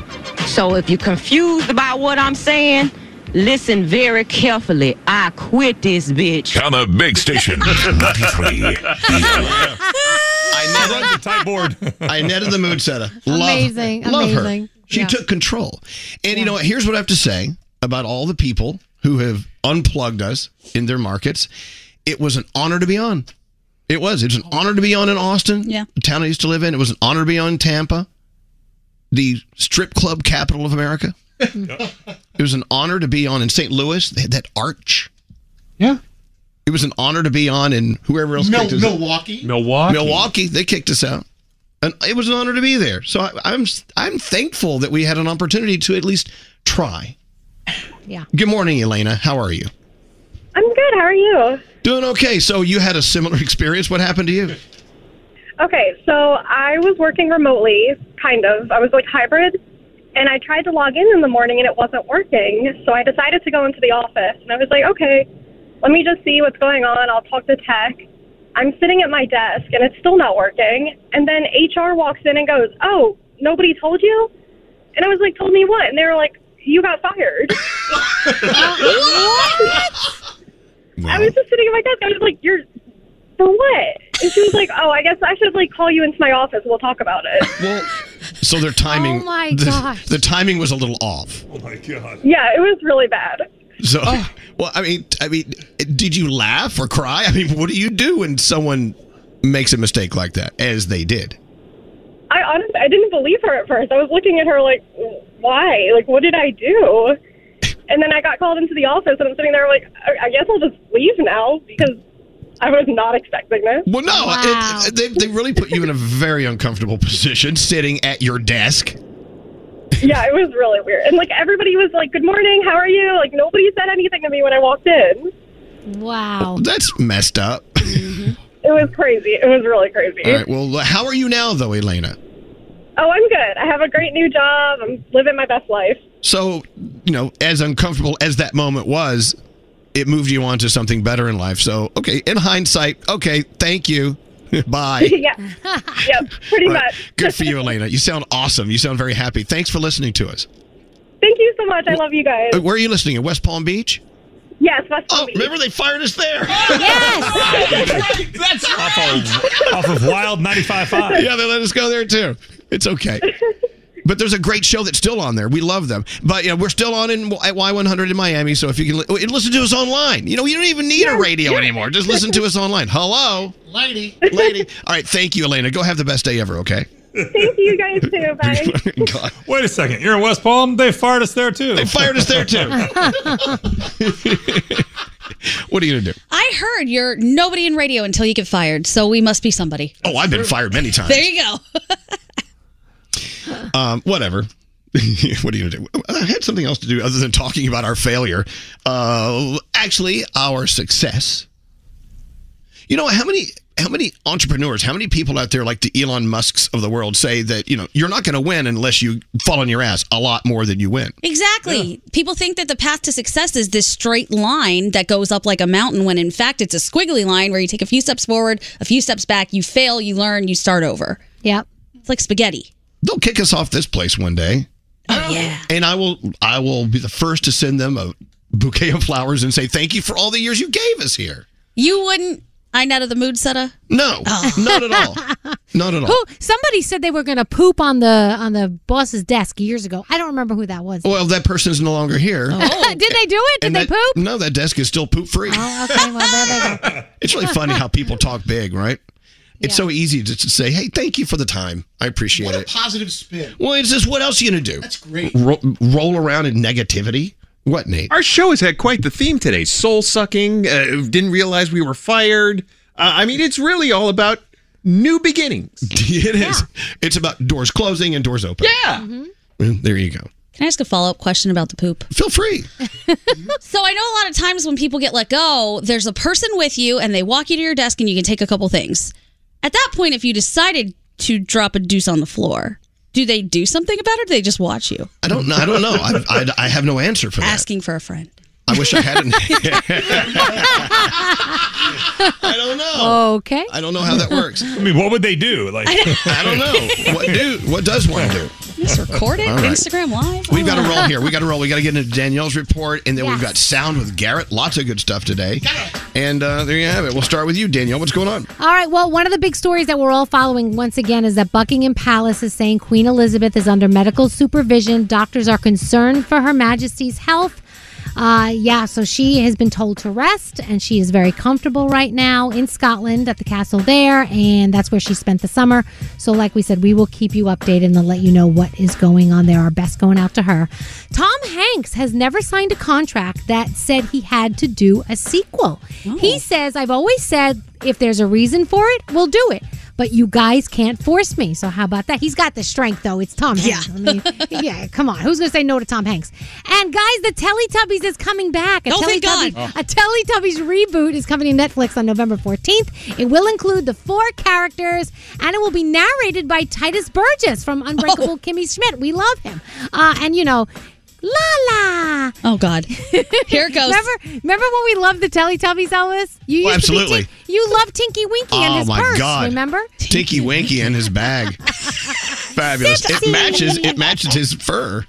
Speaker 20: So if you're confused about what I'm saying, listen very carefully. I quit this bitch.
Speaker 17: On the big station, 93.
Speaker 1: I netted the tight board. I netted the mood setter. Love,
Speaker 8: Amazing,
Speaker 1: Love
Speaker 8: amazing.
Speaker 1: her. She
Speaker 8: Yeah.
Speaker 1: took control. And you know what? Here's what I have to say about all the people who have unplugged us in their markets. It was an honor to be on. It was. It was an honor to be on in Austin, yeah. the town I used to live in. It was an honor to be on in Tampa, the strip club capital of America. It was an honor to be on in St. Louis. They had that arch. Yeah. It was an honor to be on in whoever else.
Speaker 26: Mil-
Speaker 1: kicked us-
Speaker 26: Milwaukee?
Speaker 1: Milwaukee. Milwaukee. They kicked us out. And it was an honor to be there. So I, I'm I'm thankful that we had an opportunity to at least try.
Speaker 8: Yeah.
Speaker 1: Good morning, Elena. How are you?
Speaker 3: I'm good. How are you?
Speaker 1: Doing okay. So you had a similar experience. What happened to you?
Speaker 3: Okay, so I was working remotely, kind of. I was like hybrid, and I tried to log in in the morning and it wasn't working. So I decided to go into the office, and I was like, okay, let me just see what's going on. I'll talk to tech. I'm sitting at my desk and it's still not working. And then HR walks in and goes, oh, nobody told you? And I was like, told me what? And they were like, you got fired. I was just sitting at my desk. I was like, "You're for what?" And she was like, "Oh, I guess I should like call you into my office. We'll talk about it."
Speaker 1: Well, So their timing.
Speaker 3: Oh my
Speaker 1: the-
Speaker 3: gosh.
Speaker 1: The, timing was a little off. Oh my god.
Speaker 3: yeah, it was really bad.
Speaker 1: So well, I mean, I mean, did you laugh or cry? I mean, what do you do when someone makes a mistake like that, as they did?
Speaker 3: I honestly, I didn't believe her at first. I was looking at her like, "Why? Like, what did I do?" And then I got called into the office, and I'm sitting there like, "I, I guess I'll just leave now because I was not expecting this."
Speaker 1: Well, no, it, they, they really put you in a very uncomfortable position sitting at your desk.
Speaker 3: yeah, it was really weird. And like everybody was like, "Good morning, how are you?" Like nobody said anything to me when I walked in.
Speaker 8: Wow,
Speaker 1: That's messed up.
Speaker 3: it was crazy. It was really crazy.
Speaker 1: All right. Well, how are you now, though, Elena?
Speaker 3: Oh, I'm good. I have a great new job. I'm living my best life.
Speaker 1: So, you know, as uncomfortable as that moment was, it moved you on to something better in life. So, okay, in hindsight, okay, thank you. Bye.
Speaker 3: yeah. Yep, pretty
Speaker 1: All right.
Speaker 3: much.
Speaker 1: Good for you, Elena. You sound awesome. You sound very happy. Thanks for listening to us.
Speaker 3: Thank you so much. I love you guys.
Speaker 1: Uh, Where are you listening? In West Palm Beach?
Speaker 3: Yes, West Palm
Speaker 1: Oh, remember they fired us there.
Speaker 3: yes.
Speaker 1: That's
Speaker 9: off of, off of Wild 95.5.
Speaker 1: yeah, they let us go there too. It's okay. But there's a great show that's still on there. We love them. But you know, we're still on in at Y100 in Miami. So if you can li- oh, listen to us online, you know, you don't even need a radio anymore. Just listen to us online. Hello,
Speaker 3: Lady.
Speaker 1: lady. All right, thank you, Elena. Go have the best day ever. Okay.
Speaker 3: Thank you guys too. Bye.
Speaker 9: Wait a second. You're in West Palm. They fired us there too. They
Speaker 1: fired us there too. What are you gonna do?
Speaker 10: I heard you're nobody in radio until you get fired, so we must be somebody.
Speaker 1: Oh, I've been fired many times.
Speaker 10: There you go.
Speaker 1: Um, whatever. what are you gonna do? I had something else to do other than talking about our failure. Uh, actually, our success. You know how many how many entrepreneurs, how many people out there like the Elon Musk's of the world say that you know you're not going to win unless you fall on your ass a lot more than you win.
Speaker 10: Exactly. People think that the path to success is this straight line that goes up like a mountain when in fact it's a squiggly line where you take a few steps forward, a few steps back, you fail, you learn, you start over.
Speaker 8: Yep.
Speaker 10: It's like spaghetti.
Speaker 1: They'll kick us off this place one day.
Speaker 10: Oh yeah.
Speaker 1: And I will I will be the first to send them a bouquet of flowers and say thank you for all the years you gave us here.
Speaker 10: You wouldn't I out of the mood setter?
Speaker 1: No.
Speaker 10: Oh.
Speaker 1: Not at all. Not at all.
Speaker 8: Who? Somebody said they were going to poop on the on the boss's desk years ago. I don't remember who that was.
Speaker 1: Well, that person is no longer here.
Speaker 9: Oh.
Speaker 8: Did they do it? Oh, Did
Speaker 1: And
Speaker 8: they
Speaker 1: that-
Speaker 8: poop?
Speaker 1: No, that desk is still poop free.
Speaker 8: Oh, okay. Well, there they go.
Speaker 1: It's really funny how people talk big, right? It's so easy to to say, "Hey, thank you for the time. I appreciate it."
Speaker 13: Positive spin.
Speaker 1: well, it's just what else are you gonna do? That's
Speaker 13: great.
Speaker 1: Ro- roll around in negativity. What, Nate?
Speaker 23: Our show has had quite the theme today. Soul sucking. Uh, didn't realize we were fired. Uh, I mean, it's really all about new beginnings.
Speaker 1: It is. It's about doors closing and doors open.
Speaker 23: Yeah.
Speaker 1: Well, There you go.
Speaker 10: Mm-hmm. Can I ask a follow up question about the poop?
Speaker 1: Feel free.
Speaker 10: So I know a lot of times when people get let go, there's a person with you and they walk you to your desk and you can take a couple things. At that point, if you decided to drop a deuce on the floor, do they do something about it or do they just watch you?
Speaker 1: I don't know. I don't know. I, I, I have no answer for that.
Speaker 10: Asking for a friend.
Speaker 1: I wish I hadn't.
Speaker 8: I
Speaker 1: don't
Speaker 8: know. Okay.
Speaker 1: I don't know how that works.
Speaker 9: I mean, what would they do? Like,
Speaker 1: I don't know. What do? What does one do?
Speaker 10: Just record it,
Speaker 1: All right.
Speaker 10: Instagram Live.
Speaker 1: We've got to roll here. We got to roll. We got to get into Danielle's report, and then we've
Speaker 10: Yes.
Speaker 1: got sound with Garrett. Lots of good stuff today. And uh, there you have it. We'll start with you, Danielle. What's going on?
Speaker 8: All right. Well, one of the big stories that we're all following once again is that Buckingham Palace is saying Queen Elizabeth is under medical supervision. Doctors are concerned for Her Majesty's health. Uh, yeah, so she has been told to rest, and she is very comfortable right now in Scotland at the castle there, and that's where she spent the summer. So, like we said, we will keep you updated and let you know what is going on there. Our best going out to her. Tom Hanks has never signed a contract that said he had to do a sequel. He says, I've always said if there's a reason for it, we'll do it. But you guys can't force me. So how about that? He's got the strength, though. It's Tom Hanks. Yeah, I mean, yeah. Come on, who's gonna say no to Tom Hanks? And guys, the Teletubbies is coming back. A
Speaker 10: Oh, thank
Speaker 8: Teletubbies-
Speaker 10: God.
Speaker 8: a Teletubbies reboot is coming to Netflix on November 14th. It will include the four characters, and it will be narrated by Titus Burgess from
Speaker 10: Oh.
Speaker 8: Unbreakable Kimmy Schmidt. We love him, uh, and you know, La la.
Speaker 10: Oh God. Here it goes.
Speaker 8: Remember, remember when we loved the Teletubbies, Elvis? You
Speaker 1: Oh,
Speaker 8: used
Speaker 1: absolutely.
Speaker 8: To be tin- you loved Tinky Winky and
Speaker 1: Oh,
Speaker 8: his
Speaker 1: my
Speaker 8: purse.
Speaker 1: God.
Speaker 8: Remember?
Speaker 1: Tinky Winky in his bag. Fabulous. It
Speaker 8: Sexy.
Speaker 1: matches. It matches his fur.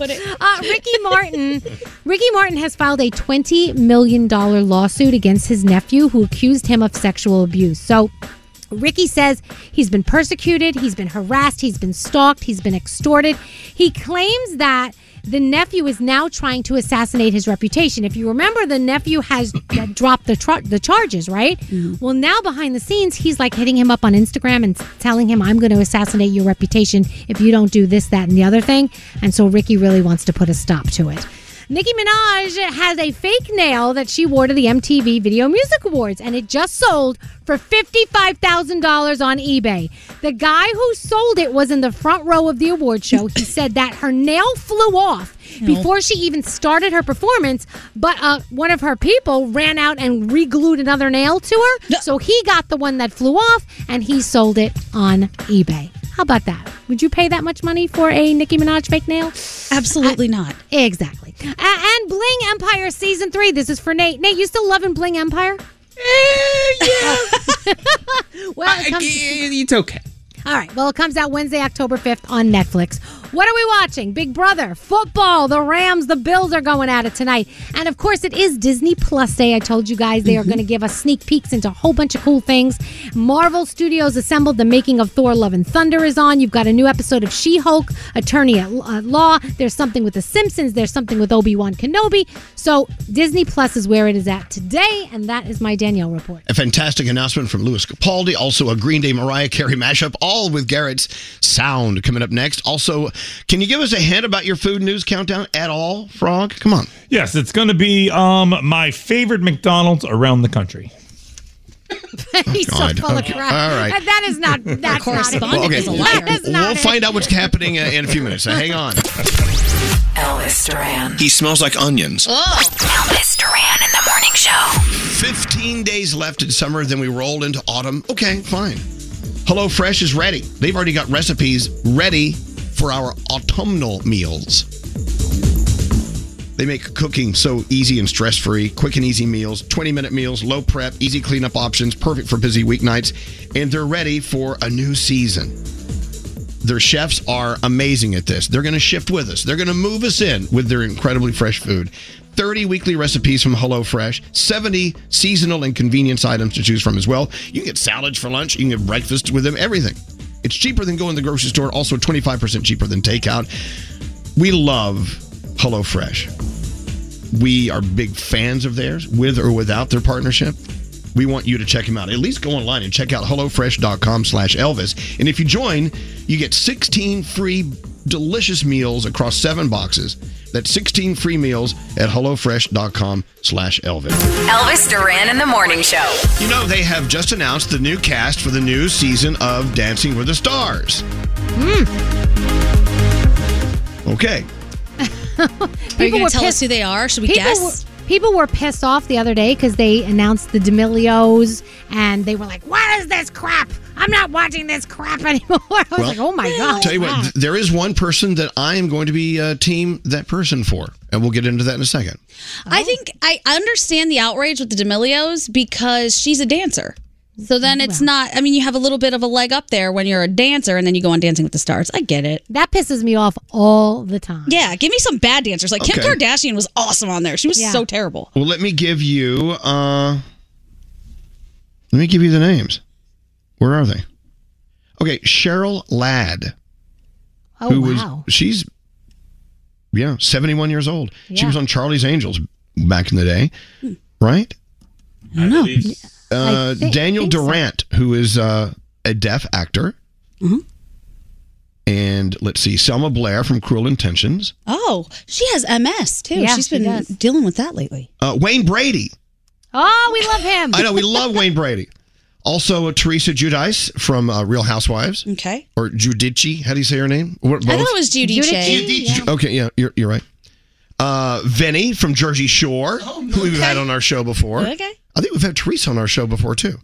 Speaker 8: Uh, Ricky Martin. Ricky Martin has filed a twenty million dollar lawsuit against his nephew, who accused him of sexual abuse. So. Ricky says he's been persecuted, he's been harassed, he's been stalked, he's been extorted. He claims that the nephew is now trying to assassinate his reputation. If you remember, the nephew has dropped the tra- the charges, right?
Speaker 6: Mm-hmm.
Speaker 8: Well, now behind the scenes, he's like hitting him up on Instagram and telling him, "I'm going to assassinate your reputation if you don't do this, that, and the other thing." And so Ricky really wants to put a stop to it. Nicki Minaj has a fake nail that she wore to the MTV Video Music Awards, and it just sold for $55,000 on eBay. The guy who sold it was in the front row of the award show. He said that her nail flew off before she even started her performance, but uh, one of her people ran out and re glued another nail to her. So he got the one that flew off, and he sold it on eBay. How about that? Would you pay that much money for a Nicki Minaj fake nail? Absolutely
Speaker 10: not.
Speaker 8: Exactly. A- and Bling Empire season three. This is for Nate. Nate, you still loving Bling Empire?
Speaker 34: Eh,
Speaker 8: yeah. well, it comes,
Speaker 34: It's okay.
Speaker 8: all right. Well, it comes out Wednesday, October 5th on Netflix. What are we watching? Big Brother, football, the Rams, the Bills are going at it tonight. And of course, it is Disney Plus Day. I told you guys they are
Speaker 9: Mm-hmm.
Speaker 8: going to give us sneak peeks into a whole bunch of cool things. Marvel Studios assembled the making of Thor Love and Thunder is on. You've got a new episode of She Hulk, Attorney at at Law. There's something with The Simpsons. There's something with Obi Wan Kenobi. So Disney Plus is where it is at today. And that is my Danielle report.
Speaker 1: A fantastic announcement from Louis Capaldi. Also, a Green Day Mariah Carey mashup, all with Garrett's sound coming up next. Also, can you give us a hint about your food news countdown at all, Frog? Come on.
Speaker 9: Yes, it's going to be um my favorite McDonald's around the country.
Speaker 8: He's so
Speaker 9: God.
Speaker 8: full
Speaker 9: Okay.
Speaker 8: of crap.
Speaker 9: All right.
Speaker 8: That is not. That's not it.
Speaker 1: Well, okay.
Speaker 8: That is
Speaker 1: We'll
Speaker 8: not it.
Speaker 1: find out what's happening uh, in a few minutes. Now, hang on.
Speaker 19: Elvis Duran.
Speaker 1: He smells like onions.
Speaker 19: Elvis Duran in the morning show.
Speaker 1: 15 days left in summer, then we rolled into autumn. Okay, fine. Hello Fresh is ready. They've already got recipes ready for our autumnal meals. They make cooking so easy and stress free. Quick and easy meals, 20 minute meals, low prep, easy cleanup options, perfect for busy weeknights. And they're ready for a new season. Their chefs are amazing at this. They're going to shift with us. They're going to move us in with their incredibly fresh food. 30 weekly recipes from HelloFresh, 70 seasonal and convenience items to choose from as well. You can get salads for lunch, you can get breakfast with them, everything. It's cheaper than going to the grocery store, also 25% cheaper than takeout. We love HelloFresh. We are big fans of theirs, with or without their partnership. We want you to check them out. At least go online and check out HelloFresh.com slash Elvis. And if you join, you get 16 free delicious meals across seven boxes. That's 16 free meals at HelloFresh.com slash Elvis.
Speaker 19: Elvis Duran in the morning show.
Speaker 1: You know, they have just announced the new cast for the new season of Dancing with the Stars.
Speaker 10: Hmm.
Speaker 1: Okay.
Speaker 8: People
Speaker 10: Are you going
Speaker 8: were
Speaker 10: to tell us
Speaker 8: pissed-
Speaker 10: who they are? Should we
Speaker 8: people
Speaker 10: guess?
Speaker 8: Were, people were pissed off the other day because they announced the D'Amelios and they were like, "What is this crap? I'm not watching this crap anymore. I was like, oh my god.
Speaker 1: Tell you what, th- there is one person that I am going to be uh, team that person for, and we'll get into that in a second.
Speaker 8: Oh.
Speaker 10: I think I understand the outrage with the D'Amelios because she's a dancer. So then it's not, I mean, you have a little bit of a leg up there when you're a dancer and then you go on Dancing with the Stars. I get it.
Speaker 8: That pisses me off all the time.
Speaker 10: Yeah, give me some bad dancers. Like Kim
Speaker 1: Okay.
Speaker 10: Kardashian was awesome on there. She was
Speaker 8: Yeah.
Speaker 10: so terrible.
Speaker 1: Well, let me give you. Uh, let me give you the names. Where are they? Okay, Cheryl Ladd.
Speaker 8: Oh, wow.
Speaker 1: was she's yeah, 71 years old. She
Speaker 8: Yeah.
Speaker 1: was on Charlie's Angels back in the day, right?
Speaker 10: I know.
Speaker 1: Uh,
Speaker 8: I thi-
Speaker 1: Daniel
Speaker 8: think so.
Speaker 1: Durant, who is uh, a deaf actor. And let's see, Selma Blair from Cruel Intentions.
Speaker 10: Oh, she has MS too.
Speaker 8: Yeah,
Speaker 10: she's
Speaker 8: she
Speaker 10: been
Speaker 8: does.
Speaker 10: dealing with that lately.
Speaker 1: Uh, Wayne Brady.
Speaker 8: Oh, we love him.
Speaker 1: I know we love Wayne Brady. Also, uh, Teresa Judice from uh, Real Housewives.
Speaker 10: Okay.
Speaker 1: Or Judici. How do you say her name? What,
Speaker 10: I thought
Speaker 1: both?
Speaker 10: it was Judice. Judice,
Speaker 1: Ju- Okay, yeah, you're, you're right. Uh, Vinny from Jersey Shore, who we've had on our show before.
Speaker 10: Okay.
Speaker 1: I think we've had Teresa on our show before, too.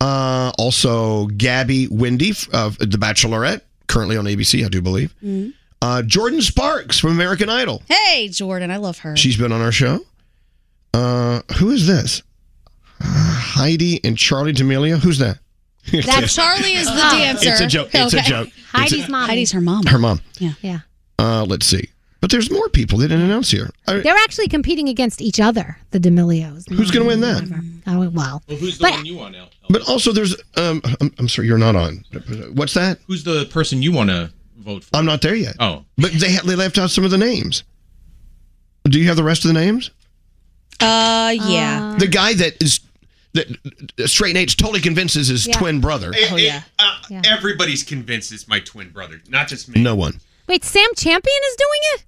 Speaker 1: Uh, also, Gabby Windy f- of The Bachelorette, currently on ABC, I do believe.
Speaker 10: Mhm.
Speaker 1: Uh, Jordan Sparks from American Idol.
Speaker 10: Hey, Jordan, I love her.
Speaker 1: She's been on our show. Uh, who is this? Uh, Heidi and Charlie D'Amelio. Who's that?
Speaker 10: That Charlie is the
Speaker 8: Oh.
Speaker 10: dancer.
Speaker 1: It's a joke. It's a joke. It's a-
Speaker 8: Heidi's mom.
Speaker 10: Heidi's her mom.
Speaker 1: Her mom.
Speaker 10: Yeah.
Speaker 8: Yeah.
Speaker 1: Uh, let's see. But there's more people they didn't announce here. I-
Speaker 8: They're actually competing against each other, the D'Amelios.
Speaker 1: who's going to win that?
Speaker 8: Oh, wow.
Speaker 35: Well, who's the one you want now?
Speaker 1: But also, there's. Um, I'm, I'm sorry, you're not on. What's that?
Speaker 35: Who's the person you want to vote for?
Speaker 1: I'm not there yet.
Speaker 35: Oh.
Speaker 1: But they ha- they left out some of the names. Do you have the rest of the names?
Speaker 10: Uh, yeah.
Speaker 1: the guy that is that uh, straight Nate's totally convinces his
Speaker 8: Yeah. Oh,
Speaker 1: twin brother.
Speaker 35: It- it- uh,
Speaker 8: Yeah.
Speaker 35: Everybody's convinced it's my twin brother, not just me.
Speaker 1: No one.
Speaker 8: Wait, Sam Champion is doing it?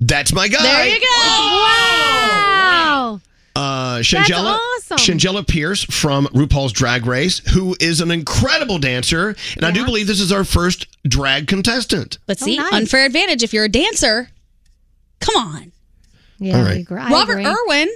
Speaker 1: That's my guy. Oh.
Speaker 8: go. Wow.
Speaker 1: Uh,
Speaker 8: That's
Speaker 1: Shangela,
Speaker 8: awesome.
Speaker 1: Shangela Pierce from RuPaul's Drag Race, who is an incredible dancer, and I do believe this is our first drag contestant.
Speaker 10: But see,
Speaker 8: Oh, nice.
Speaker 10: unfair advantage if you're a dancer. Come on.
Speaker 8: Yeah,
Speaker 1: All
Speaker 8: I
Speaker 1: right.
Speaker 8: agree. I
Speaker 10: Robert
Speaker 8: agree.
Speaker 10: Irwin,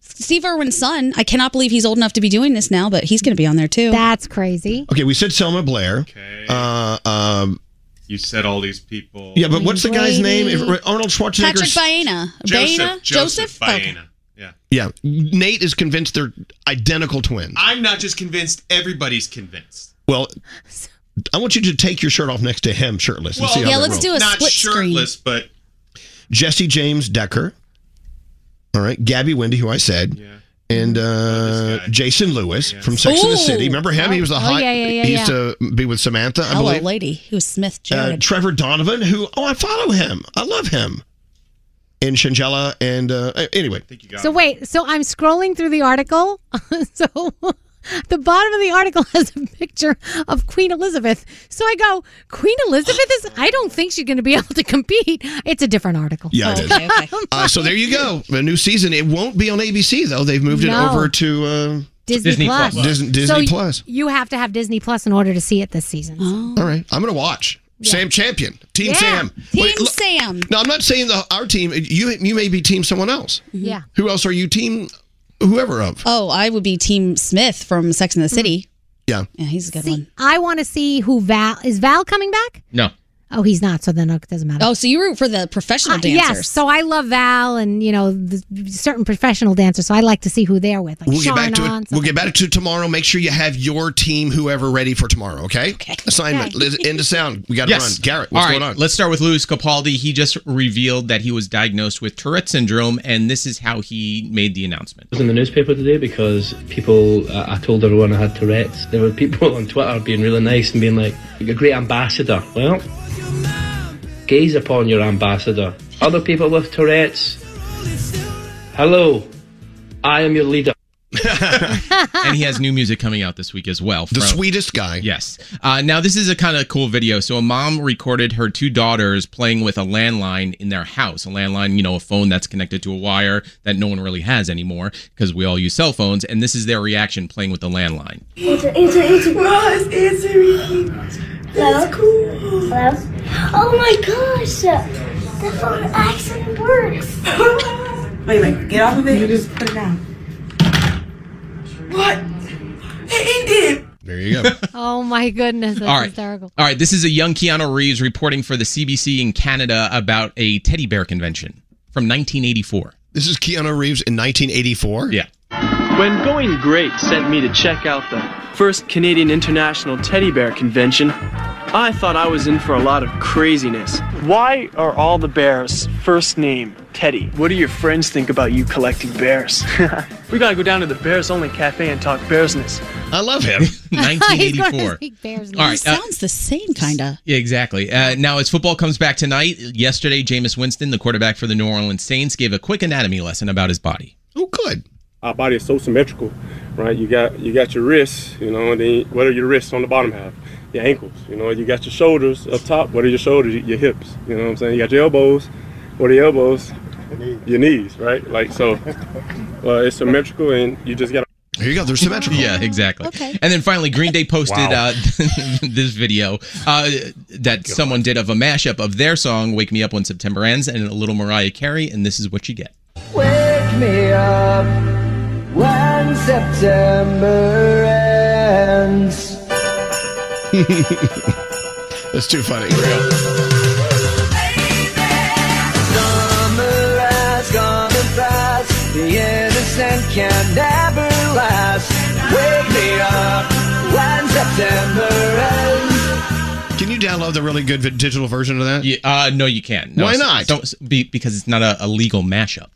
Speaker 10: Steve Irwin's son. I cannot believe he's old enough to be doing this now, but he's going to be on there too.
Speaker 8: That's crazy.
Speaker 1: Okay, we said Selma Blair. Okay. Uh, um,
Speaker 35: You said all these people.
Speaker 1: yeah, but what's the guy's name?
Speaker 10: Brady.
Speaker 1: If- Arnold Schwarzenegger.
Speaker 10: Patrick Baena. Baena?
Speaker 35: Joseph. Joseph.
Speaker 10: Okay.
Speaker 35: Baena. Yeah.
Speaker 1: Yeah, Nate is convinced they're identical twins.
Speaker 35: I'm not just convinced. Everybody's convinced.
Speaker 1: Well, I want you to take your shirt off next to him, shirtless. and see how
Speaker 10: yeah,
Speaker 1: that rolls.
Speaker 10: let's do a
Speaker 35: not
Speaker 10: split screen.
Speaker 35: shirtless, but
Speaker 1: Jesse James Decker. All right, Gabby Wendy, who I said. And uh, Jason Lewis from Sex and the
Speaker 10: Ooh.
Speaker 1: City. Remember him? He was the
Speaker 10: Oh,
Speaker 1: hot.
Speaker 10: yeah, yeah, yeah,
Speaker 1: he used to be with Samantha, I
Speaker 10: Hello,
Speaker 1: believe.
Speaker 10: lady. He was Smith
Speaker 1: Uh,
Speaker 10: Jared.
Speaker 1: Trevor Donovan, who oh, I follow him. I love him. And Shangela, and uh, anyway. Thank you,
Speaker 8: So wait, so I'm scrolling through the article. so the bottom of the article has a picture of Queen Elizabeth. So I go, Queen Elizabeth is I don't think she's going to be able to compete. It's a different article.
Speaker 1: Yeah, it is. Uh, so there you go. A new season. It won't be on ABC though. They've moved
Speaker 8: No.
Speaker 1: it over to uh,
Speaker 8: Disney, Plus.
Speaker 1: Disney, Disney
Speaker 8: So y-
Speaker 1: Plus.
Speaker 8: You have to have Disney Plus in order to see it this season.
Speaker 10: Oh.
Speaker 1: All right, I'm gonna watch. Sam Champion, Team
Speaker 8: Yeah.
Speaker 1: Sam.
Speaker 8: Team
Speaker 1: look-
Speaker 10: Sam.
Speaker 1: No, I'm not saying the, our team. You you may be team someone else.
Speaker 8: Yeah.
Speaker 1: Who else are you team? Whoever of.
Speaker 10: Mm-hmm. Oh, I would be Team Smith from Sex and the City.
Speaker 1: Yeah.
Speaker 10: Yeah, he's a good one.
Speaker 8: Mm. I want to see who Val is Val coming back?
Speaker 35: No.
Speaker 8: Oh, he's not, so then it doesn't matter.
Speaker 10: Oh, so you root for the professional
Speaker 8: Uh,
Speaker 10: dancers?
Speaker 8: Yes, so I love Val and you know the certain professional dancers. So I like to see who they're with. Like
Speaker 1: We'll get back to
Speaker 8: Sharnon,
Speaker 1: it. We'll get back to it tomorrow. Make sure you have your team, whoever, ready for tomorrow. Okay. Assignment. Liz, End of sound. We got to
Speaker 35: yes.
Speaker 1: run. Garrett, what's
Speaker 35: All right,
Speaker 1: going on?
Speaker 35: Let's start with Louis Capaldi. He just revealed that he was diagnosed with Tourette syndrome, and this is how he made the announcement.
Speaker 27: was in the newspaper today because people, uh, I I told everyone I had Tourette's. There were people on Twitter being really nice and being like, you're a great ambassador. Well, gaze upon your ambassador. Other people with Tourette's, hello, I am your leader.
Speaker 35: and he has new music coming out this week as well.
Speaker 1: The sweetest guy.
Speaker 35: Yes. Uh, now this is a kind of cool video. So a mom recorded her two daughters playing with a landline in their house. A landline, you know, a phone that's connected to a wire that no one really has anymore because we all use cell phones. And this is their reaction playing with the landline.
Speaker 36: Answer, answer, answer. Ross, answer me. That's cool. Hello? Oh my gosh. uh, The phone accident works.
Speaker 37: Wait, wait, get off of it. You just put it down. What? It ended.
Speaker 1: There you go.
Speaker 8: Oh my goodness, that's
Speaker 35: All right.
Speaker 8: hysterical.
Speaker 35: All right, this is a young Keanu Reeves reporting for the CBC in Canada about a teddy bear convention from 1984.
Speaker 1: This is Keanu Reeves in 1984?
Speaker 35: Yeah.
Speaker 25: When Going Great sent me to check out the first Canadian International Teddy Bear Convention, I thought I was in for a lot of craziness. Why are all the bears first name Teddy? What do your friends think about you collecting bears? we gotta go down to the Bears Only Cafe and talk bearsness.
Speaker 1: I love him.
Speaker 35: All right, uh,
Speaker 10: sounds the same, kinda.
Speaker 35: Yeah, exactly. Uh, now, as football comes back tonight, yesterday, Jameis Winston, the quarterback for the New Orleans Saints, gave a quick anatomy lesson about his body.
Speaker 1: Oh, good.
Speaker 16: Our body is so symmetrical, right? You got you got your wrists, you know, and then what are your wrists on the bottom half? Your ankles, you know. You got your shoulders up top. What are your shoulders? Your hips. You know what I'm saying? You got your elbows. What are your elbows? Your knees, right? Like so. Uh, it's symmetrical, and you just got.
Speaker 1: Here you go. They're symmetrical.
Speaker 35: yeah, exactly. And then finally, Green Day posted uh, this video uh, that someone did of a mashup of their song "Wake Me Up When September Ends" and a little Mariah Carey, and this is what you get.
Speaker 33: Wake me up when September ends.
Speaker 1: That's too funny. Real.
Speaker 33: Summer has gone and passed. The innocent can never last. Wake me up when September ends.
Speaker 1: Can you download the really good vi- digital version of that?
Speaker 35: Yeah, uh, no, you can't. No,
Speaker 1: Why
Speaker 35: so-
Speaker 1: not?
Speaker 35: so- so- be, because it's not a, a legal mashup.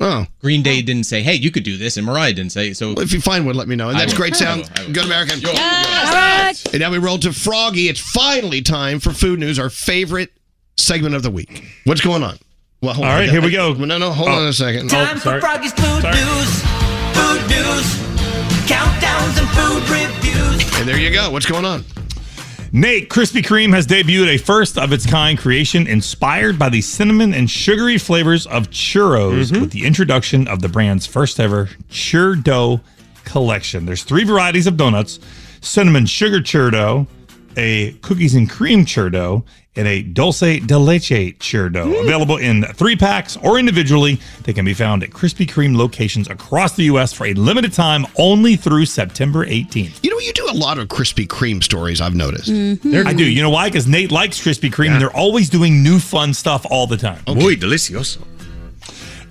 Speaker 1: Oh.
Speaker 35: Green Day didn't say, "Hey, you could do this," and Mariah didn't say. So,
Speaker 1: if you find one, let me know. And that's great sound. Good American. And now we roll to Froggy. It's finally time for food news, our favorite segment of the week. What's going on? Well, hold
Speaker 9: All
Speaker 1: on.
Speaker 9: right, here we go.
Speaker 1: No, no, hold
Speaker 9: Oh.
Speaker 1: on a second.
Speaker 9: Time Oh, sorry. for
Speaker 33: Froggy's food news. Food news. Countdowns and food reviews.
Speaker 1: And there you go. What's going on?
Speaker 9: Nate, Krispy Kreme has debuted a first of its kind creation inspired by the cinnamon and sugary flavors of churros with the introduction of the brand's first ever chur dough collection. There's three varieties of donuts cinnamon sugar churro, a cookies and cream churro, and a dulce de leche churro. Available in three packs or individually, they can be found at Krispy Kreme locations across the U.S. for a limited time only through September 18th.
Speaker 1: You know, you do a lot of Krispy Kreme stories, I've noticed.
Speaker 27: Mm-hmm.
Speaker 9: I do. You know why? Because Nate likes Krispy Kreme.
Speaker 1: Yeah.
Speaker 9: They're always doing new fun stuff all the time.
Speaker 23: Muy delicioso.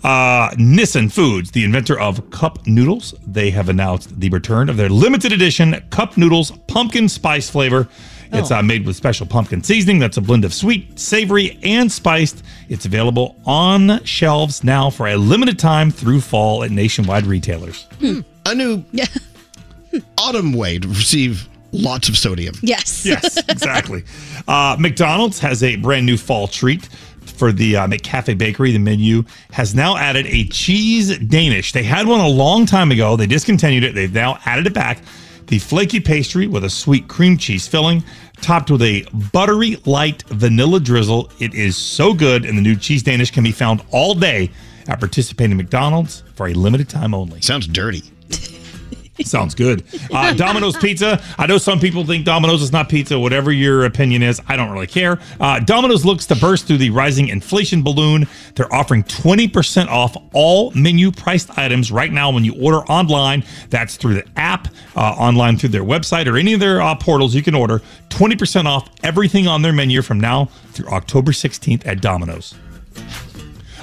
Speaker 9: Uh, Nissen Foods, the inventor of cup noodles, they have announced the return of their limited edition cup noodles pumpkin spice flavor. It's
Speaker 24: Oh.
Speaker 9: uh, made with special pumpkin seasoning. That's a blend of sweet, savory, and spiced. It's available on shelves now for a limited time through fall at nationwide retailers.
Speaker 1: I knew Autumn Way to receive lots of sodium.
Speaker 10: Yes.
Speaker 9: Yes, exactly. uh, McDonald's has a brand new fall treat for the uh, McCafe Bakery. The menu has now added a cheese Danish. They had one a long time ago. They discontinued it. They've now added it back. The flaky pastry with a sweet cream cheese filling, topped with a buttery light vanilla drizzle. It is so good, and the new cheese Danish can be found all day at participating McDonald's for a limited time only.
Speaker 1: Sounds dirty.
Speaker 9: Sounds good. Uh, Domino's Pizza. I know some people think Domino's is not pizza. Whatever your opinion is, I don't really care. Uh, Domino's looks to burst through the rising inflation balloon. They're offering 20% off all menu priced items right now when you order online. That's through the app, uh, online through their website, or any of their uh, portals you can order. 20% off everything on their menu from now through October 16th at Domino's.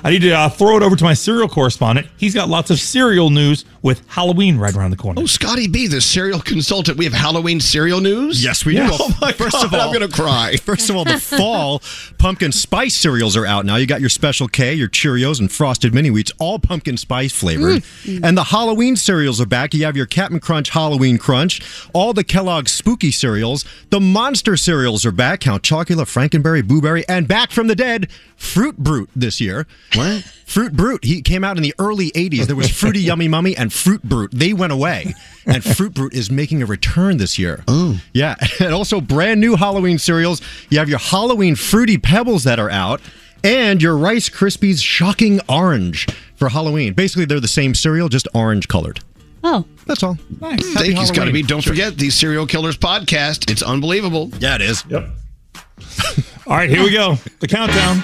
Speaker 9: I need to uh, throw it over to my cereal correspondent. He's got lots of cereal news with Halloween right around the corner.
Speaker 1: Oh, Scotty B, the cereal consultant. We have Halloween cereal news?
Speaker 14: Yes, we do.
Speaker 1: Oh, my
Speaker 14: First
Speaker 1: God,
Speaker 14: of all,
Speaker 1: I'm going to cry.
Speaker 14: First of all, the fall pumpkin spice cereals are out now. You got your Special K, your Cheerios, and Frosted Mini Wheats, all pumpkin spice flavored.
Speaker 38: Mm.
Speaker 14: And the Halloween cereals are back. You have your Captain Crunch Halloween Crunch, all the Kellogg's spooky cereals. The monster cereals are back. Count Chocula, Frankenberry, Blueberry, and back from the dead, Fruit Brute this year. What? Fruit Brute. He came out in the early 80s. There was Fruity Yummy Mummy and Fruit Brute. They went away. And Fruit Brute is making a return this year. Oh. Yeah. And also brand new Halloween cereals. You have your Halloween Fruity Pebbles that are out and your Rice Krispies Shocking Orange for Halloween. Basically, they're the same cereal, just orange colored.
Speaker 10: Oh,
Speaker 14: that's all.
Speaker 10: Nice.
Speaker 1: Thank you, Scotty B.
Speaker 14: Halloween.
Speaker 1: Don't
Speaker 14: Sure.
Speaker 1: forget the Serial Killers podcast. It's unbelievable.
Speaker 14: Yeah, it is.
Speaker 9: Yep. All right, here we go. The countdown.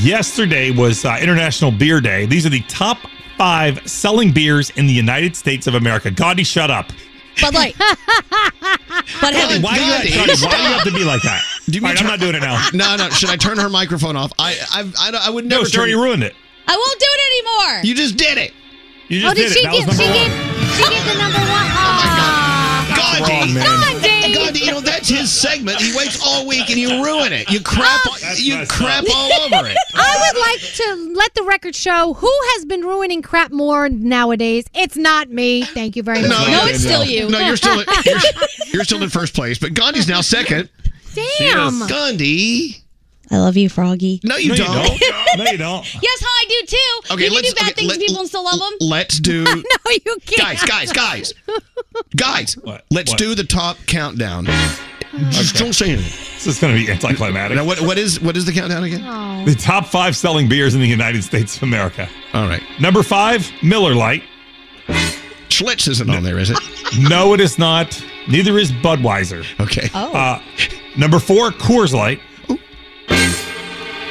Speaker 9: Yesterday was uh, International Beer Day. These are the top five selling beers in the United States of America. Gandhi, shut up.
Speaker 10: Bud Light. Bud Heavy.
Speaker 1: Why do you
Speaker 9: Why do you have to be like that? All right, I'm not doing it now.
Speaker 1: No, no. Should I turn her microphone off? I, I, I, don't- I would
Speaker 9: No,
Speaker 1: never.
Speaker 9: she already ruined it.
Speaker 10: I won't do it anymore.
Speaker 1: You just did it. You
Speaker 8: oh, did she get? She get? She get the number one.
Speaker 10: Ah.
Speaker 1: Gandhi.
Speaker 8: Wrong, man. Gandhi.
Speaker 1: Gandhi, you know that's his segment. He waits all week and you ruin it. You crap. you crap all over it.
Speaker 8: I would like to let the record show who has been ruining crap more nowadays. It's not me. Thank you very much.
Speaker 1: No, you're still you're, you're still in first place, but Gandhi's now second.
Speaker 8: Damn.
Speaker 1: Gandhi.
Speaker 10: I love you, Froggy.
Speaker 1: No, you don't. no, you don't.
Speaker 10: Yes, hi, I do too.
Speaker 1: Okay,
Speaker 10: you can
Speaker 1: let's-
Speaker 10: do
Speaker 1: okay,
Speaker 10: bad things
Speaker 1: let-
Speaker 10: to people and still love them.
Speaker 1: Let's do.
Speaker 8: no, you
Speaker 1: Guys, guys, guys, guys. Let's
Speaker 9: What?
Speaker 1: do the top countdown. Just Don't say anything.
Speaker 9: This is going to be anticlimactic.
Speaker 1: Now, what what is what is the countdown again?
Speaker 9: The top five selling beers in the United States of America.
Speaker 1: All right.
Speaker 9: Number five, Miller Lite.
Speaker 1: Schlitz isn't on there, is it?
Speaker 9: no, it is not. Neither is Budweiser.
Speaker 1: Okay.
Speaker 9: Oh. Uh, number four, Coors Light.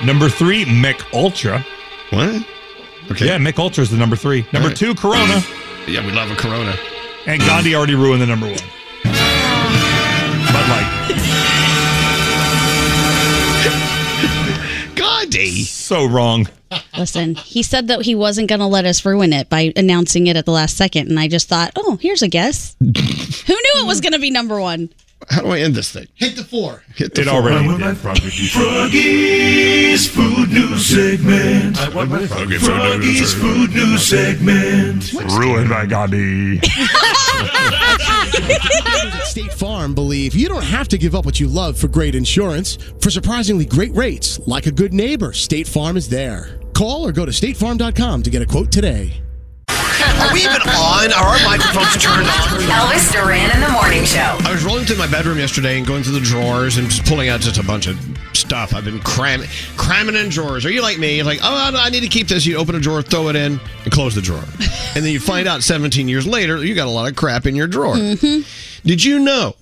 Speaker 9: Number three, Mick Ultra.
Speaker 1: What? Okay.
Speaker 9: Yeah, Mick Ultra is the number three. Number
Speaker 1: right.
Speaker 9: two, Corona.
Speaker 1: Yeah, we love a Corona.
Speaker 9: And Gandhi already ruined the number one. Bud Light.
Speaker 1: Gandhi.
Speaker 9: So wrong.
Speaker 10: Listen, he said that he wasn't going to let us ruin it by announcing it at the last second, and I just thought, oh, here's a guess. Who knew it was going to be number one?
Speaker 1: How do I end this thing? Hit the four. Hit the
Speaker 9: It
Speaker 1: four.
Speaker 9: already
Speaker 17: Froggy's food news segment. I want my Froggy Froggy's food news segment.
Speaker 9: Ruined by Gandhi.
Speaker 13: At State Farm believe you don't have to give up what you love for great insurance. For surprisingly great rates, like a good neighbor, State Farm is there. Call or go to statefarm.com to get a quote today.
Speaker 1: Are we even on? Are our microphones turned on?
Speaker 19: Elvis Duran in the morning show.
Speaker 1: I was rolling through my bedroom yesterday and going through the drawers and just pulling out just a bunch of stuff. I've been cramming, cramming in drawers. Are you like me? You're like, oh, I I need to keep this. You open a drawer, throw it in, and close the drawer, and then you find out 17 years later that you got a lot of crap in your drawer.
Speaker 19: Mm-hmm.
Speaker 1: Did you know?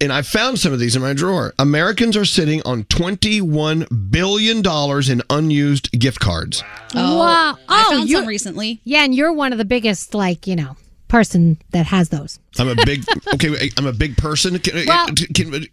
Speaker 1: And I found some of these in my drawer. Americans are sitting on 21 billion dollars in unused gift cards.
Speaker 8: wow. Oh,
Speaker 10: I found
Speaker 8: you
Speaker 10: some recently.
Speaker 8: Yeah, and you're one of the biggest, like you know, person that has those.
Speaker 1: I'm a big okay. I'm a big person. Can, uh,
Speaker 8: Well,
Speaker 1: can-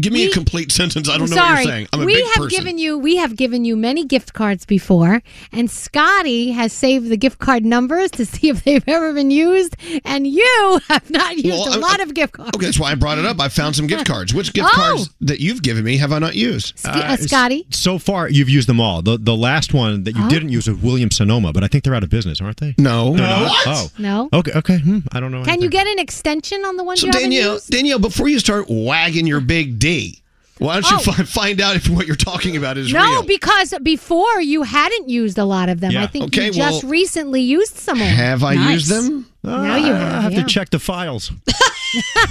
Speaker 1: give me a complete sentence. I don't know
Speaker 8: I'm sorry.
Speaker 1: what you're saying. I'm a
Speaker 8: we
Speaker 1: big
Speaker 8: have
Speaker 1: person.
Speaker 8: given you we have given you many gift cards before, and Scotty has saved the gift card numbers to see if they've ever been used, and you have not used
Speaker 1: Well,
Speaker 8: a
Speaker 1: I'm-
Speaker 8: lot of gift cards.
Speaker 1: Okay, that's why I brought it up. I found some gift cards. Which gift
Speaker 8: Oh.
Speaker 1: cards that you've given me have I not used?
Speaker 8: uh, Scotty.
Speaker 14: So far, you've used them all. The the last one that you
Speaker 8: Oh.
Speaker 14: didn't use was William Sonoma, but I think they're out of business, aren't they?
Speaker 1: No.
Speaker 14: They're not?
Speaker 1: What?
Speaker 14: Oh.
Speaker 8: No.
Speaker 14: Okay. Okay. Hmm, I don't know.
Speaker 8: Can you get an extension on the ones
Speaker 1: So
Speaker 8: you haven't
Speaker 1: Danielle,
Speaker 8: used?
Speaker 1: Danielle, before you start wagging your big D, why don't you
Speaker 8: Oh.
Speaker 1: fi- find out if what you're talking about is
Speaker 8: No,
Speaker 1: real?
Speaker 8: because before you hadn't used a lot of them.
Speaker 1: Yeah.
Speaker 8: I think
Speaker 1: Okay,
Speaker 8: you just
Speaker 1: well-
Speaker 8: recently used some of them.
Speaker 1: Have I used them? Uh,
Speaker 8: Now you have,
Speaker 14: I have
Speaker 8: yeah.
Speaker 14: to check the files.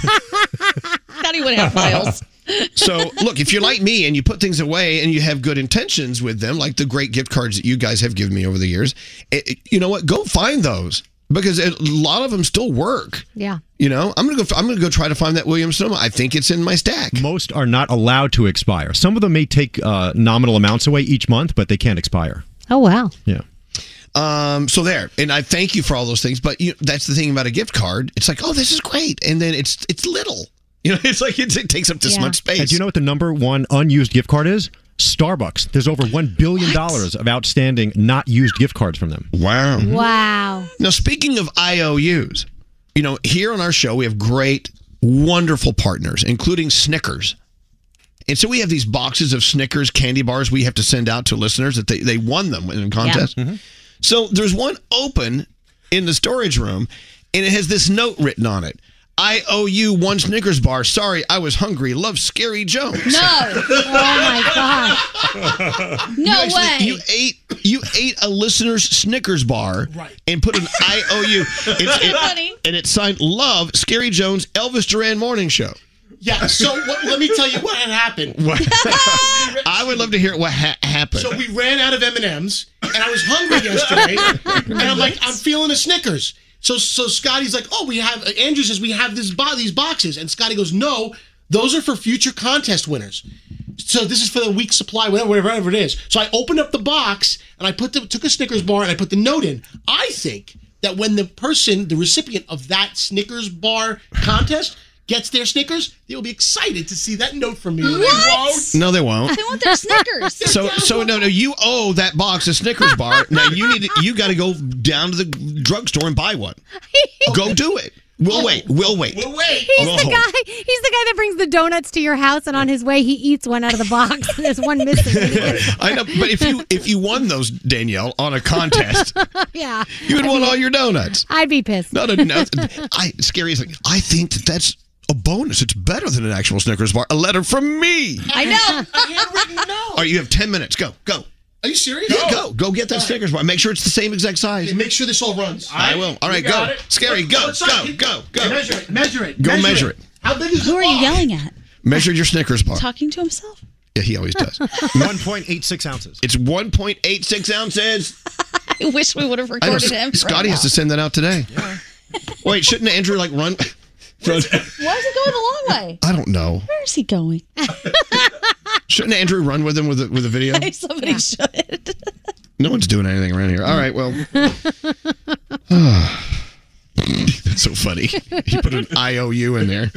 Speaker 10: Thought he would have files.
Speaker 1: so look, if you're like me and you put things away and you have good intentions with them, like the great gift cards that you guys have given me over the years, it, it- you know what? Go find those because a lot of them still work.
Speaker 8: Yeah.
Speaker 1: You know, I'm gonna go. I'm gonna go try to find that William Sonoma. I think it's in my stack.
Speaker 14: Most are not allowed to expire. Some of them may take uh, nominal amounts away each month, but they can't expire.
Speaker 8: Oh wow.
Speaker 14: Yeah.
Speaker 1: Um, so there, and I thank you for all those things. But you, that's the thing about a gift card. It's like, oh, this is great, and then it's it's little. You know, it's like it, it takes up this much space.
Speaker 14: And do you know what the number one unused gift card is? Starbucks. There's over one billion dollars of outstanding not used gift cards from them. Mm-hmm.
Speaker 1: Wow. Mm-hmm.
Speaker 8: Wow.
Speaker 1: Now, speaking of IOUs, you know, here on our show, we have great, wonderful partners, including Snickers. And so we have these boxes of Snickers candy bars we have to send out to listeners that they, they won them in a contest. So there's one open in the storage room, and it has this note written on it. I owe you one Snickers bar. Sorry, I was hungry. Love Scary Jones.
Speaker 10: No.
Speaker 8: Oh
Speaker 10: my god. No
Speaker 1: you
Speaker 10: way.
Speaker 1: actually- You ate you ate a listener's Snickers bar and put an IOU. It's
Speaker 10: That's funny.
Speaker 1: And it's signed Love, Scary Jones, Elvis Duran Morning Show.
Speaker 24: Yeah. So what, let me tell you what had happened.
Speaker 1: What? I would love to hear what ha- happened.
Speaker 24: So we ran out of M and M's, and I was hungry yesterday, and I'm like, I'm feeling a Snickers. So so Scotty's like, oh, we have. Andrew says we have this bo- these boxes, and Scotty goes, no, those are for future contest winners. So this is for the week's supply, whatever, whatever it is. So I opened up the box and I put the, took a Snickers bar and I put the note in. I think that when the person, the recipient of that Snickers bar contest, gets their Snickers, they will be excited to see that note from me.
Speaker 1: No, they won't.
Speaker 10: They want their Snickers.
Speaker 1: So so no no you owe that box a Snickers bar. Now you need to, you got to go down to the drugstore and buy one. Go do it.
Speaker 24: Oh,
Speaker 1: We'll wait. We'll wait. We'll wait.
Speaker 8: He's the guy. He's the guy that brings the donuts to your house, and on his way, he eats one out of the box. There's one missing.
Speaker 1: I know, but if you if you won those Danielle on a contest,
Speaker 8: yeah,
Speaker 1: you would want all your donuts.
Speaker 8: I'd be pissed.
Speaker 1: No, no, no. I scary is like I think that that's a bonus. It's better than an actual Snickers bar. A letter from me.
Speaker 10: I know.
Speaker 1: All right, you have ten minutes. Go, go.
Speaker 24: Are you serious?
Speaker 1: Yeah, go, go get that Snickers bar. Make sure it's the same exact size.
Speaker 24: Make sure this all runs.
Speaker 1: I will. All right,
Speaker 24: You got
Speaker 1: go.
Speaker 24: it.
Speaker 1: Scary,
Speaker 24: Look,
Speaker 1: go,
Speaker 24: look,
Speaker 1: go,
Speaker 24: sorry.
Speaker 1: go, go.
Speaker 24: Measure it. Measure it.
Speaker 1: Go measure it.
Speaker 24: How big is
Speaker 10: Who are you yelling at?
Speaker 1: Measure your Snickers bar.
Speaker 10: Talking to himself?
Speaker 1: Yeah, he always does.
Speaker 14: 1.86 ounces.
Speaker 1: It's 1.86 ounces.
Speaker 10: I wish we would have
Speaker 1: I know,
Speaker 10: recorded him.
Speaker 1: Scotty has to send that out today. Wait, shouldn't Andrew like run? run-
Speaker 10: Why is it going the long way?
Speaker 1: I don't know.
Speaker 10: Where is he going?
Speaker 1: Shouldn't Andrew run with him with a, with a video?
Speaker 10: Somebody should.
Speaker 1: No one's doing anything around here. All right, well. That's so funny. He put an IOU in there.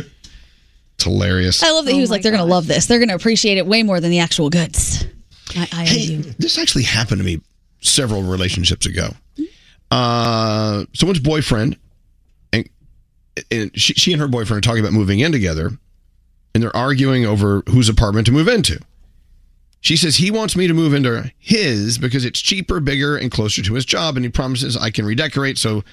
Speaker 1: It's hilarious.
Speaker 10: I love that he was like, they're going to love this. They're going to appreciate it way more than the actual goods. I, I
Speaker 1: Hey, this actually happened to me several relationships ago. Uh, someone's boyfriend, and, and she, she and her boyfriend are talking about moving in together, and they're arguing over whose apartment to move into. She says he wants me to move into his because it's cheaper, bigger, and closer to his job, and he promises I can redecorate so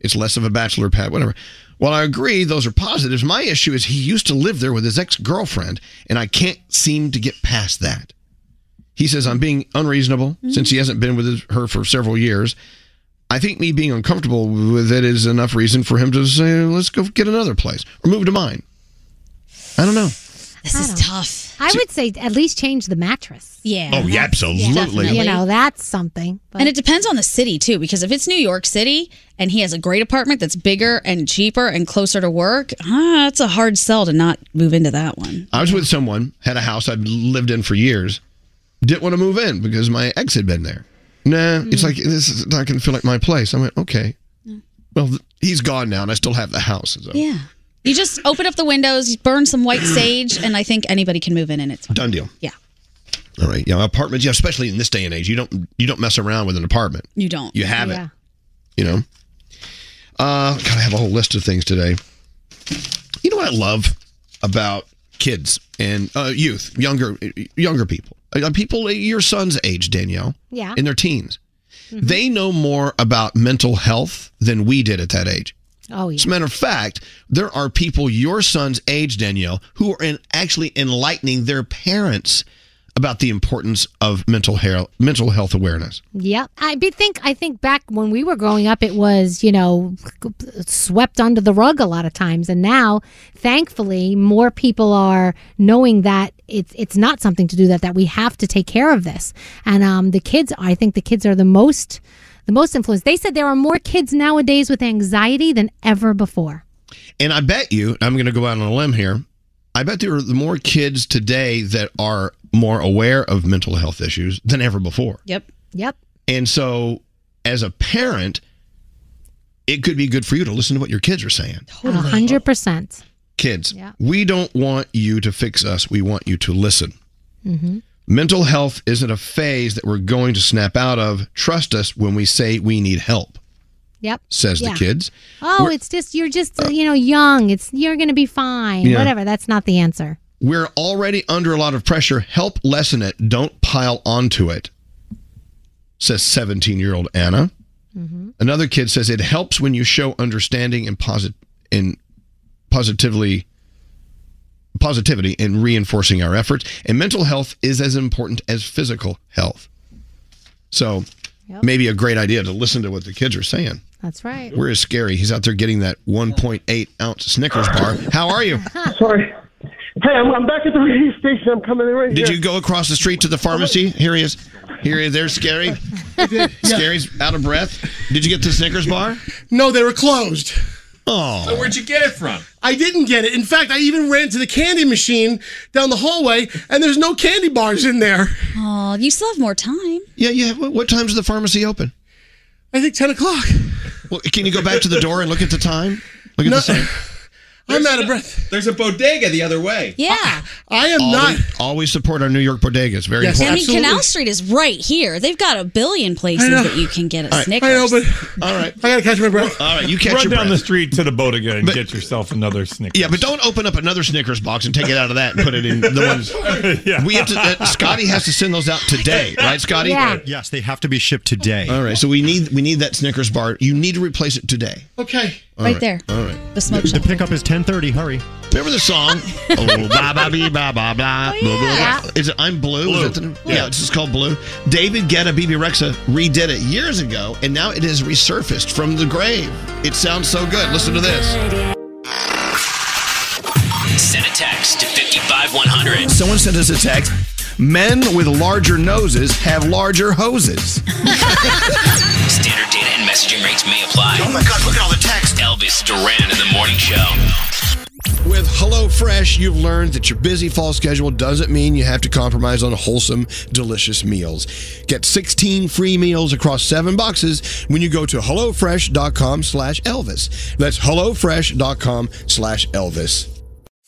Speaker 1: it's less of a bachelor pad, whatever. While I agree those are positives, my issue is he used to live there with his ex girlfriend, and I can't seem to get past that. He says I'm being unreasonable since he hasn't been with his, her for several years. I think me being uncomfortable with it is enough reason for him to say, "Let's go get another place or move to mine." I don't know.
Speaker 10: This
Speaker 8: is
Speaker 10: tough.
Speaker 8: I would say at least change the mattress.
Speaker 10: Yeah.
Speaker 1: Oh, yeah, absolutely.
Speaker 8: You know that's something. But
Speaker 10: And it depends on the city too, because if it's New York City and he has a great apartment that's bigger and cheaper and closer to work, ah, it's a hard sell to not move into that one.
Speaker 1: I was with someone, had a house I'd lived in for years, didn't want to move in because my ex had been there. Nah, it's like this is not going to feel like my place. I went, okay. Well, th- he's gone now, and I still have the house. So.
Speaker 10: Yeah. You just open up the windows, you burn some white sage, and I think anybody can move in and it's
Speaker 1: Done deal.
Speaker 10: Yeah.
Speaker 1: All right. Yeah, apartments. Yeah, especially in this day and age, you don't you don't mess around with an apartment.
Speaker 10: You don't.
Speaker 1: You have it. You know. Uh, God, I have a whole list of things today. You know what I love about kids and uh, youth, younger younger people, Uh, people your son's age, Danielle.
Speaker 8: Yeah. Mm-hmm.
Speaker 1: In their teens, they know more about mental health than we did at that age.
Speaker 8: Oh, yeah.
Speaker 1: As a matter of fact, there are people your son's age, Danielle, who are in, actually enlightening their parents about the importance of mental health mental health awareness.
Speaker 8: Yeah, I be think I think back when we were growing up, it was you know swept under the rug a lot of times, and now thankfully more people are knowing that it's it's not something to do that that we have to take care of this, and um, the kids I think the kids are the most the most influenced. They said there are more kids nowadays with anxiety than ever before.
Speaker 1: And I bet you, I'm going to go out on a limb here. I bet there are more kids today that are more aware of mental health issues than ever before.
Speaker 10: Yep.
Speaker 8: Yep.
Speaker 1: And so, as a parent, it could be good for you to listen to what your kids are saying.
Speaker 8: A hundred percent.
Speaker 1: Kids,
Speaker 8: Yeah.
Speaker 1: we don't want you to fix us. We want you to listen.
Speaker 8: Mm-hmm.
Speaker 1: Mental health isn't a phase that we're going to snap out of. Trust us when we say we need help,
Speaker 8: Yep.
Speaker 1: says
Speaker 8: Yeah.
Speaker 1: the kids.
Speaker 8: Oh, it's just you're just you know young. It's you're gonna be fine.
Speaker 1: Yeah.
Speaker 8: Whatever. That's not the answer.
Speaker 1: We're already under a lot of pressure. Help lessen it. Don't pile onto it, says 17 year old Anna. Another kid says it helps when you show understanding and, posit- and positively positivity in reinforcing our efforts. And mental health is as important as physical health. So maybe a great idea to listen to what the kids are saying.
Speaker 8: That's right.
Speaker 1: Where is Scary? He's out there getting that 1.8 ounce Snickers bar. How are you?
Speaker 26: Sorry. Hey, I'm, I'm back at the radio station. I'm coming in right
Speaker 1: Did
Speaker 26: here.
Speaker 1: you go across the street to the pharmacy? Here he is. Here he is. There's Scary. Scary's out of breath. Did you get the Snickers bar?
Speaker 24: No, they were closed.
Speaker 1: Oh.
Speaker 24: So
Speaker 1: where'd you get it from?
Speaker 24: I didn't get it. In fact, I even ran to the candy machine down the hallway, and there's no candy bars in there.
Speaker 10: Oh, you still have more time.
Speaker 1: Yeah, yeah. What, what time's the pharmacy open?
Speaker 39: I think ten o'clock.
Speaker 1: Well, can you go back to the door and look at the time? Look at the time.
Speaker 39: I'm out of breath.
Speaker 23: There's a bodega the other way.
Speaker 10: Yeah.
Speaker 39: I am
Speaker 1: Always, always support our New York bodegas. Very
Speaker 10: I mean,
Speaker 1: important.
Speaker 10: Canal Street is right here. They've got a billion places
Speaker 1: know.
Speaker 10: that you can get a
Speaker 1: All right.
Speaker 10: Snickers.
Speaker 1: I know,
Speaker 39: but all right, I gotta catch my breath.
Speaker 1: All right, you catch
Speaker 40: Run
Speaker 1: your
Speaker 40: down
Speaker 1: breath.
Speaker 40: the street to the bodega and get yourself another Snickers.
Speaker 1: Yeah, but don't open up another Snickers box and take it out of that and put it in the ones.
Speaker 40: Yeah.
Speaker 1: We have to. Uh, Scotty has to send those out today, right, Scotty?
Speaker 14: Yeah.
Speaker 1: Yes, they have to be shipped today. All right, so we need we need that Snickers bar. You need to replace it today.
Speaker 39: Okay.
Speaker 1: All
Speaker 10: right there.
Speaker 1: All right.
Speaker 10: The smoke
Speaker 14: The pickup is 10:30. Hurry.
Speaker 1: Remember the song? oh, blah, blah, bee, blah, blah, blah, blah, blah,
Speaker 14: yeah.
Speaker 1: blah. Is it I'm Blue? Is
Speaker 14: Blue.
Speaker 1: that the name? Yeah. it's just called Blue. David Guetta, BB Rexa redid it years ago, and now it has resurfaced from the grave. It sounds so good. Listen to this.
Speaker 2: Send a text to 55100.
Speaker 41: Someone sent us a text. Men with larger noses have larger hoses.
Speaker 2: Standard data and messaging rates may apply. Oh my God, look at all the text. Elvis Duran in the morning show.
Speaker 1: With HelloFresh, you've learned that your busy fall schedule doesn't mean you have to compromise on wholesome, delicious meals. Get 16 free meals across seven boxes when you go to HelloFresh.com slash Elvis. That's HelloFresh.com slash Elvis.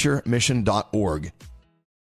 Speaker 41: stbonaventuremission.org.